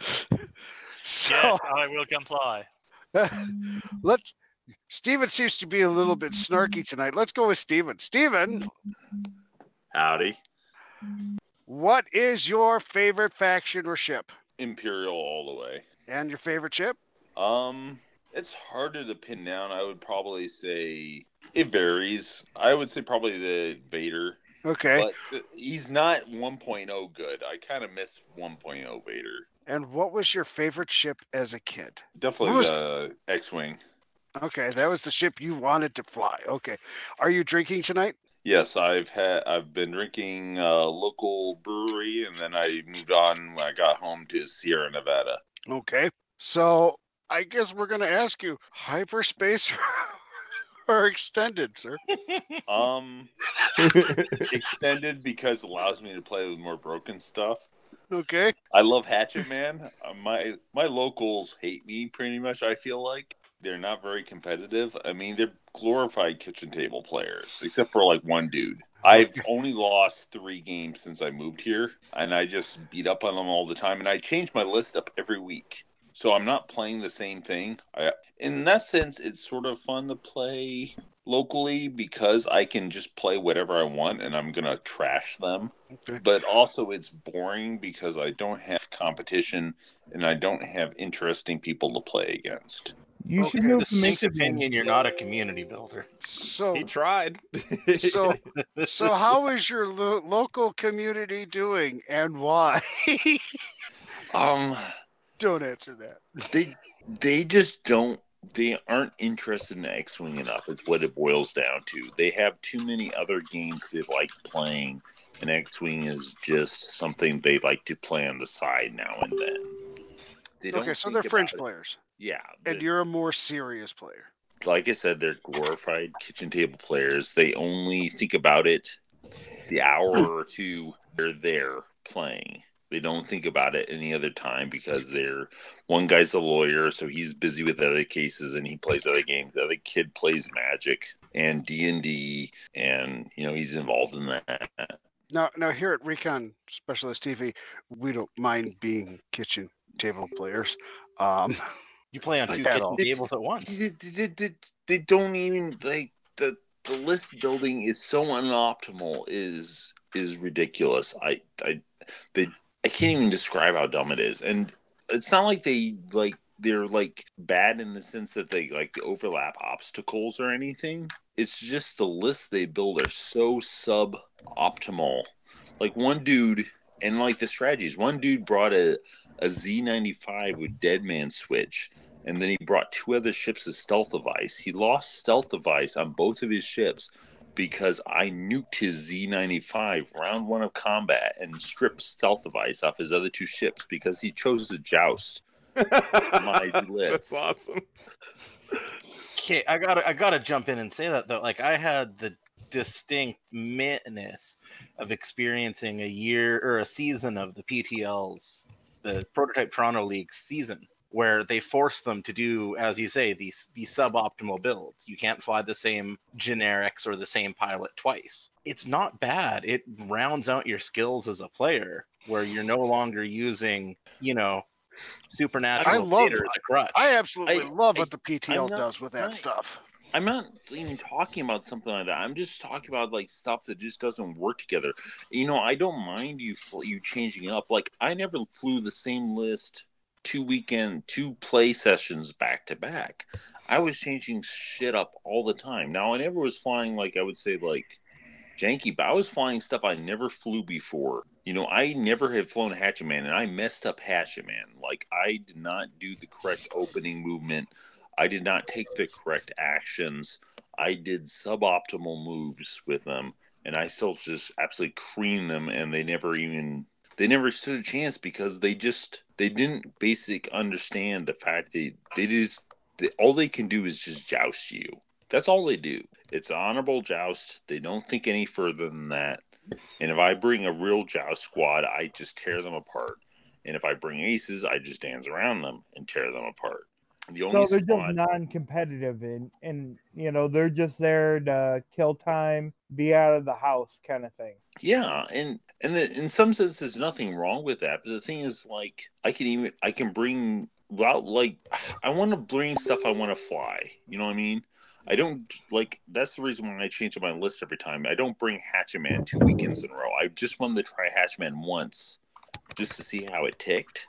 Speaker 3: So
Speaker 12: yes, I will comply.
Speaker 3: let's. Steven seems to be a little bit snarky tonight. Let's go with Steven. Steven,
Speaker 10: Howdy.
Speaker 3: what is your favorite faction or ship?
Speaker 10: Imperial all the way.
Speaker 3: And your favorite ship?
Speaker 10: Um, it's harder to pin down. I would probably say it varies. I would say probably the Vader,
Speaker 3: Okay.
Speaker 10: but he's not 1.0 good. I kind of miss 1.0 Vader.
Speaker 3: And what was your favorite ship as a kid?
Speaker 10: Definitely
Speaker 3: Who was-
Speaker 10: the X-wing.
Speaker 3: Okay, that was the ship you wanted to fly. Okay. Are you drinking tonight?
Speaker 10: Yes, I've had I've been drinking uh, local brewery, and then I moved on when I got home to Sierra Nevada.
Speaker 3: Okay. So I guess we're going to ask you hyperspace or extended, sir?
Speaker 10: Um, extended because it allows me to play with more broken stuff.
Speaker 3: Okay.
Speaker 10: I love Hatchet Man. Uh, my my locals hate me pretty much. I feel like they're not very competitive. I mean, they're glorified kitchen table players, except for like one dude. I've only lost three games since I moved here, and I just beat up on them all the time. And I change my list up every week, so I'm not playing the same thing. I, in that sense, it's sort of fun to play locally because I can just play whatever I want, and I'm gonna trash them
Speaker 3: Okay.
Speaker 10: but also it's boring because I don't have competition and I don't have interesting people to play against.
Speaker 5: You should
Speaker 3: Okay,
Speaker 5: move to
Speaker 4: Distinct
Speaker 5: Mesa View.
Speaker 4: opinion, you're not a community builder.
Speaker 2: he
Speaker 3: So
Speaker 2: tried.
Speaker 3: so so how is your lo- local community doing and why?
Speaker 10: Um,
Speaker 3: Don't answer that.
Speaker 10: they they just don't they aren't interested in X-wing enough. Is what it boils down to. They have too many other games they like playing, and X-wing is just something they like to play on the side now and then. They don't
Speaker 3: Okay, so
Speaker 10: think
Speaker 3: they're
Speaker 10: about
Speaker 3: fringe
Speaker 10: it.
Speaker 3: players.
Speaker 10: Yeah,
Speaker 3: And
Speaker 10: the-
Speaker 3: you're a more serious player.
Speaker 10: like I said, they're glorified kitchen table players. They only think about it the hour or two they're there playing. They don't think about it any other time because they're one guy's a lawyer, so he's busy with other cases and he plays other games. The other kid plays Magic and D and D, and you know he's involved in that.
Speaker 3: Now, now here at Recon Specialist TV, we don't mind being kitchen table players. Um,
Speaker 4: you play on
Speaker 3: Like
Speaker 4: two
Speaker 3: at
Speaker 4: kitchen
Speaker 3: all.
Speaker 4: tables at once.
Speaker 10: They, they- they- they don't even like the the list building is so unoptimal is is ridiculous. I I they I can't even describe how dumb it is. And it's not like they like they're like bad in the sense that they like overlap obstacles or anything. It's just the lists they build are so sub optimal. Like one dude and like the strategies, one dude brought a a Z95 with dead man switch and then he brought two other ships as stealth device. He lost stealth device on both of his ships because I nuked his Z95 round one of combat and stripped stealth device off his other two ships because he chose to joust my list. That's
Speaker 2: awesome.
Speaker 4: Okay, I gotta I gotta jump in and say that though. Like I had the distinct madness of experiencing a year or a season of the PTL's the prototype Toronto League season where they forced them to do, as you say, these these suboptimal builds. You can't fly the same generics or the same pilot twice. It's not bad. It rounds out your skills as a player where you're no longer using, you know, supernatural
Speaker 3: I love-
Speaker 4: theater as a crutch.
Speaker 3: I absolutely
Speaker 10: I-
Speaker 3: love what the
Speaker 10: I'm
Speaker 3: PTL
Speaker 10: not-
Speaker 3: does with that
Speaker 10: right.
Speaker 3: stuff.
Speaker 10: I'm not even talking about something like that. I'm just talking about like stuff that just doesn't work together. You know, I don't mind you fl- you changing it up. Like I never flew the same list two weekend two play sessions back to back. I was changing shit up all the time. Now I never was flying like I would say like janky, but I was flying stuff I never flew before. You know, I never had flown Hatchet Man, and I messed up Hatchet Man. Like I did not do the correct opening movement. I did not take the correct actions. I did suboptimal moves with them, and I still just absolutely creamed them, and they never even they never stood a chance because they just they didn't basic understand the fact that they just they, all they can do is just joust you. That's all they do. It's an honorable joust. They don't think any further than that. And if I bring a real joust squad, I just tear them apart. And if I bring aces, I just dance around them and tear them apart. The only
Speaker 5: So they're just
Speaker 10: squad
Speaker 5: non-competitive and and you know they're just there to kill time, be out of the house kind of thing.
Speaker 10: Yeah, and and the, in some sense, there's nothing wrong with that. But the thing is, like, I can even I can bring well, like, I want to bring stuff I want to fly. You know what I mean? I don't like that's the reason why I change my list every time. I don't bring Hatchet Man two weekends in a row. I just wanted to try Hatchet Man once, just to see how it ticked,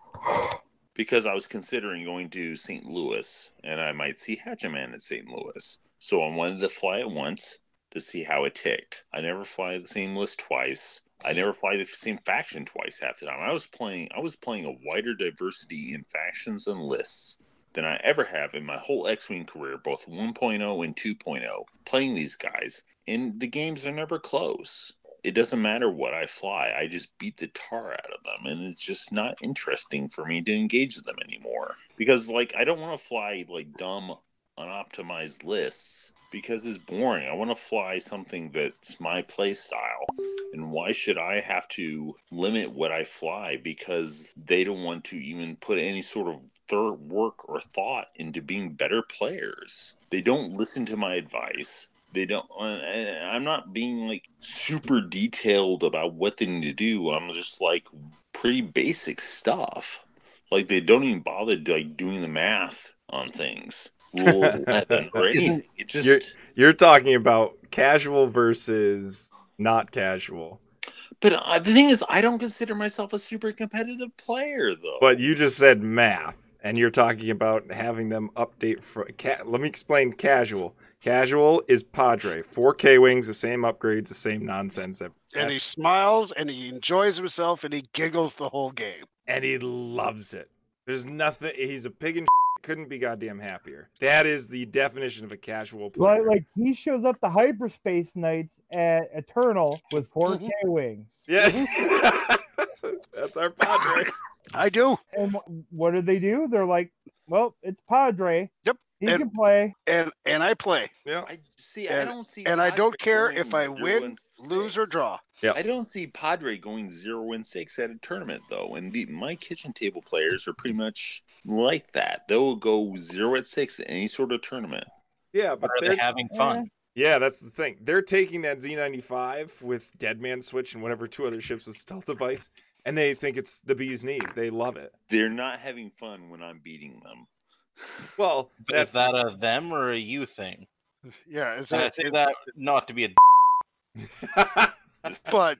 Speaker 10: because I was considering going to St. Louis and I might see Hatchet Man at St. Louis. So I wanted to fly it once to see how it ticked. I never fly the same list twice. I never fly the same faction twice half the time. I was playing I was playing a wider diversity in factions and lists than I ever have in my whole X-Wing career, both 1.0 and 2.0, playing these guys, and the games are never close. It doesn't matter what I fly, I just beat the tar out of them, and it's just not interesting for me to engage them anymore. Because like I don't want to fly like dumb unoptimized lists because it's boring. I want to fly something that's my play style. And why should I have to limit what I fly because they don't want to even put any sort of third work or thought into being better players? They don't listen to my advice. They don't. and- and I'm not being like super detailed about what they need to do. I'm just like pretty basic stuff. Like they don't even bother like doing the math on things. Rule 11 or
Speaker 2: Isn't-
Speaker 10: anything. It just
Speaker 2: You're, you're talking about casual versus not casual.
Speaker 10: But uh, the thing is, I don't consider myself a super competitive player, though.
Speaker 2: But you just said math, and you're talking about having them update. For, ca- let me explain casual. Casual is Padre. 4K wings, the same upgrades, the same nonsense. ev-
Speaker 3: And he smiles and he enjoys himself and he giggles the whole game.
Speaker 2: And he loves it. There's nothing. He's a pig and couldn't be goddamn happier. That is the definition of a casual player.
Speaker 5: Like like he shows up to hyperspace nights at Eternal with 4K
Speaker 3: Mm-hmm.
Speaker 5: wings.
Speaker 2: Yeah. That's our Padre.
Speaker 3: I do.
Speaker 5: And what do they do? They're like, well, it's Padre.
Speaker 3: Yep.
Speaker 5: He
Speaker 3: And-
Speaker 5: can play.
Speaker 3: And and I play.
Speaker 2: Yeah.
Speaker 10: I see. I
Speaker 3: And-
Speaker 10: don't see.
Speaker 3: and I don't
Speaker 10: Padre
Speaker 3: care
Speaker 10: going
Speaker 3: if I
Speaker 10: doing
Speaker 3: win, lose, or draw.
Speaker 2: Yeah.
Speaker 10: I don't see Padre going zero and six at a tournament though, and the, my kitchen table players are pretty much like that. They'll go zero at six at any sort of tournament.
Speaker 2: Yeah, but
Speaker 10: Are they
Speaker 2: they're
Speaker 10: having fun?
Speaker 2: Yeah, that's the thing. They're taking that Z95 with Deadman Switch and whatever two other ships with stealth device, and they think it's the bee's knees. They love it.
Speaker 10: They're not having fun when I'm beating them.
Speaker 2: Well,
Speaker 4: But is that a them or a you thing?
Speaker 3: Yeah, is
Speaker 4: I
Speaker 3: that,
Speaker 4: say
Speaker 3: is-
Speaker 4: that not to be a. D-
Speaker 3: but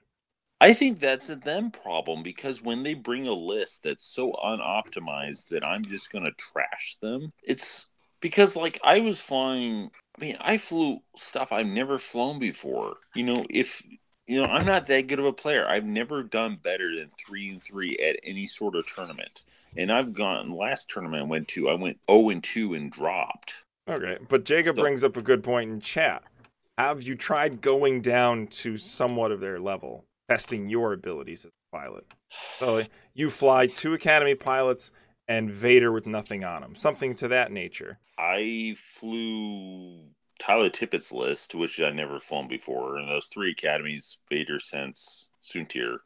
Speaker 10: I think that's a them problem because when they bring a list that's so unoptimized that I'm just gonna trash them, it's because like I was flying. I mean, I flew stuff I've never flown before. You know, if you know, I'm not that good of a player. I've never done better than three and three at any sort of tournament, and I've gone last tournament I went to, I went zero and two and dropped.
Speaker 2: Okay, but Jacob brings up a good point in chat. Have you tried going down to somewhat of their level, testing your abilities as a pilot? So you fly two Academy pilots and Vader with nothing on him, something to that nature.
Speaker 10: I flew Tyler Tippett's list, which I never flown before, and those three academies: Vader, Sense, Suntir.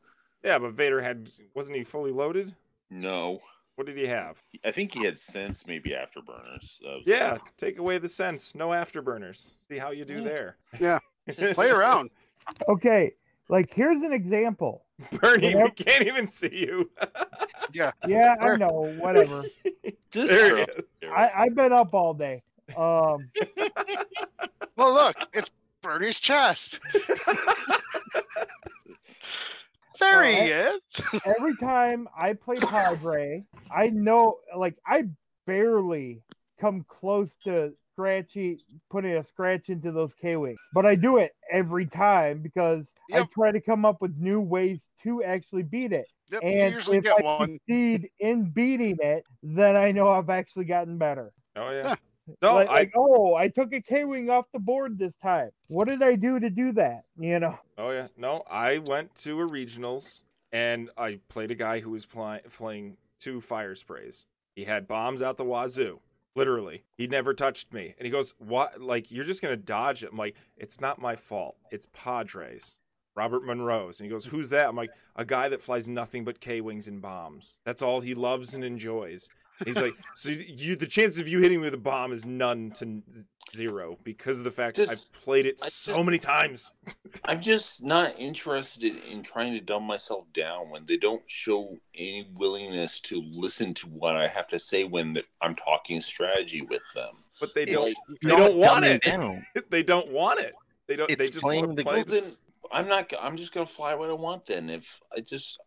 Speaker 2: Yeah, but Vader had wasn't he fully loaded?
Speaker 10: No,
Speaker 2: What did he have?
Speaker 10: I think he had Sense, maybe Afterburners. That was-
Speaker 2: Yeah, take away the sense, no afterburners. See how you do there.
Speaker 3: yeah, play around.
Speaker 5: Okay, like here's an example.
Speaker 2: Bernie, we
Speaker 5: Whenever-
Speaker 2: can't even see you.
Speaker 3: Yeah.
Speaker 5: Yeah, I know. Whatever.
Speaker 10: Just
Speaker 2: there
Speaker 10: throw-
Speaker 2: it is.
Speaker 5: I I've been up all day. Um,
Speaker 3: Well, look, it's Bernie's chest. there he is.
Speaker 5: every time I play Padre, I know like I barely come close to scratchy putting a scratch into those K wings, but I do it every time because I
Speaker 3: Yep.
Speaker 5: try to come up with new ways to actually beat it.
Speaker 3: Yep, you
Speaker 5: and
Speaker 3: usually
Speaker 5: if
Speaker 3: get
Speaker 5: I
Speaker 3: one.
Speaker 5: succeed in beating it, then I know I've actually gotten better.
Speaker 2: Oh yeah. No,
Speaker 5: like,
Speaker 2: I
Speaker 5: like, oh, I took a K wing off the board this time. What did I do to do that? You know,
Speaker 2: Oh yeah, no, I went to a regionals and I played a guy who was pli- playing two fire sprays. He had bombs out the wazoo, literally. He never touched me, and he goes, "What? Like you're just gonna dodge it?" I'm like, "It's not my fault. It's Padres." Robert Monroe's, and he goes, "Who's that?" I'm like, "A guy that flies nothing but K wings and bombs. That's all he loves and enjoys." He's like, "So you, the chance of you hitting me with a bomb is none to n- zero because of the fact
Speaker 10: Just-
Speaker 2: I've played it
Speaker 10: I
Speaker 2: so
Speaker 10: just-
Speaker 2: many times."
Speaker 10: I'm just not interested in trying to dumb myself down when they don't show any willingness to listen to what I have to say when th- I'm talking strategy with them.
Speaker 2: but they
Speaker 10: It's
Speaker 2: don't they
Speaker 4: not
Speaker 2: don't want
Speaker 4: dumbing
Speaker 2: it.
Speaker 4: down.
Speaker 2: they don't want it. They don't.
Speaker 4: It's
Speaker 2: they just
Speaker 4: playing
Speaker 2: want to
Speaker 4: the
Speaker 2: play
Speaker 10: Well,
Speaker 2: this.
Speaker 10: then I'm not. g- I'm just gonna fly what I want. Then if I just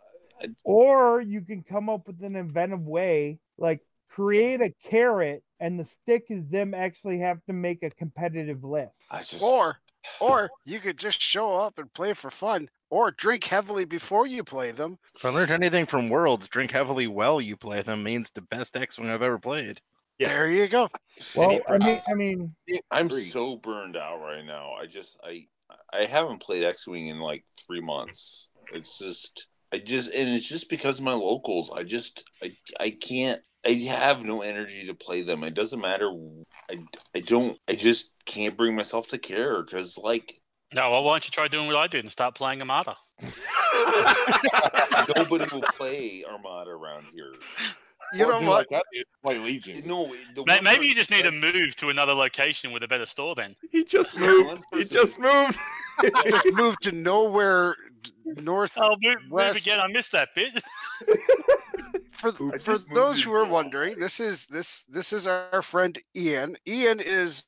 Speaker 5: or you can come up with an inventive way, like create a carrot, and the stick is them actually have to make a competitive list.
Speaker 10: I just
Speaker 3: Or or you could just show up and play for fun or drink heavily before you play them.
Speaker 4: If I learned anything from Worlds, drink heavily while you play them means the best X Wing I've ever played.
Speaker 2: Yes.
Speaker 3: There you go.
Speaker 5: Well, I mean, I mean,
Speaker 10: I'm
Speaker 4: Agree.
Speaker 10: so burned out right now. I just I I haven't played X Wing in like three months. It's just I just and it's just because of my locals. I just I I can't. I have no energy to play them. It doesn't matter. I, I don't. I just can't bring myself to care because like
Speaker 12: No, well, why don't you try doing what I did and start playing Armada?
Speaker 10: nobody will play Armada around here.
Speaker 3: You
Speaker 9: Or
Speaker 3: know
Speaker 9: do
Speaker 3: what?
Speaker 9: Like I did, play Legion.
Speaker 10: No, the
Speaker 12: May-
Speaker 10: one
Speaker 12: Maybe you
Speaker 10: person-
Speaker 12: just need to move to another location with a better store then.
Speaker 2: He just
Speaker 10: Yeah,
Speaker 2: moved.
Speaker 10: one
Speaker 2: He
Speaker 10: person-
Speaker 2: just moved.
Speaker 3: just move to nowhere north
Speaker 12: Oh, move, move
Speaker 3: Wes-
Speaker 12: again. I missed that bit.
Speaker 3: for
Speaker 2: I
Speaker 3: for
Speaker 2: just moved
Speaker 3: those
Speaker 2: it
Speaker 3: who are
Speaker 2: down.
Speaker 3: wondering, this is this this is our friend Ian. Ian is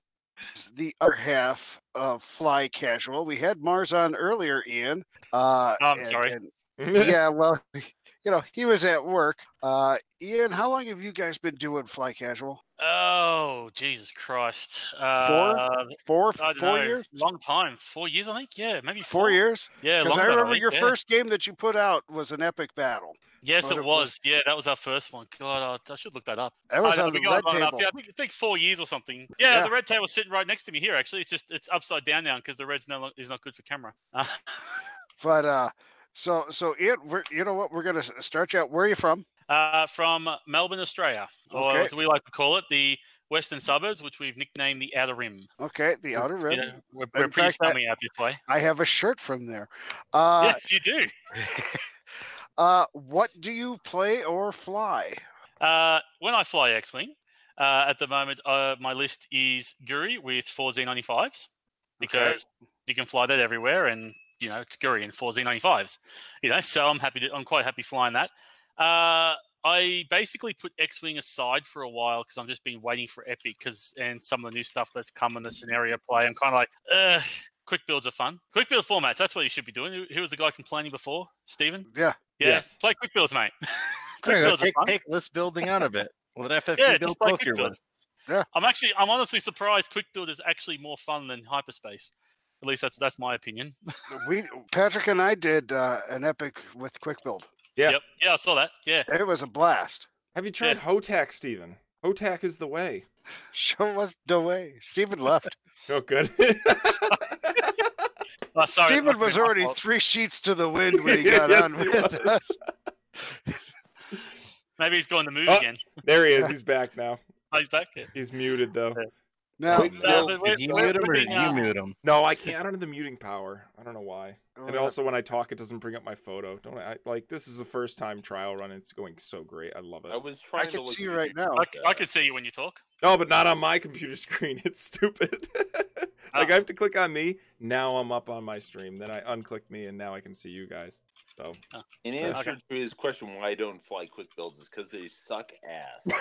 Speaker 3: the other half of Fly Casual. We had Mars on earlier, Ian. Uh,
Speaker 12: I'm
Speaker 3: and-
Speaker 12: sorry.
Speaker 3: and- yeah, well, you know, he was at work. Uh, Ian, how long have you guys been doing Fly Casual?
Speaker 12: Oh, Jesus Christ. Uh,
Speaker 3: Four? Four
Speaker 12: I
Speaker 3: four
Speaker 12: don't know.
Speaker 3: years?
Speaker 12: Long time. Four years, I think. Yeah, maybe
Speaker 3: Four years?
Speaker 12: Yeah,
Speaker 3: Because
Speaker 12: longer.
Speaker 3: I remember
Speaker 12: think,
Speaker 3: your
Speaker 12: yeah.
Speaker 3: first game that you put out was an epic battle.
Speaker 12: Yes,
Speaker 3: one
Speaker 12: it
Speaker 3: of
Speaker 12: was. Yeah, that was our first one. God, I, I should look that up.
Speaker 3: That was
Speaker 12: I,
Speaker 3: on
Speaker 12: we
Speaker 3: the
Speaker 12: got
Speaker 3: red
Speaker 12: long enough.
Speaker 3: table.
Speaker 12: Yeah, I think, I think four years or something. Yeah,
Speaker 3: Yeah.
Speaker 12: the red table's sitting right next to me here. Actually, it's just it's upside down now because the red's no lo- is not good for camera. Uh,
Speaker 3: But uh, so so Ian, we're, you know what? We're gonna s- start you out. Where are you from?
Speaker 12: uh, from Melbourne, Australia, or
Speaker 3: Okay.
Speaker 12: as we like to call it, the Western suburbs, which we've nicknamed the Outer Rim.
Speaker 3: Okay, Oh, the Outer
Speaker 12: You
Speaker 3: Rim.
Speaker 12: know, we're,
Speaker 3: In
Speaker 12: we're pretty
Speaker 3: fact, I-
Speaker 12: scummy out this way.
Speaker 3: I have a shirt from there. Uh,
Speaker 12: yes, you do.
Speaker 3: uh, what do you play or fly?
Speaker 12: Uh, when I fly X-wing, uh, at the moment uh, my list is Guri with four Z95s because you can fly that everywhere, and you know it's Guri and four Z95s. You know, so I'm happy. To, I'm quite happy flying that. Uh, I basically put X-wing aside for a while because I've just been waiting for Epic because and some of the new stuff that's come in the scenario play. I'm kind of like, ugh. Quick builds are fun. Quick build formats. That's what you should be doing. Who- Who was the guy complaining before? Steven?
Speaker 3: Yeah.
Speaker 12: Yes. Play quick builds, mate.
Speaker 4: There you
Speaker 12: quick
Speaker 4: go,
Speaker 12: builds are
Speaker 4: take,
Speaker 12: fun.
Speaker 4: take list building out of it. Let FFG
Speaker 12: Yeah,
Speaker 4: build
Speaker 12: just like
Speaker 4: cloakier
Speaker 12: quick builds.
Speaker 4: ones.
Speaker 3: Yeah.
Speaker 12: I'm actually, I'm honestly surprised Quick Build is actually more fun than Hyperspace. At least that's that's my opinion.
Speaker 3: We Patrick and I did uh, an epic with Quick Build.
Speaker 2: Yeah.
Speaker 12: Yep. Yeah, I saw that. Yeah.
Speaker 3: It was a blast.
Speaker 2: Have you tried Hotac, Steven? Hotac is the way.
Speaker 3: Show us the way. Stephen left.
Speaker 2: Oh, good.
Speaker 12: Oh, sorry.
Speaker 3: Stephen was already three sheets to the wind when he got
Speaker 2: Yes,
Speaker 3: on.
Speaker 2: he
Speaker 3: with us.
Speaker 12: Maybe he's going to move
Speaker 2: Oh.
Speaker 12: again.
Speaker 2: there he is. He's back now.
Speaker 12: Oh, he's back. Yeah.
Speaker 2: He's muted though.
Speaker 3: Now,
Speaker 2: Wait,
Speaker 12: No, but we're-
Speaker 4: Did you
Speaker 12: we're
Speaker 4: mute him or did
Speaker 12: putting, uh,
Speaker 4: you mute him?
Speaker 2: No, I can't. I don't have the muting power. I don't know why. And
Speaker 3: Oh,
Speaker 2: also, when I talk, it doesn't bring up my photo. Don't I? Like this is the first time trial run. It's going so great. I love
Speaker 10: I
Speaker 2: it.
Speaker 10: was trying
Speaker 3: can
Speaker 10: to look
Speaker 3: see
Speaker 10: at
Speaker 3: right
Speaker 10: you.
Speaker 3: now.
Speaker 12: I, c- I can see you when you talk.
Speaker 2: No, but not on my computer screen. It's stupid. like I have to click on me. Now I'm up on my stream. Then I unclick me, and now I can see you guys. So
Speaker 10: In
Speaker 2: Okay.
Speaker 10: answer to his question, why I don't fly quick builds is because they suck ass.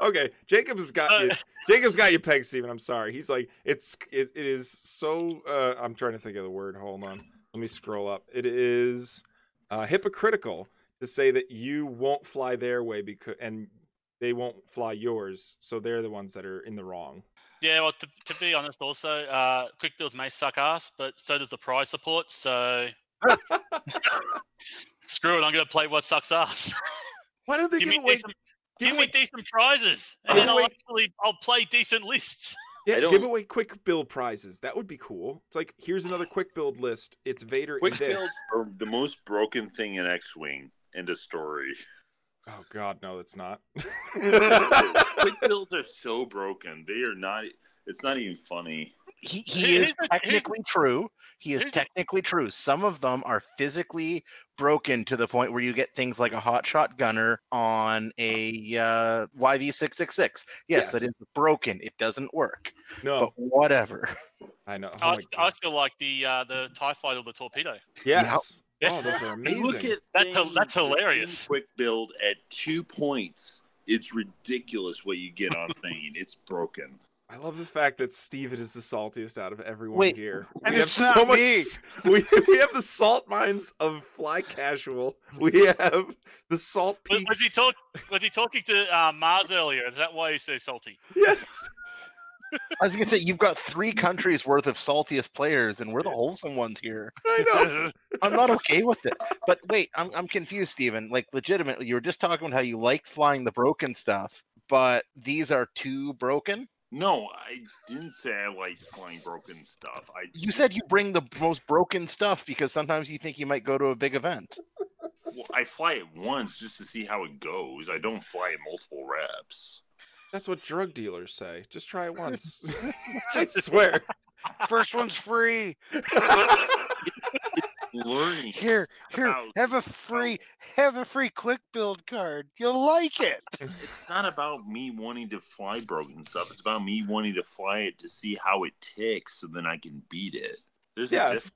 Speaker 2: okay, Jacob's got
Speaker 12: So-
Speaker 2: you. Jacob's got you pegged, Steven. I'm sorry. He's like it's it, it is so. Uh, I'm trying to think of the word. Hold on. Let me scroll up. It is uh, hypocritical to say that you won't fly their way because and they won't fly yours. So they're the ones that are in the wrong.
Speaker 12: Yeah, well, to, to be honest, also, uh, quick builds may suck ass, but so does the prize support. So screw it. I'm going to play what sucks ass.
Speaker 2: Why don't they
Speaker 12: give
Speaker 2: give,
Speaker 12: me
Speaker 2: away?
Speaker 12: decent,
Speaker 2: give
Speaker 12: give me
Speaker 2: away-
Speaker 12: decent prizes, and
Speaker 2: give
Speaker 12: then I'll
Speaker 2: away-
Speaker 12: actually I'll play decent lists.
Speaker 2: Yeah,
Speaker 10: I don't-
Speaker 2: give away quick build prizes. That would be cool. It's like here's another quick build list. It's Vader
Speaker 10: Quick
Speaker 2: and this.
Speaker 10: builds are the most broken thing in X-wing. End of story.
Speaker 2: Oh God, no, it's not.
Speaker 10: quick builds are so broken. They are not. It's not even funny.
Speaker 4: He,
Speaker 12: Here-
Speaker 4: he
Speaker 12: here's
Speaker 4: is
Speaker 12: the- here's-
Speaker 4: technically true. He is
Speaker 12: here's the-
Speaker 4: technically true. Some of them are physically broken to the point where you get things like a hot shot gunner on a uh, YV666. Yes,
Speaker 2: Yes.
Speaker 4: that is broken. It doesn't work.
Speaker 2: no,
Speaker 4: But whatever.
Speaker 2: I know. Oh
Speaker 12: I,
Speaker 2: my
Speaker 12: I
Speaker 2: God.
Speaker 12: still like the uh, the Tie Fighter or the Torpedo.
Speaker 2: Yes. Oh, those are
Speaker 10: And
Speaker 2: amazing.
Speaker 10: look at
Speaker 12: That's a-
Speaker 10: things
Speaker 12: that's
Speaker 10: that do
Speaker 12: hilarious.
Speaker 10: Quick build at two points. It's ridiculous what you get on Thane. It's broken.
Speaker 2: I love the fact that Steven is the saltiest out of everyone
Speaker 4: Wait,
Speaker 2: here.
Speaker 3: and
Speaker 2: we
Speaker 3: it's
Speaker 2: have so
Speaker 3: not
Speaker 2: much,
Speaker 3: me.
Speaker 2: We, we have the salt mines of Fly Casual. We have the salt
Speaker 12: Was,
Speaker 2: peaks.
Speaker 12: was he talk Was he talking to uh, Mars earlier? Is that why he's so salty?
Speaker 2: yes.
Speaker 4: I was gonna say you've got three countries worth of saltiest players, and we're the wholesome ones here.
Speaker 2: I know.
Speaker 4: I'm not okay with it. But wait, I'm I'm confused, Steven. Like legitimately, you were just talking about how you liked flying the broken stuff, but these are too broken.
Speaker 10: No, I didn't say I like playing broken stuff. I
Speaker 4: You said you bring the most broken stuff because sometimes you think you might go to a big event.
Speaker 10: well, I fly it once just to see how it goes. I don't fly it multiple reps.
Speaker 2: That's what drug dealers say. Just try it once. I swear.
Speaker 3: First one's free.
Speaker 10: Learning.
Speaker 3: Here, here,
Speaker 10: About-
Speaker 3: have a free, have a free quick build card. You'll like it.
Speaker 10: It's not about me wanting to fly broken stuff. It's about me wanting to fly it to see how it ticks, so then I can beat it. There's
Speaker 2: Yeah.
Speaker 10: a difference.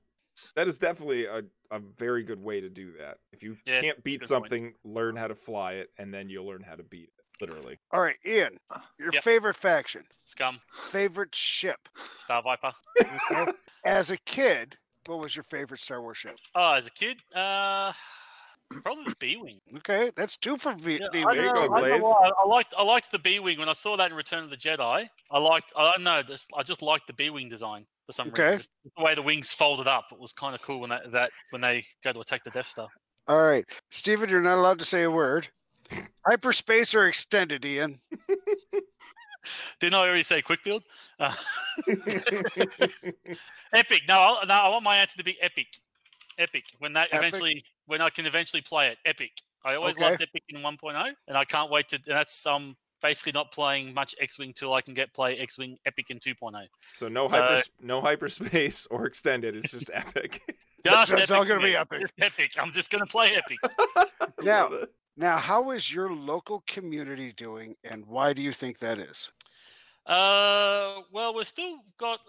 Speaker 2: That is definitely a, a very good way to do that. If you
Speaker 12: Yeah,
Speaker 2: can't
Speaker 12: that's a
Speaker 2: beat
Speaker 12: good point.
Speaker 2: something, learn how to fly it, and then you'll learn how to beat it. Literally.
Speaker 3: All right, Ian, your
Speaker 12: Yep.
Speaker 3: favorite faction,
Speaker 12: Scum,
Speaker 3: favorite ship.
Speaker 12: Star Viper.
Speaker 3: Okay? As a kid, what was your favorite Star Wars ship?
Speaker 12: Oh, as a kid, uh, probably the B wing.
Speaker 3: Okay, that's two for B.
Speaker 12: Yeah,
Speaker 3: B-
Speaker 12: I,
Speaker 2: There you
Speaker 12: don't know,
Speaker 2: go,
Speaker 12: I, don't
Speaker 2: Glaive.
Speaker 12: know why, I liked I liked the B wing when I saw that in Return of the Jedi. I liked I don't know just, I just liked the B wing design for some
Speaker 3: Okay.
Speaker 12: reason. Just the way the wings folded up, it was kind of cool when that, that when they go to attack the Death Star.
Speaker 3: All right, Steven, you're not allowed to say a word. Hyperspace or extended, Ian?
Speaker 12: Didn't I already say quick build? Uh, epic. No, I, no, I want my answer to be epic. Epic. When that
Speaker 3: Epic?
Speaker 12: eventually, when I can eventually play it, epic. oh, I always
Speaker 3: Okay.
Speaker 12: loved Epic in 1.0, and I can't wait to. And that's um basically not playing much X-wing till I can get play X-wing Epic in oh. 2.0.
Speaker 2: So no
Speaker 12: So-
Speaker 2: hyper no hyperspace or extended. It's just epic.
Speaker 12: Just
Speaker 3: That's all
Speaker 12: Epic,
Speaker 3: gonna be
Speaker 12: man.
Speaker 3: Epic.
Speaker 12: Just Epic. I'm just gonna play Epic.
Speaker 3: Now, now, how is your local community doing, and why do you think that is?
Speaker 12: Uh, well, we've still got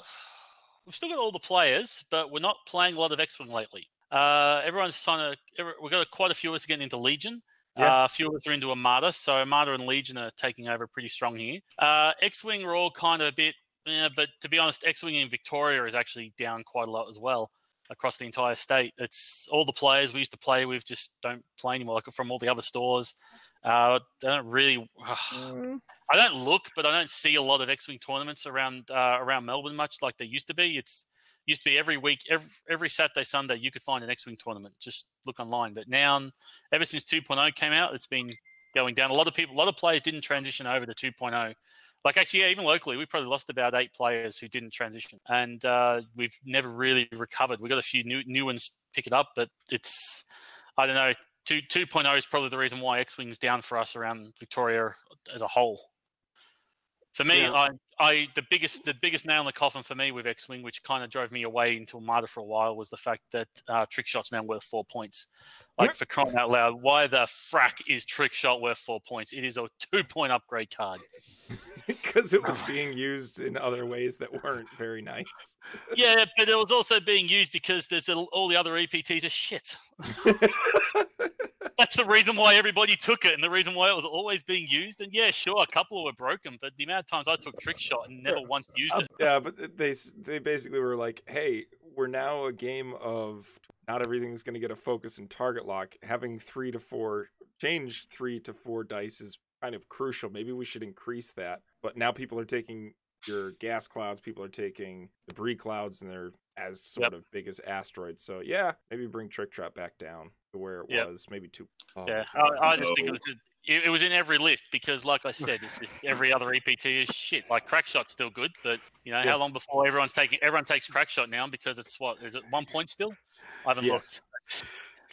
Speaker 12: we've still got all the players, but we're not playing a lot of X-wing lately. Uh, everyone's trying to. Every, we've got quite a few of us getting into Legion. Uh,
Speaker 13: Yeah.
Speaker 12: a few of us are into Armada, so Armada and Legion are taking over pretty strong here. Uh, X-wing we're all kind of a bit, yeah, but to be honest, X-wing in Victoria is actually down quite a lot as well across the entire state. It's all the players we used to play with just don't play anymore. Like from all the other stores, uh, they don't really. I don't look, but I don't see a lot of X-wing tournaments around uh, around Melbourne much like they used to be. It's used to be every week, every, every Saturday, Sunday, you could find an X-wing tournament. Just look online. But now, ever since 2.0 came out, it's been going down. A lot of people, a lot of players didn't transition over to oh. 2.0. Like actually, yeah, even locally, we probably lost about eight players who didn't transition, and uh, we've never really recovered. We got a few new new ones pick it up, but it's I don't know. 2, 2.0 is probably the reason why X-wing's down for us around Victoria as a whole. For me,
Speaker 13: Yeah.
Speaker 12: I, I the biggest the biggest nail in the coffin for me with X Wing, which kind of drove me away until Marta for a while, was the fact that uh, trick shot's now worth four points. Like for crying out loud, why the frack is trick shot worth four points? It is a two point upgrade card.
Speaker 2: Because it was being used in other ways that weren't very nice.
Speaker 12: yeah, but it was also being used because there's a, all the other EPTs are shit. That's the reason why everybody took it, and the reason why it was always being used. And yeah, sure, a couple were broken, but the amount of times I took trick shot and never once used it.
Speaker 2: Yeah, but they they basically were like, "Hey, we're now a game of not everything's going to get a focus and target lock. Having three to four change three to four dice is kind of crucial. Maybe we should increase that." But now people are taking your gas clouds, people are taking debris clouds, and they're as sort of big as asteroids. So yeah, maybe bring trick trap back down to where it
Speaker 12: Yep.
Speaker 2: was. Maybe two. Oh,
Speaker 12: Yeah,
Speaker 2: God.
Speaker 12: I, I just think it was just, it, it was in every list because, like I said, it's just every other EPT is shit. Like Crackshot's still good, but you know
Speaker 2: Yeah.
Speaker 12: how long before everyone's taking everyone takes Crackshot now because it's what is it one point still? I haven't
Speaker 2: Yes.
Speaker 12: looked.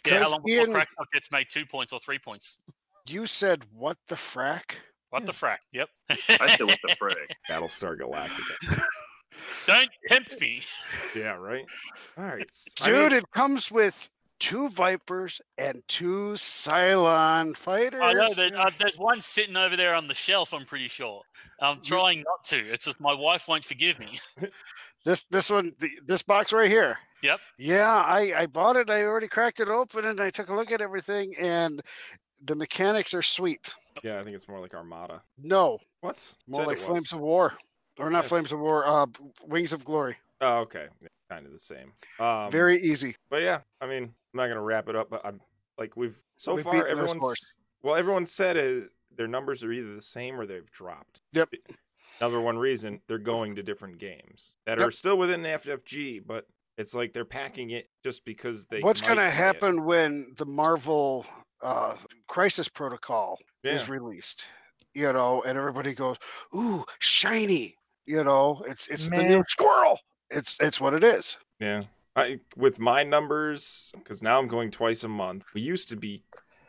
Speaker 12: Yeah, how
Speaker 3: Because
Speaker 12: long before
Speaker 3: Ian-
Speaker 12: Crackshot gets made two points or three points?
Speaker 3: You said what the frack?
Speaker 12: What the frack? Yep.
Speaker 10: I said what the frick.
Speaker 2: Battlestar Galactica.
Speaker 12: Don't tempt me.
Speaker 2: Yeah, right. All right, I
Speaker 3: Dude,
Speaker 2: mean-
Speaker 3: it comes with two Vipers and two Cylon fighters.
Speaker 12: I know that uh, there's one sitting over there on the shelf. I'm pretty sure. I'm trying not to. It's just my wife won't forgive me.
Speaker 3: This this one, the, this box right here.
Speaker 12: Yep.
Speaker 3: Yeah, I I bought it. I already cracked it open and I took a look at everything and the mechanics are sweet.
Speaker 2: Yeah, I think it's more like Armada.
Speaker 3: No,
Speaker 2: What?
Speaker 3: more
Speaker 2: Said
Speaker 3: like
Speaker 2: it was.
Speaker 3: Flames of War, or not Flames of War, uh, Wings of Glory.
Speaker 2: Oh, okay. Kind of the same. Um,
Speaker 3: Very easy.
Speaker 2: But yeah, I mean, I'm not gonna wrap it up, but I'm like we've so
Speaker 3: We've
Speaker 2: far
Speaker 3: beaten this
Speaker 2: everyone's
Speaker 3: horse.
Speaker 2: well, everyone said uh, their numbers are either the same or they've dropped.
Speaker 3: Yep.
Speaker 2: Number one reason they're going to different games that are
Speaker 3: Yep.
Speaker 2: still within the FFG, but it's like they're packing it just because they.
Speaker 3: What's
Speaker 2: might
Speaker 3: going
Speaker 2: play
Speaker 3: to
Speaker 2: it.
Speaker 3: happen when the Marvel uh, Crisis Protocol is
Speaker 2: Yeah.
Speaker 3: released? You know, and everybody goes, "Ooh, shiny!" You know, it's it's the new
Speaker 2: Man.
Speaker 3: squirrel. It's it's what it is.
Speaker 2: Yeah. I with my numbers because now I'm going twice a month. We used to be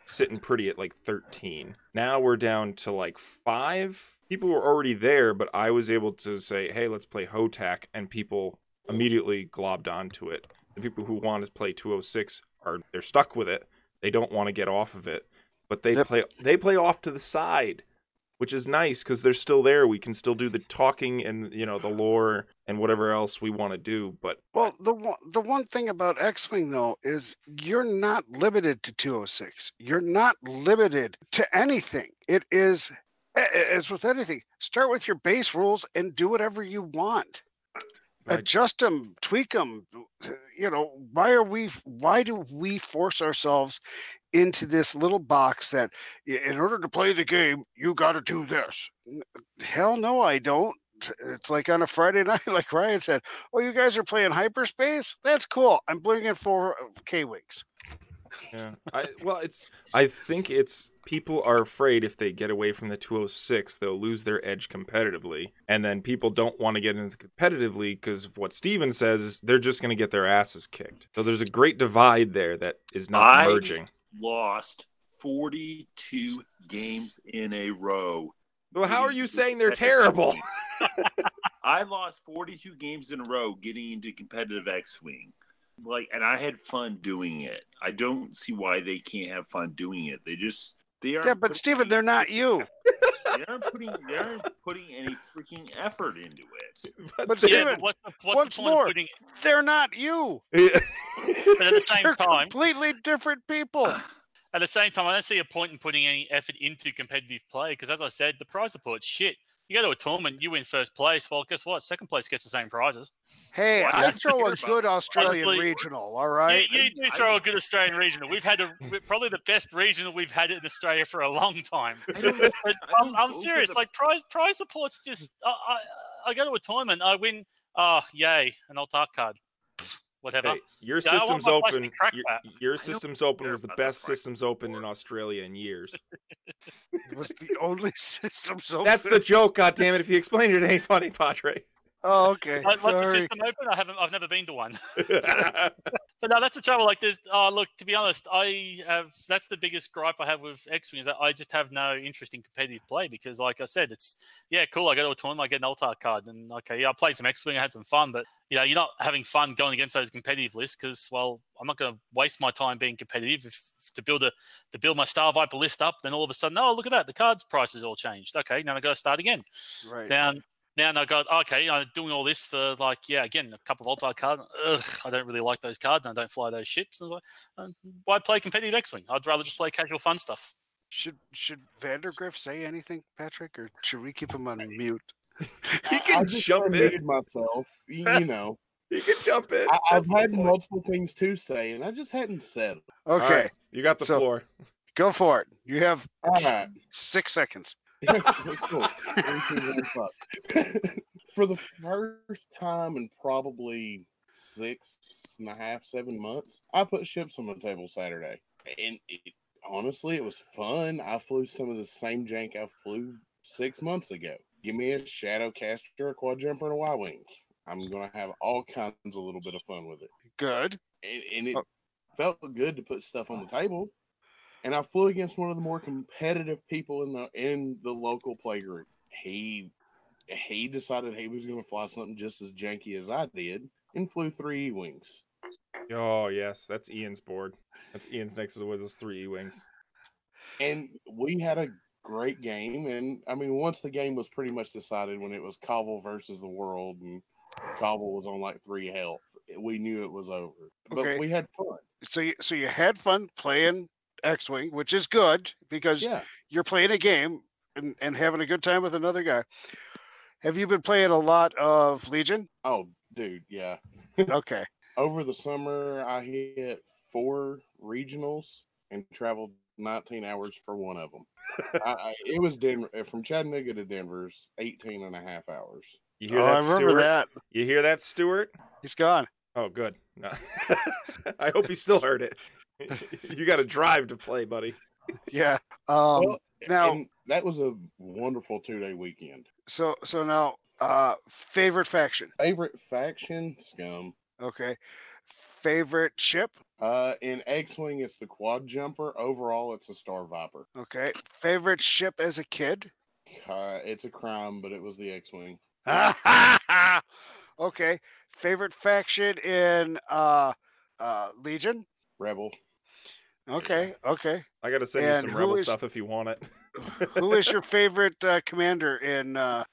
Speaker 2: sitting pretty at like 13. Now we're down to like five. People were already there, but I was able to say, "Hey, let's play Hotac," and people immediately globbed onto it. The people who want to play 206 are they're stuck with it. They don't want to get off of it, but they play they play off to the side which is nice because they're still there. We can still do the talking and you know the lore and whatever else we want to do. But
Speaker 3: Well, the one the one thing about X-wing though is you're not limited to 206. You're not limited to anything. It is as with anything. Start with your base rules and do whatever you want.
Speaker 2: Right.
Speaker 3: Adjust them, tweak them. You know, why are we? Why do we force ourselves into this little box that, i- in order to play the game, you got to do this? N- Hell no, I don't. It's like on a Friday night, like Ryan said. Oh, you guys are playing hyperspace? That's cool. I'm bringing four K wings.
Speaker 2: yeah, I well, it's I think it's people are afraid if they get away from the 206, they'll lose their edge competitively, and then people don't want to get into competitively because what Steven says is they're just going to get their asses kicked. So there's a great divide there that is not
Speaker 10: I-
Speaker 2: merging.
Speaker 10: Lost 42 games in a row
Speaker 2: Well, how are you saying they're terrible?
Speaker 10: I lost 42 games in a row getting into competitive X-wing, like, and I had fun doing it. I don't see why they can't have fun doing it. They just they are.
Speaker 3: Yeah, but Steven, they're not you.
Speaker 10: they aren't putting they aren't putting any freaking effort into it.
Speaker 3: But
Speaker 12: Yeah,
Speaker 3: Steven,
Speaker 12: but what's the, what's
Speaker 3: once
Speaker 12: the point of
Speaker 3: more,
Speaker 12: putting
Speaker 3: they're not you.
Speaker 12: But at the same
Speaker 3: You're
Speaker 12: time,
Speaker 3: completely different people.
Speaker 12: at the same time, I don't see a point in putting any effort into competitive play because, as I said, the prize support's shit. You go to a tournament, you win first place. Well, guess what? Second place gets the same prizes.
Speaker 3: Hey,
Speaker 12: Why
Speaker 3: I
Speaker 12: not?
Speaker 3: throw a good Australian
Speaker 12: Honestly-
Speaker 3: regional, all right?
Speaker 12: you, you do throw a good Australian regional. We've had a, probably the best regional we've had in Australia for a long time.
Speaker 10: I don't, I
Speaker 12: I'm,
Speaker 10: don't
Speaker 12: I'm
Speaker 10: go for
Speaker 12: serious.
Speaker 10: the-
Speaker 12: Like prize prize support's just. I, I I go to a tournament, I win. Oh, yay, an alt card. Pfft, Whatever.
Speaker 2: Hey, your
Speaker 12: Yeah, I want
Speaker 2: systems
Speaker 12: my place to
Speaker 2: open.
Speaker 12: crack
Speaker 2: Your,
Speaker 12: that.
Speaker 2: your systems open
Speaker 10: care
Speaker 2: was the
Speaker 10: about that
Speaker 2: best
Speaker 10: prize
Speaker 2: systems open in Australia in years.
Speaker 3: It was the only system so
Speaker 2: That's the joke. God damn it! If you explain it, it ain't funny, Padre.
Speaker 3: Oh, okay.
Speaker 12: Like, what's the
Speaker 3: Sorry.
Speaker 12: system open? I haven't. I've never been to one.
Speaker 2: yeah,
Speaker 12: But no, that's the trouble. Like, there's. Uh, look, to be honest, I have. That's the biggest gripe I have with X-wing is that I just have no interest in competitive play because, like I said, it's yeah, cool. I go to a tournament, I get an altar card, and okay, yeah, I played some X-wing, I had some fun, but you know, you're not having fun going against those competitive lists because, well, I'm not going to waste my time being competitive if to build a to build my Star Viper list up. Then all of a sudden, oh, look at that, the cards prices all changed. Okay, now I got to start again.
Speaker 3: Right.
Speaker 12: Now, now I got okay. I'm doing all this for like yeah, again a couple of altar cards. Ugh, I don't really like those cards, and I don't fly those ships. And I was like, uh, why play competitive X-wing? I'd rather just play casual fun stuff.
Speaker 3: Should should Vandergriff say anything, Patrick, or should we keep him on mute?
Speaker 9: He
Speaker 2: can jump in.
Speaker 9: muted myself. y- You know,
Speaker 2: you can jump in.
Speaker 9: I, I've
Speaker 2: That's the
Speaker 9: had
Speaker 2: point.
Speaker 9: multiple things to say, and I just hadn't said. it.
Speaker 2: All
Speaker 3: Okay,
Speaker 2: right, you got the
Speaker 3: So-
Speaker 2: floor.
Speaker 3: go for it. You have
Speaker 9: All right.
Speaker 3: six seconds.
Speaker 9: Cool. Three, two, one, fuck. For the first time in probably six and a half, seven months, I put ships on the table Saturday, and it, honestly, it was fun. I flew some of the same jank I flew six months ago. Give me a shadow caster, a quad jumper, and a Y wing. I'm gonna have all kinds of little bit of fun with it
Speaker 3: Good.
Speaker 9: and, and it
Speaker 3: Oh.
Speaker 9: felt good to put stuff on the table. And I flew against one of the more competitive people in the in the local play group. He he decided he was going to fly something just as janky as I did, and flew three E wings.
Speaker 2: Oh yes, that's Ian's board. That's Ian's next to the Wizards three E wings.
Speaker 9: And we had a great game. And I mean, once the game was pretty much decided, when it was Cobble versus the world, and Cobble was on like three health, we knew it was over. But
Speaker 3: Okay.
Speaker 9: we had fun.
Speaker 3: So you so you had fun playing X Wing, which is good because
Speaker 9: Yeah.
Speaker 3: you're playing a game and, and having a good time with another guy. Have you been playing a lot of Legion?
Speaker 9: Oh, dude. Yeah.
Speaker 3: Okay.
Speaker 9: over the summer i hit four regionals and traveled 19 hours for one of them I, I, it was denver uh, from chattanooga to denver's 18 and a half hours
Speaker 2: You hear
Speaker 3: oh,
Speaker 2: that,
Speaker 3: I remember
Speaker 2: Stuart?
Speaker 3: that.
Speaker 2: You hear that, Stuart?
Speaker 3: He's gone.
Speaker 2: Oh, good. No. I hope he still heard it. you got to drive to play, buddy.
Speaker 3: Yeah. Um,
Speaker 9: Well,
Speaker 3: now-
Speaker 9: and that was a wonderful two-day weekend
Speaker 3: so so now uh, favorite faction.
Speaker 9: favorite faction scum
Speaker 3: Okay. Favorite ship.
Speaker 9: uh in x-wing it's the quad jumper overall it's a star viper
Speaker 3: Okay. Favorite ship as a kid.
Speaker 9: uh, it's a crime but it was the x-wing
Speaker 3: okay. Favorite faction in uh, uh, Legion.
Speaker 9: rebel
Speaker 3: Okay. Okay.
Speaker 2: I got to send you
Speaker 3: And
Speaker 2: some
Speaker 3: who
Speaker 2: rebel
Speaker 3: is-
Speaker 2: stuff if you want it.
Speaker 3: Who is your favorite uh, commander in uh,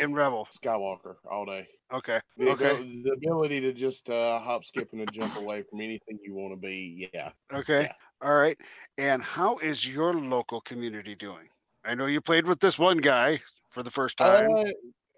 Speaker 3: in Rebel?
Speaker 9: skywalker all day
Speaker 3: Okay.
Speaker 9: The,
Speaker 3: Okay.
Speaker 9: abil- the ability to just uh, hop, skip, and a jump away from anything you want to be. Yeah.
Speaker 3: Okay.
Speaker 9: Yeah.
Speaker 3: All right. And how is your local community doing? I know you played with this one guy for the first time.
Speaker 9: Uh,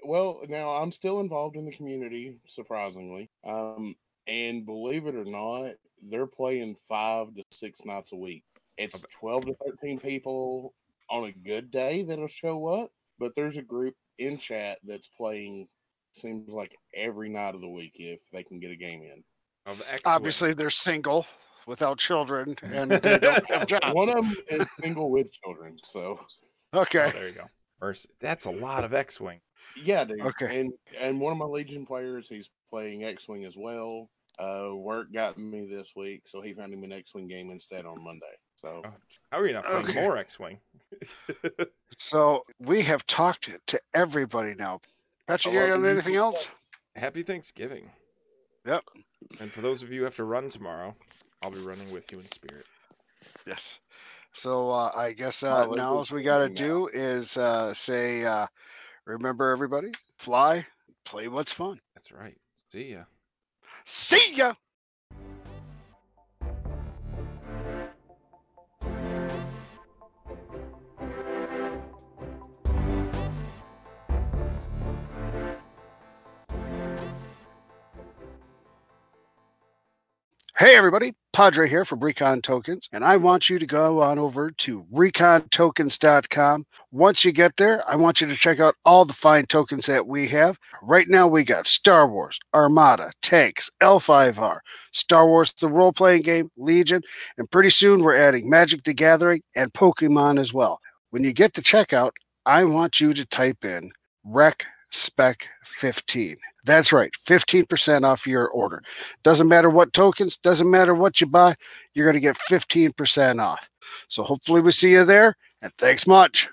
Speaker 9: well, now I'm still involved in the community, surprisingly. Um, and believe it or not, they're playing five to six nights a week. It's 12 to 13 people on a good day that'll show up, but there's a group in chat that's playing seems like every night of the week if they can get a game in.
Speaker 2: Of X-Wing.
Speaker 3: Obviously, they're single without children and uh, they don't have jobs.
Speaker 9: One of them is single with children, so.
Speaker 2: Oh,
Speaker 3: Okay.
Speaker 2: there you go. Mercy. That's a lot of X-wing.
Speaker 9: Yeah, dude.
Speaker 3: Okay.
Speaker 9: And and one of my Legion players, he's playing X Wing as well. Uh, work got me this week, so he found him an X Wing game instead on Monday. So
Speaker 2: How are you not playing
Speaker 3: Okay.
Speaker 2: Oh, more X-wing?
Speaker 3: So we have talked to everybody now. Patrick, you
Speaker 2: Hello,
Speaker 3: got
Speaker 2: you-
Speaker 3: anything else?
Speaker 2: Happy Thanksgiving.
Speaker 3: Yep.
Speaker 2: And for those of you who have to run tomorrow, I'll be running with you in spirit.
Speaker 3: Yes. So uh, I guess
Speaker 2: My
Speaker 3: uh,
Speaker 2: leg
Speaker 3: now
Speaker 2: is
Speaker 3: all we got to
Speaker 2: burning now.
Speaker 3: do is uh, say, uh, remember everybody, fly, play what's fun.
Speaker 2: That's right. See ya.
Speaker 3: See ya. Hey everybody, Padre here from Recon Tokens, and I want you to go on over to recontokens.com. Once you get there, I want you to check out all the fine tokens that we have. Right now, we got Star Wars, Armada, Tanks, L5R, Star Wars the role playing game, Legion, and pretty soon we're adding Magic the Gathering and Pokemon as well. When you get to checkout, I want you to type in Rec Spec 15. That's right, 15% off your order. Doesn't matter what tokens, doesn't matter what you buy, you're going to get 15% off. So hopefully we see you there, and thanks much.